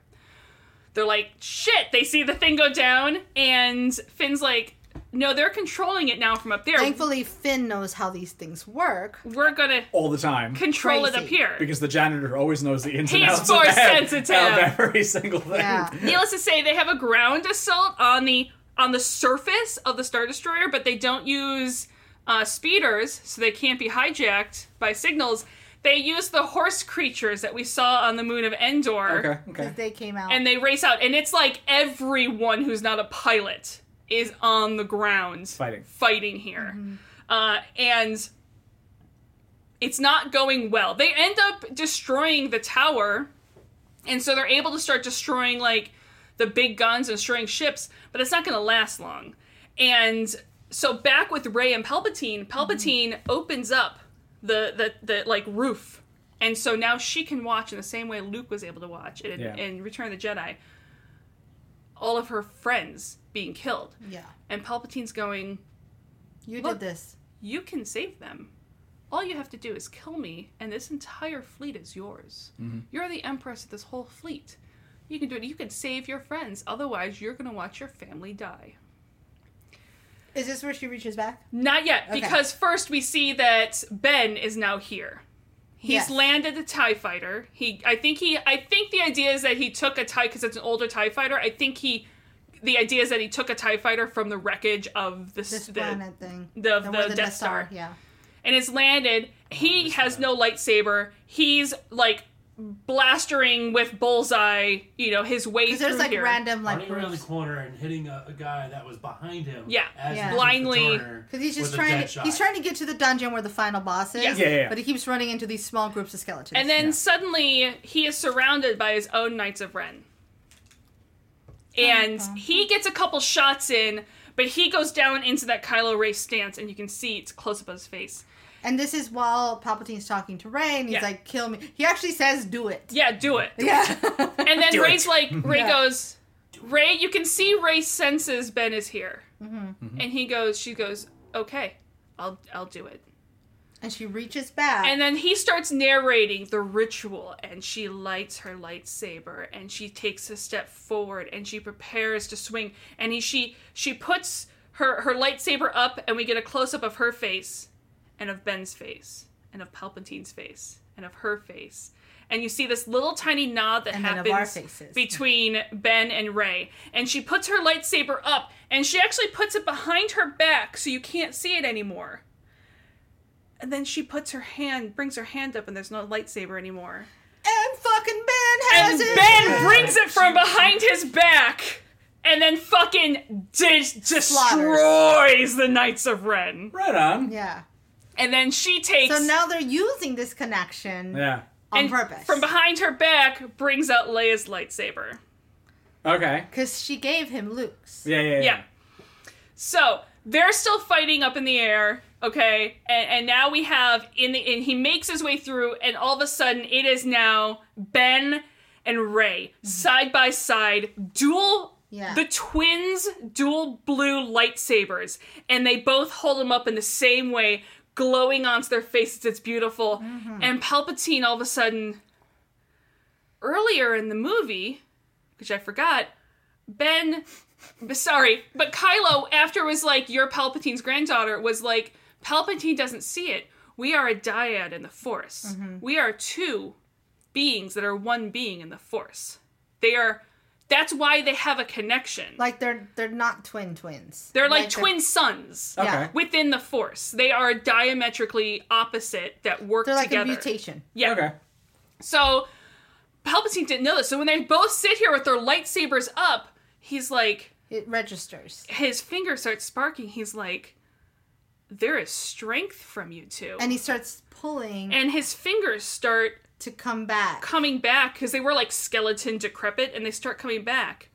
They're like, "Shit!" They see the thing go down, and Finn's like, "No, they're controlling it now from up there.
Thankfully, Finn knows how these things work.
We're gonna
all the time
control it
Crazy.
up here."
because the janitor always knows the ins and
He's
outs of,
force
ev-
sensitive.
of every single thing.
Yeah.
Needless to say, they have a ground assault on the on the surface of the Star Destroyer, but they don't use uh, speeders, so they can't be hijacked by signals. They use the horse creatures that we saw on the moon of Endor,
Okay. Okay.
They came out.
and they race out. And it's like everyone who's not a pilot is on the ground
Fighting.
fighting here. Uh, and it's not going well. They end up destroying the tower, and so they're able to start destroying like the big guns and destroying ships, but it's not going to last long. And so back with Ray and Palpatine, Palpatine opens up the, the the like roof, and so now she can watch in the same way Luke was able to watch in,
Yeah.
in Return of the Jedi. All of her friends being killed,
yeah.
and Palpatine's going,
You
Look.
did this.
you can save them. All you have to do is kill me, and this entire fleet is yours. You're the empress of this whole fleet. You can do it. You can save your friends. Otherwise, you're going to watch your family die.
Is this where she reaches back?
Not yet,
Okay.
because first we see that Ben is now here. He's
Yes.
landed a Tie Fighter. He, I think he, I think the idea is that he took a Tie because it's an older Tie Fighter. I think he, the idea is that he took a Tie Fighter from the wreckage of the s-
This
the-
planet thing.
the-
one
the
with
Death Star.
Yeah.
and it's landed. He has no lightsaber. He's like blastering with bullseye, you know, his way through
Because there's like
here.
random like.
running around the corner and hitting a, a guy that was behind him.
Yeah.
as
Yeah.
he was
Blindly.
returning
Because he's just
with a
trying
dead
to
shot.
he's trying to get to the dungeon where the final boss is.
Yeah.
Yeah, yeah, yeah.
But he keeps running into these small groups of skeletons.
and then suddenly he is surrounded by his own Knights of Ren. And he gets a couple shots in, but he goes down into that Kylo Ray stance, and you can see it's close up of his face.
and this is while Palpatine's talking to Ray, and he's
Yeah.
like, "Kill me." He actually says, "Do it."
Yeah, do it.
Yeah.
And then
Do
Ray's
it.
like, Ray
Yeah.
goes, Ray, you can see Ray senses Ben is here,
Mm-hmm.
and he goes, she goes, okay, I'll I'll do it.
and she reaches back.
And then he starts narrating the ritual, and she lights her lightsaber, and she takes a step forward, and she prepares to swing, and he, she she puts her her lightsaber up, and we get a close up of her face, and of Ben's face, and of Palpatine's face, and of her face, and you see this little tiny nod that
And then of
happens
our faces.
between Ben and Ray, and she puts her lightsaber up, and she actually puts it behind her back, so you can't see it anymore. And then she puts her hand, brings her hand up, and there's no lightsaber anymore.
And fucking Ben
And
has it.
Ben brings it from behind his back, and then fucking de- destroys the Knights of Ren.
Right on.
Yeah.
And then she takes
So now they're using this connection
Yeah.
on
and
purpose.
from behind her back, brings out Leia's lightsaber.
Okay.
Because she gave him Luke's.
Yeah. Yeah.
Yeah.
Yeah.
So they're still fighting up in the air, okay? And, and now we have in the and he makes his way through, and all of a sudden it is now Ben and Ray side by side, dual.
Yeah.
The twins dual blue lightsabers, and they both hold them up in the same way, glowing onto their faces. It's beautiful. And Palpatine, all of a sudden, earlier in the movie, which I forgot, Ben sorry, but Kylo after was like, "You're Palpatine's granddaughter," was like, "Palpatine doesn't see it. We are a dyad in the Force.
Mm-hmm.
We are two beings that are one being in the Force. They are. That's why they have a connection.
Like they're they're not twin twins.
they're like,
they're-
twin sons
Okay.
Yeah.
within the Force. They are diametrically opposite that work
They're, like
together.
a mutation.
yeah.
Okay.
So Palpatine didn't know this. So when they both sit here with their lightsabers up, he's like,
It registers.
his fingers start sparking. He's like, there is strength from you two.
And he starts pulling
And his fingers start
to come back.
coming back because they were like skeleton decrepit and they start coming back.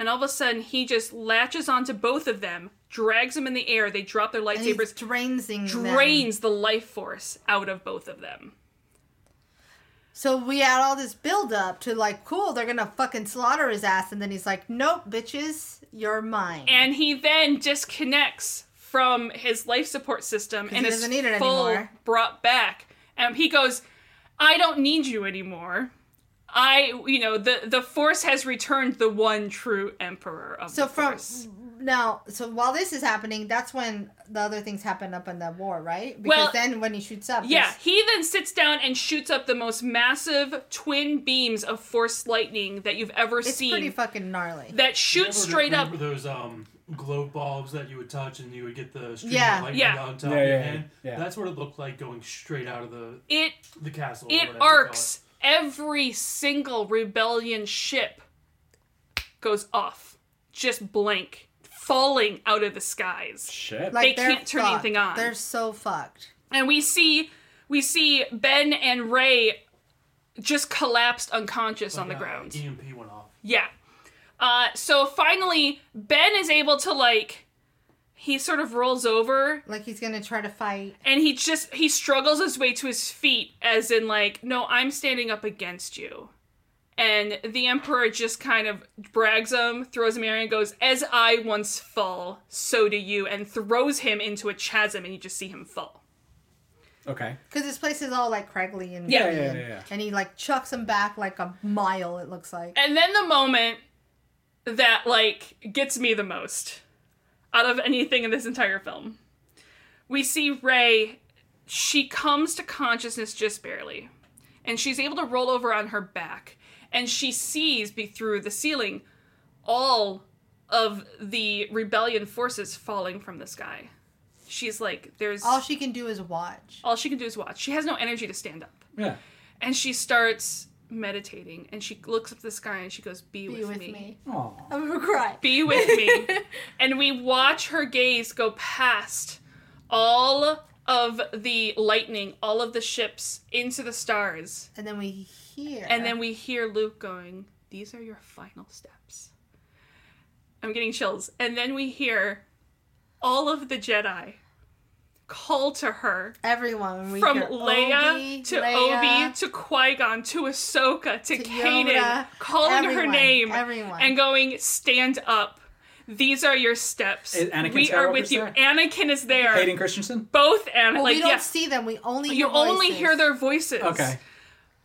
And all of a sudden, he just latches onto both of them, drags them in the air. They drop their
and he's
lightsabers,
draining them.
drains the life force out of both of them.
So we had all this build up to like, cool, they're gonna fucking slaughter his ass, and then he's like, nope, bitches, you're mine.
And he then disconnects from his life support system
he
and is
doesn't need it
full
anymore.
brought back. And he goes, "I don't need you anymore. I, you know, the the Force has returned the one true Emperor of
So
the
from
Force."
now, so while this is happening, that's when the other things happen up in that war, right? Because
Well,
then when he shoots up,
Yeah,
there's-
he then sits down and shoots up the most massive twin beams of Force lightning that you've ever
it's
seen.
pretty fucking gnarly.
that
Remember
shoots
the-
straight up.
remember those um, glow bulbs that you would touch and you would get the stream
Yeah.
of lightning
Yeah.
on
Yeah,
top of
yeah,
your
yeah,
hand?
yeah.
That's what it looked like going straight out of the,
It
the castle. or
it
whatever you call
arcs every single rebellion ship goes off just blank falling out of the skies
Shit.
Like
they
they're
can't turn
fucked.
anything on.
They're so fucked.
and we see we see ben and ray just collapsed unconscious on the
it.
ground
Oh Yeah, EMP went off.
Yeah. Uh, so finally, Ben is able to like, he sort of rolls over
Like he's gonna try to fight.
and he just he struggles his way to his feet, as in like, no, I'm standing up against you. And the emperor just kind of brags him, throws him in the air, and goes, "As I once fall, so do you," and throws him into a chasm, and you just see him fall.
Okay.
Because this place is all like craggly and
Yeah.
muddy
Yeah, yeah,
and-
yeah, yeah.
and he like chucks him back like a mile. It looks like
And then the moment that like gets me the most out of anything in this entire film. We see Ray, she comes to consciousness just barely. And she's able to roll over on her back and she sees be through the ceiling all of the rebellion forces falling from the sky. She's like there's
all she can do is watch.
all she can do is watch. She has no energy to stand up
Yeah.
and she starts meditating and she looks up to the sky and she goes be,
Be
with,
with
me.
me.
Aw.
I'm gonna cry.
be with me and we watch her gaze go past all of the lightning all of the ships into the stars
And then we hear.
and then we hear luke going these are your final steps i'm getting chills and then we hear all of the jedi call to her
everyone when we
from
hear
Leia
Obi,
to
Leia,
Obi to Qui Gon to Ahsoka to,
to
Kanan,
Yoda,
calling her
everyone,
name
everyone.
and going, "Stand up! These are your steps.
Is Anakin
we are with
Skywalker's
you.
there?
Anakin is there.
Hayden Christensen?
Both Anakin.
Well,
like
we don't
yes,
see them. We only
you
hear
only
voices.
hear their voices.
Okay.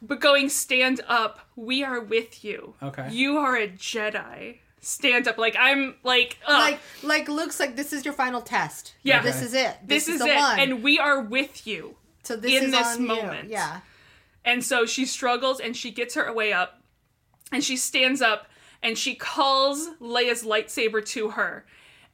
But going, "Stand up! We are with you.
Okay.
You are a Jedi. Stand up! Like I'm like uh,
like like Luke's like this is your final test.
Yeah.
this
Okay.
is it.
this, is,
the
it,
one.
and we are with you."
so this
in
is
this
on you.
moment.
Yeah,
And so she struggles and she gets her way up and she stands up and she calls Leia's lightsaber to her.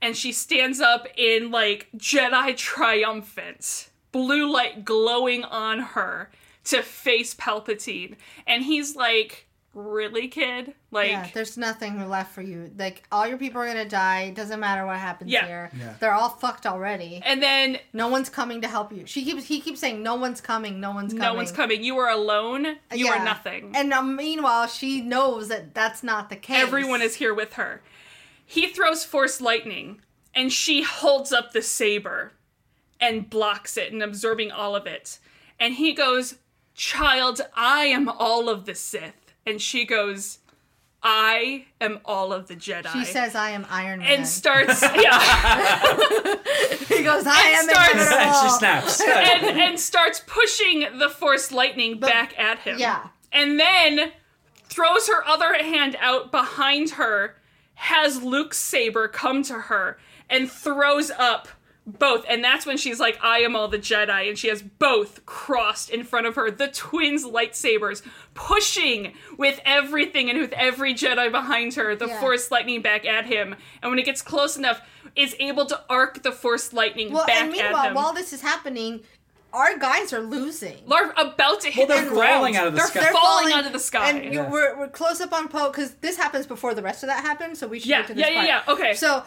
And she stands up in like Jedi triumphant, blue light glowing on her to face Palpatine. And he's like, Really, kid? Like,
yeah. There's nothing left for you. Like all your people are gonna die. It doesn't matter what happens
Yeah.
here.
Yeah.
They're all fucked already.
and then
No one's coming to help you. She keeps he keeps saying no one's coming. No one's coming.
no one's coming. You are alone. You
Yeah.
are nothing.
And um, meanwhile, she knows that that's not the case.
Everyone is here with her. He throws force lightning, and she holds up the saber and blocks it and absorbing all of it. And he goes, Child, I am all of the Sith. And she goes, I am all of the Jedi.
She says, "I am Iron Man."
and starts, yeah,
he goes, "I am
starts-
inevitable."
she snaps.
and, and starts pushing the force lightning back at him.
Yeah.
and then throws her other hand out behind her, has Luke's saber come to her, and throws up both. And that's when she's like, I am all the Jedi. And she has both crossed in front of her, the twins' lightsabers, pushing with everything and with every Jedi behind her, the
Yeah.
Force lightning back at him. And when it gets close enough, is able to arc the Force lightning
Well,
back
and
at
meanwhile,
him.
while this is happening, our guys are losing.
They're about to hit
they're
the
falling
ground.
out of the
they're
sky.
They're
falling, out of the sky.
And you,
Yeah.
we're, we're close up on Poe because this happens before the rest of that happens, so we should
Yeah,
get to this
yeah, yeah,
part.
yeah, okay.
So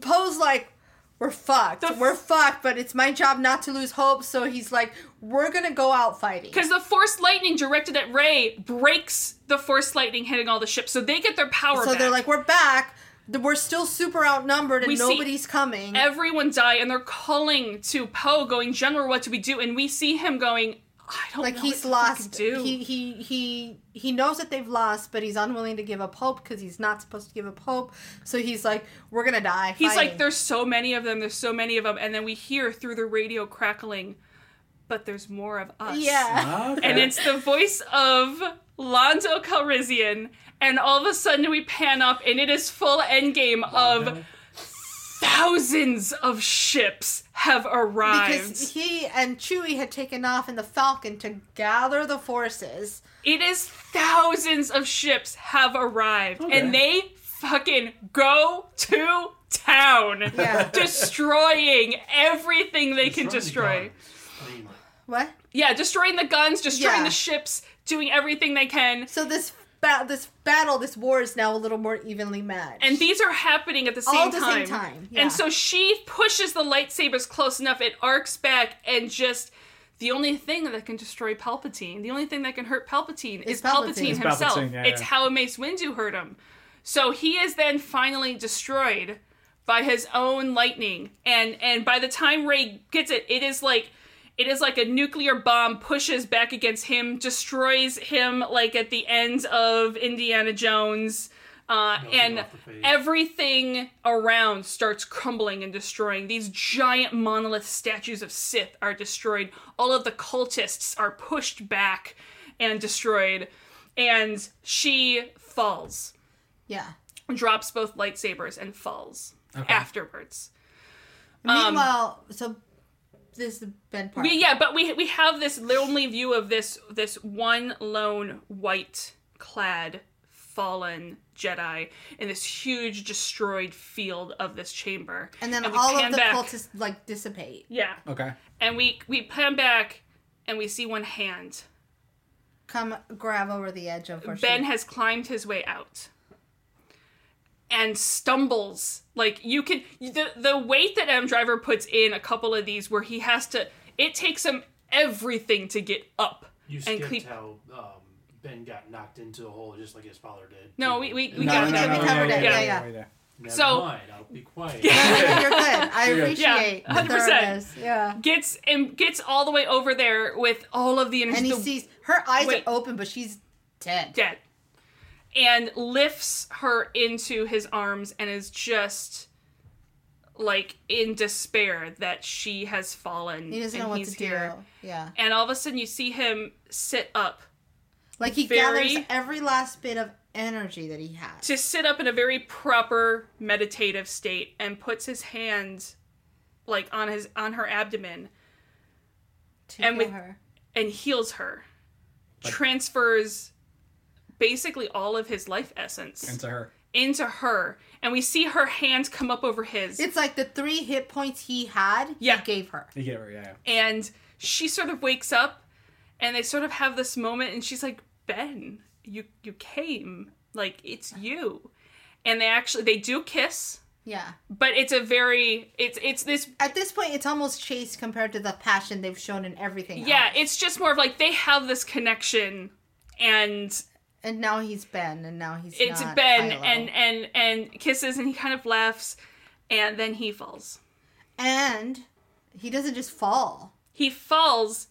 Poe's like, we're fucked.
The f-
we're fucked, but it's my job not to lose hope. So he's like, we're going to go out fighting.
Because the force lightning directed at Ray breaks the force lightning hitting all the ships, so they get their power
So
back.
they're like, we're back. th- We're still super outnumbered and
We see
nobody's coming.
everyone die, and they're calling to Poe, going, "General, what do we do?" And we see him going, I don't
like
know
he's
what to fucking
lost
Do.
he he he he knows that they've lost but he's unwilling to give up hope because he's not supposed to give up hope so he's like we're gonna die
He's
fighting."
like, there's so many of them. There's so many of them, and then we hear through the radio crackling, but there's more of us.
yeah
Okay.
and it's the voice of Londo Calrissian, and all of a sudden we pan up, and it is full endgame of thousands of ships have arrived.
because he and Chewie had taken off in the Falcon to gather the forces
It is thousands of ships have arrived,
Okay.
and they fucking go to town,
Yeah.
destroying everything they can destroy.
Destroying the gun. I mean, like,
what
Yeah, destroying the guns, destroying
Yeah.
the ships, doing everything they can.
so this ba- this battle this war is now a little more evenly matched
And these are happening at the same
All
time.
at the same time, yeah.
And so she pushes the lightsabers close enough, it arcs back and just the only thing that can destroy Palpatine, the only thing that can hurt Palpatine is,
Is
Palpatine,
Palpatine. Is
himself.
Palpatine, yeah,
it's
yeah.
how Mace Windu hurt him. So he is then finally destroyed by his own lightning. And and by the time Ray gets it, it is like it is like a nuclear bomb pushes back against him, destroys him like at the end of Indiana Jones. Uh,
Melting
and
off the face.
everything around starts crumbling and destroying. These giant monolith statues of Sith are destroyed. All of the cultists are pushed back and destroyed. And she falls,
yeah
drops both lightsabers, and falls afterwards.
meanwhile so this is Ben Park
Um, We- yeah, but we we have this lonely view of this this one lone white clad fallen Jedi in this huge destroyed field of this chamber.
and then
we
all
pan
of the
back.
cultists like dissipate
Yeah.
okay.
And we we pan back and we see one hand.
come grab over the edge of where she-
Ben has climbed his way out and stumbles. Like you can the the weight that M Driver puts in a couple of these where he has to it takes him everything to get up
you
and
skipped
clean-
how um, Ben got knocked into the hole just like his father did.
No, we we, we
No,
got
no,
it.
no, we covered it.
Yeah.
Yeah, yeah.
yeah.
Never
So-
mind, I'll be quiet.
you're good I appreciate
Yeah, 100%.
the thoroughness yeah
Gets and gets all the way over there with all of the energy.
and he
the-
sees her eyes
wait.
are open, but she's dead.
dead and lifts her into his arms and is just like in despair that she has fallen
He doesn't
and
know what
he's
to
here
do. Yeah,
and all of a sudden you see him sit up
like he
Very-
gathers every last bit of energy that he has.
to sit up in a very proper meditative state and puts his hand like on his on her abdomen
To
and
heal
with-
her,
and heals her transfers basically all of his life essence
Into her.
into her and we see her hands come up over his
it's like the three hit points he had.
Yeah.
he gave her.
You get her. Yeah. yeah.
and she sort of wakes up and they sort of have this moment and she's like ben you you came like it's you and they actually they do kiss
Yeah.
but it's a very it's it's this
At this point, it's almost chase compared to the passion they've shown in everything.
yeah
else.
it's just more of like they have this connection and
and now he's Ben, and now he's
it's
not
ben
Kylo.
and and and kisses and he kind of laughs and then he falls
and he doesn't just fall,
he falls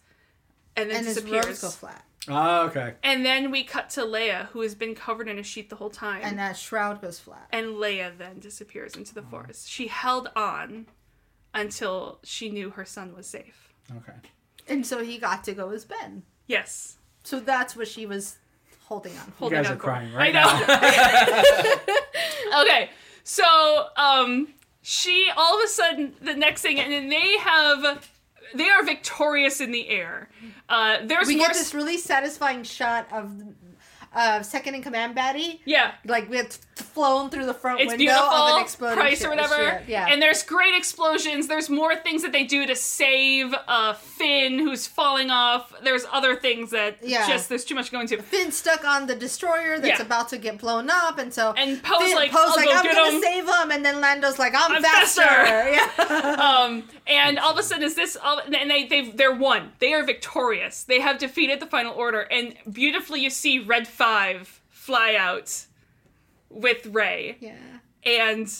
and then
and his robes
disappears
go flat,
Ah, okay.
and then we cut to leia who has been covered in a sheet the whole time
and that shroud goes flat.
And Leia then disappears into the forest. She held on until she knew her son was safe.
Okay.
And so he got to go as Ben.
Yes.
So that's what she was holding on. for.
You
Holding
guys
on
are
for-
crying right
I
now.
know. okay. So, um, she all of a sudden the next thing, and then they have, they are victorious in the air. Uh, there's
we
more.
get this really satisfying shot of uh, second in command baddie
yeah.
like we had flown through the front
It's
window
beautiful.
of an exploding
price or
ship-
whatever.
ship. yeah
And there's great explosions. There's more things that they do to save uh, Finn, who's falling off. There's other things that
Yeah.
just there's too much going to.
Finn's stuck on the destroyer that's
Yeah.
about to get blown up, and so
And Poe's
Finn-
like,
Poe's
"I'll
like,
go
I'm
get
gonna
him."
save him," and then Lando's like, "I'm,
I'm
faster."
faster.
Yeah,
Um, and all of a sudden, is this all? And they they've they're won. They are victorious. They have defeated the final order. And beautifully, you see Red Five fly out with Ray.
yeah.
and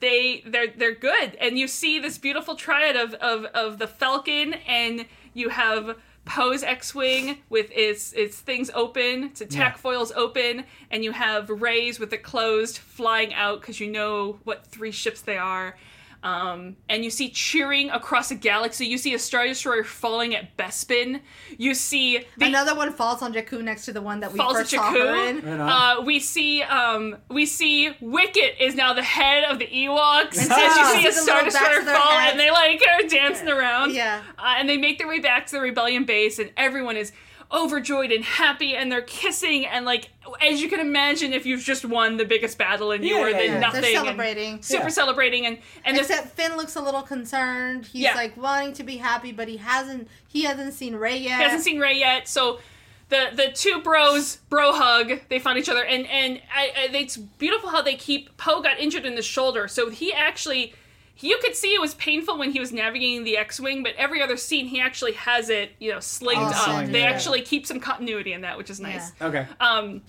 they they're they're good and you see this beautiful triad of of of the falcon and you have Poe's X-wing with its its things open, its attack foils open, and you have Ray's with it closed, flying out because you know what three ships they are. Um, and you see cheering across a galaxy. You see a star destroyer falling at Bespin. You see the
Another one falls on Jakku next to the one that we
falls at
first saw her in.
Jakku. Uh, we see um, we see Wicket is now the head of the Ewoks. And
Ah.
you see a
With the
star
little backs
destroyer
of their
fall,
heads.
and they like are dancing around.
Yeah.
uh, and they make their way back to the rebellion base, and everyone is overjoyed and happy, and they're kissing, and like as you can imagine, if you've just won the biggest battle and you
Yeah,
were
yeah,
the
yeah. They're
nothing,
They're
and
celebrating.
super
Yeah.
celebrating, and and this
Except Finn looks a little concerned. He's
Yeah.
like wanting to be happy, but he hasn't. He hasn't seen Ray yet.
He hasn't seen Ray yet, so the the two bros bro hug. They found each other, and and I, I, it's beautiful how they keep Poe got injured in the shoulder, so he actually you could see it was painful when he was navigating the X-wing, but every other scene he actually has it you know slinged
Awesome,
up. They
yeah.
actually keep some continuity in that, which is nice.
Okay.
Um,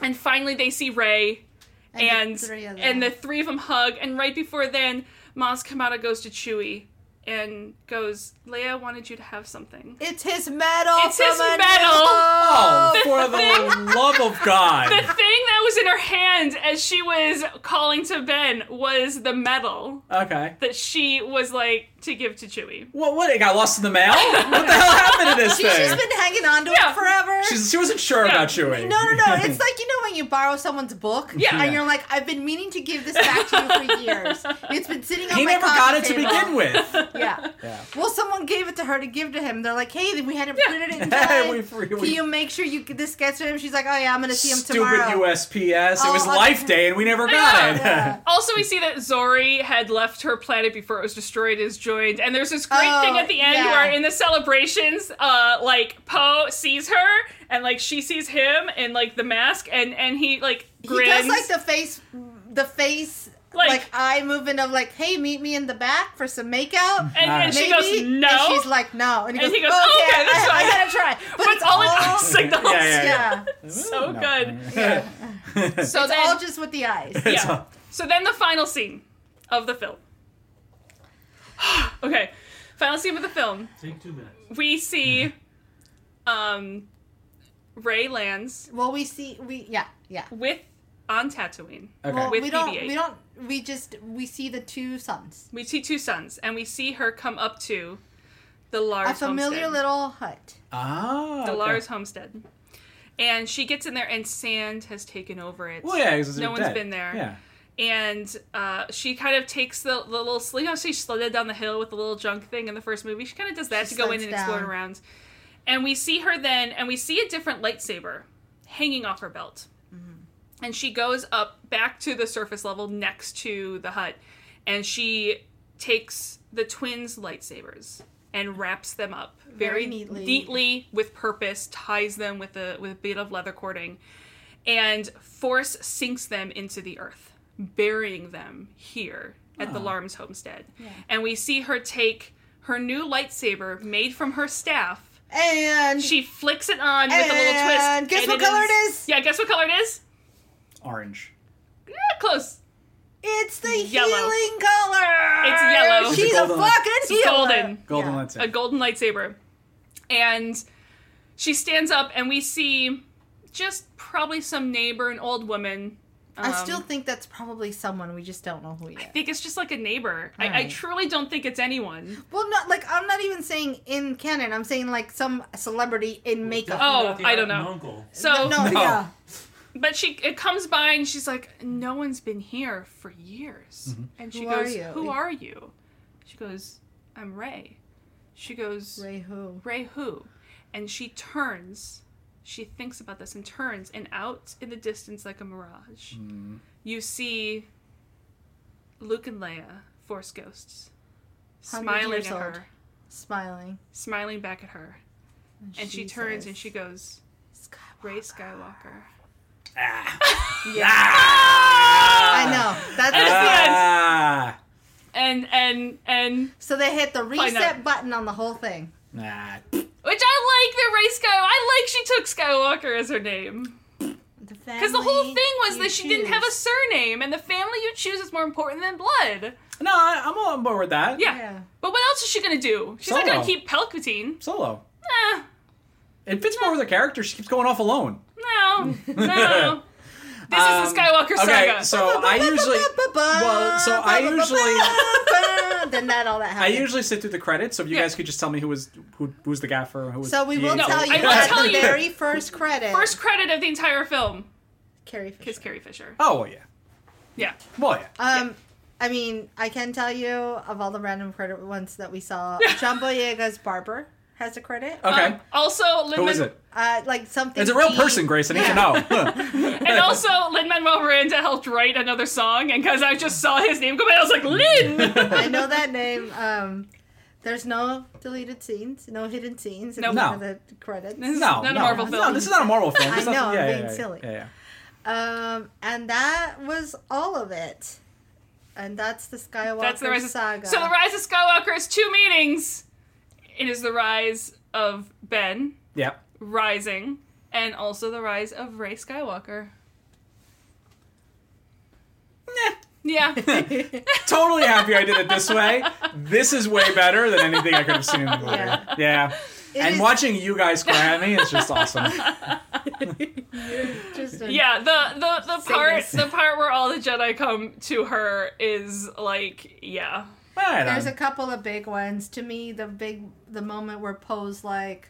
and finally they see Ray, and
the three of them.
and the three of them hug, and right before then, Maz Kamada goes to Chewie and goes, Leia wanted you to have something.
It's his medal.
It's his
from a
medal.
oh,
the
for the love of God.
The thing that was in her hand as she was calling to Ben was the medal
Okay.
that she was like to give to Chewie.
What? What? It got lost in the mail. What the hell happened to this
She's just
thing?
been hanging on to
Yeah.
it forever.
She's, she wasn't sure about chewing.
no, no, no. It's like you know when you borrow someone's book,
Yeah.
and you're like, I've been meaning to give this back to you for years. It's been sitting on
he
my
never
coffee
got it to
table.
begin with.
Yeah.
Yeah.
Well, someone gave it to her to give to him. They're like, "Hey, we hadn't printed it in
Hey,
time.
we free-
Can
we-
you make sure you this gets to him?" She's like, "Oh yeah, I'm gonna see him
Stupid
tomorrow."
USPS. it
Oh,
was
okay.
Life Day, and we never got it.
Yeah.
Also, we see that Zori had left her planet before it was destroyed, is joined, and there's this great
Oh,
thing at the end
yeah.
where in the celebrations, uh, like Poe sees her and like she sees him in like the mask, and and he like
He
grins.
does like the face, the face,
Like-
like, eye movement of like, "Hey, meet me in the back for some makeout."
and, and she
Maybe?
goes no,
And she's like, "No," and he
And
goes,
he goes,
"Okay,
"Okay, that's
I, I
fine."
gotta try."
but it's all in
Oh.
eye signals.
Yeah, yeah,
yeah.
So
No.
good. So
It's
then,
all just with the eyes.
It's
yeah.
all-
So then the final scene of the film. okay, final scene of the film.
Take two minutes.
We see,
Mm-hmm.
um, Ray lands
Well, we see, we yeah, yeah.
with on Tatooine.
Okay.
Well,
With
we don't,
BB-8.
we don't, we just we see the two sons.
We see two sons, and we see her come up to the Lars
A familiar
homestead.
little hut.
Ah.
the
okay.
Lars homestead, and she gets in there, and sand has taken over it.
Well, yeah, 'cause
no
they're
one's
dead.
been there.
Yeah.
and uh, she kind of takes the, the little sl- you know she slid down the hill with the little junk thing in the first movie. She kind of does that
She
to go in
slides
and explore
down.
around, and we see her then, and we see a different lightsaber hanging off her belt, and she goes up back to the surface level next to the hut, and she takes the twins' lightsabers and wraps them up very,
Very neatly.
neatly with purpose, ties them with a with a bit of leather cording and force sinks them into the earth, burying them here at the Larms homestead. And we see her take her new lightsaber made from her staff.
And
She flicks it on with a little twist.
And guess what color it is?
Yeah, guess what color it is?
Orange.
Yeah, close.
it's the
Yellow.
healing color.
It's yellow. It's a
She's a,
golden-
fucking
It's
healer.
golden.
Golden
Yeah.
lens.
A golden lightsaber. And she stands up and we see just probably some neighbor, an old woman.
I
um,
still think that's probably someone. We just don't know who yet.
I think it's just like a neighbor. I, I
Alright.
truly don't think it's anyone.
Well, not like I'm not even saying in canon. I'm saying like some celebrity in makeup.
Oh,
Not the
I don't
aunt and
know.
Uncle.
So
no,
No.
yeah.
But she it comes by and she's like, "No one's been here for years." And she
Who are
goes,
you?
"Who are you?" She goes, "I'm Ray." She goes, "Ray,
Ray who?
who?" And she turns. She thinks about this and turns, and out in the distance, like a mirage, you see Luke and Leia, Force ghosts,
Hundred
smiling at
years old.
her,
Smiling.
smiling back at her, and she turns and she goes, "Ray Skywalker."
Ah.
I know. That's
Ah.
Ah.
And and and
so they hit the
out.
reset button on the whole thing.
Nah.
Which I like that Ray Sky. I like she took Skywalker as her name because the whole thing was that she didn't have a surname, and the family you choose is more important than blood.
No, I, I'm on board with that.
Yeah.
Yeah.
But what else is she gonna do? She's not
Solo.
gonna keep Palpatine.
Solo.
Eh,
It fits more with her character. She keeps going off alone.
No, no. This is the Skywalker
Um, Okay,
saga.
so I usually well, so I usually
then that all that
I
happened.
usually sit through the credits. So if you
Yeah.
guys could just tell me who was who who's the gaffer, who was
so we
the
will
No,
tell you
I will
at
tell
the
you.
very first credit.
First credit of the entire film
Carrie
is
Fisher.
Carrie Fisher.
Oh well, yeah,
Yeah.
well yeah.
Um, I mean, I can tell you of all the random credit ones that we saw, John Boyega's barber has a credit.
okay,
Um, also, Lin
who is it?
Uh, like something.
It's a real
deep.
person, Grace. I need to know.
And also, Lin Manuel Miranda helped write another song, and because I just saw his name come in, I was like, Lin!
I know that name. Um, there's no deleted scenes, no hidden scenes in
Nope.
one of
No.
the credits.
This is
no,
not a
no.
Marvel
No,
film.
this is not a Marvel film. This
I
is
know,
Not,
I'm
yeah, yeah,
being
yeah,
silly.
Yeah, yeah.
Um, and that was all of it. And that's the Skywalker
That's the Rise of
saga.
So the Rise of Skywalker is two meanings. It is the rise of Ben
yeah.
rising, and also the rise of Ray Skywalker. Yeah.
Totally happy I did it this way. This is way better than anything I could have seen in the movie.
Yeah.
Yeah.
It
and
is
watching you guys cry at me is just awesome.
just a-
Yeah, the the, the
Say
part
this.
the part where all the Jedi come to her is like yeah.
Right
There's a
on.
couple of big ones. To me, the big the moment where Poe's like,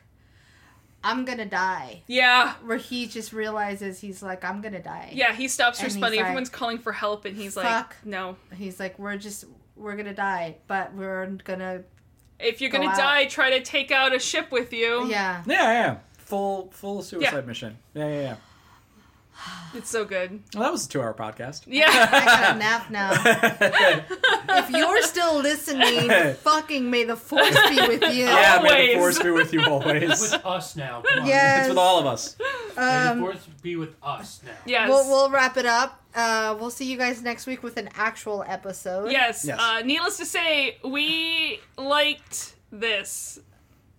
"I'm gonna die,"
Yeah.
where he just realizes he's like, "I'm gonna die."
Yeah, he stops
And he's
responding.
like,
Everyone's calling for help and he's like,
"Fuck."
"No.
He's like, "We're just we're gonna die, but we're gonna
If you're
Go
going to
out.
die, try to take out a ship with you."
yeah."
Yeah, yeah. Full full suicide
Yeah.
mission. Yeah, yeah, yeah.
It's so good.
Well, that was a two hour podcast.
Yeah.
I got a nap now. Oh. if you're still listening, fucking may the force be with you.
Yeah, may the
Always.
force be with you always.
With us now. Come on.
Yes.
It's with all of us.
May the
Um,
fourth be with us now.
yes.
we'll, we'll wrap it up. Uh, we'll see you guys next week with an actual episode.
Yes.
Yes.
Uh, needless to say, we liked this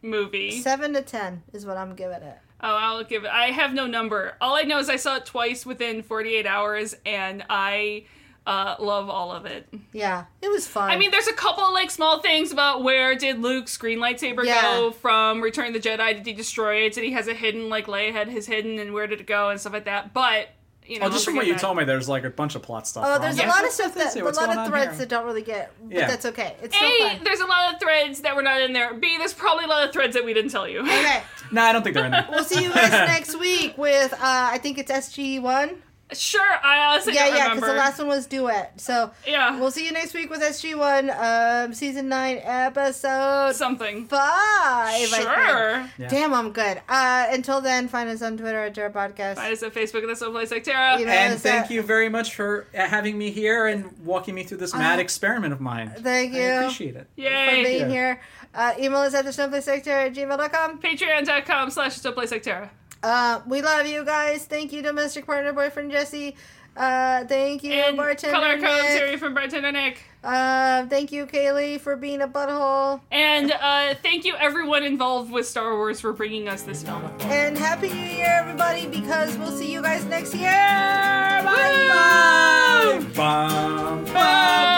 movie.
Seven to ten is what I'm giving it.
Oh, I'll give it. I have no number. All I know is I saw it twice within 48 hours, and I uh, love all of it.
Yeah, it was fun.
I mean, there's a couple like small things about where did Luke's green lightsaber
Yeah.
go from Return of the Jedi? Did he destroy it? Did he has a hidden like Leia had his hidden, and where did it go and stuff like that? But you know,
Oh, just
don't
from what
forget
you
that.
told me, there's like a bunch of plot stuff.
Oh,
wrong.
there's
Yeah.
a lot of stuff
Let's
that
see
a
what's
lot
going
of
on
threads
here.
that don't really get, but
Yeah.
that's okay. It's still
A,
fun.
there's a lot of threads that were not in there. B, there's probably a lot of threads that we didn't tell you.
Okay,
Nah, I don't think they're in there.
we'll see you guys next week with uh, I think it's SG one.
sure, I honestly
Yeah,
don't
yeah, because
remember.
the last one was duet. So
yeah,
we'll see you next week with SG one, um, season nine, episode
something.
five. I
Sure.
think.
Yeah.
Damn, I'm good. Uh, until then, find us on Twitter at Jar Podcast.
Find us at Facebook at the Soul Place Like Tara.
Email
And
us
thank
at-
you very much for uh, having me here and walking me through this mad experiment of mine.
Uh, Thank
I
you
appreciate it.
for
Yay.
being
Yeah.
here. Uh, email us at the snowflake sector at gmail.com.
Patreon.com slash Soul Place Like Tara.
Uh, we love you guys. Thank you, domestic partner, boyfriend Jesse. Uh, thank you,
And
bartender.
color
Nick.
commentary from Bartender Nick.
Uh, thank you, Kaylee, for being a butthole.
And uh, thank you everyone involved with Star Wars for bringing us this film.
And happy New Year, everybody, because we'll see you guys next year. Bye.
Bum, bum.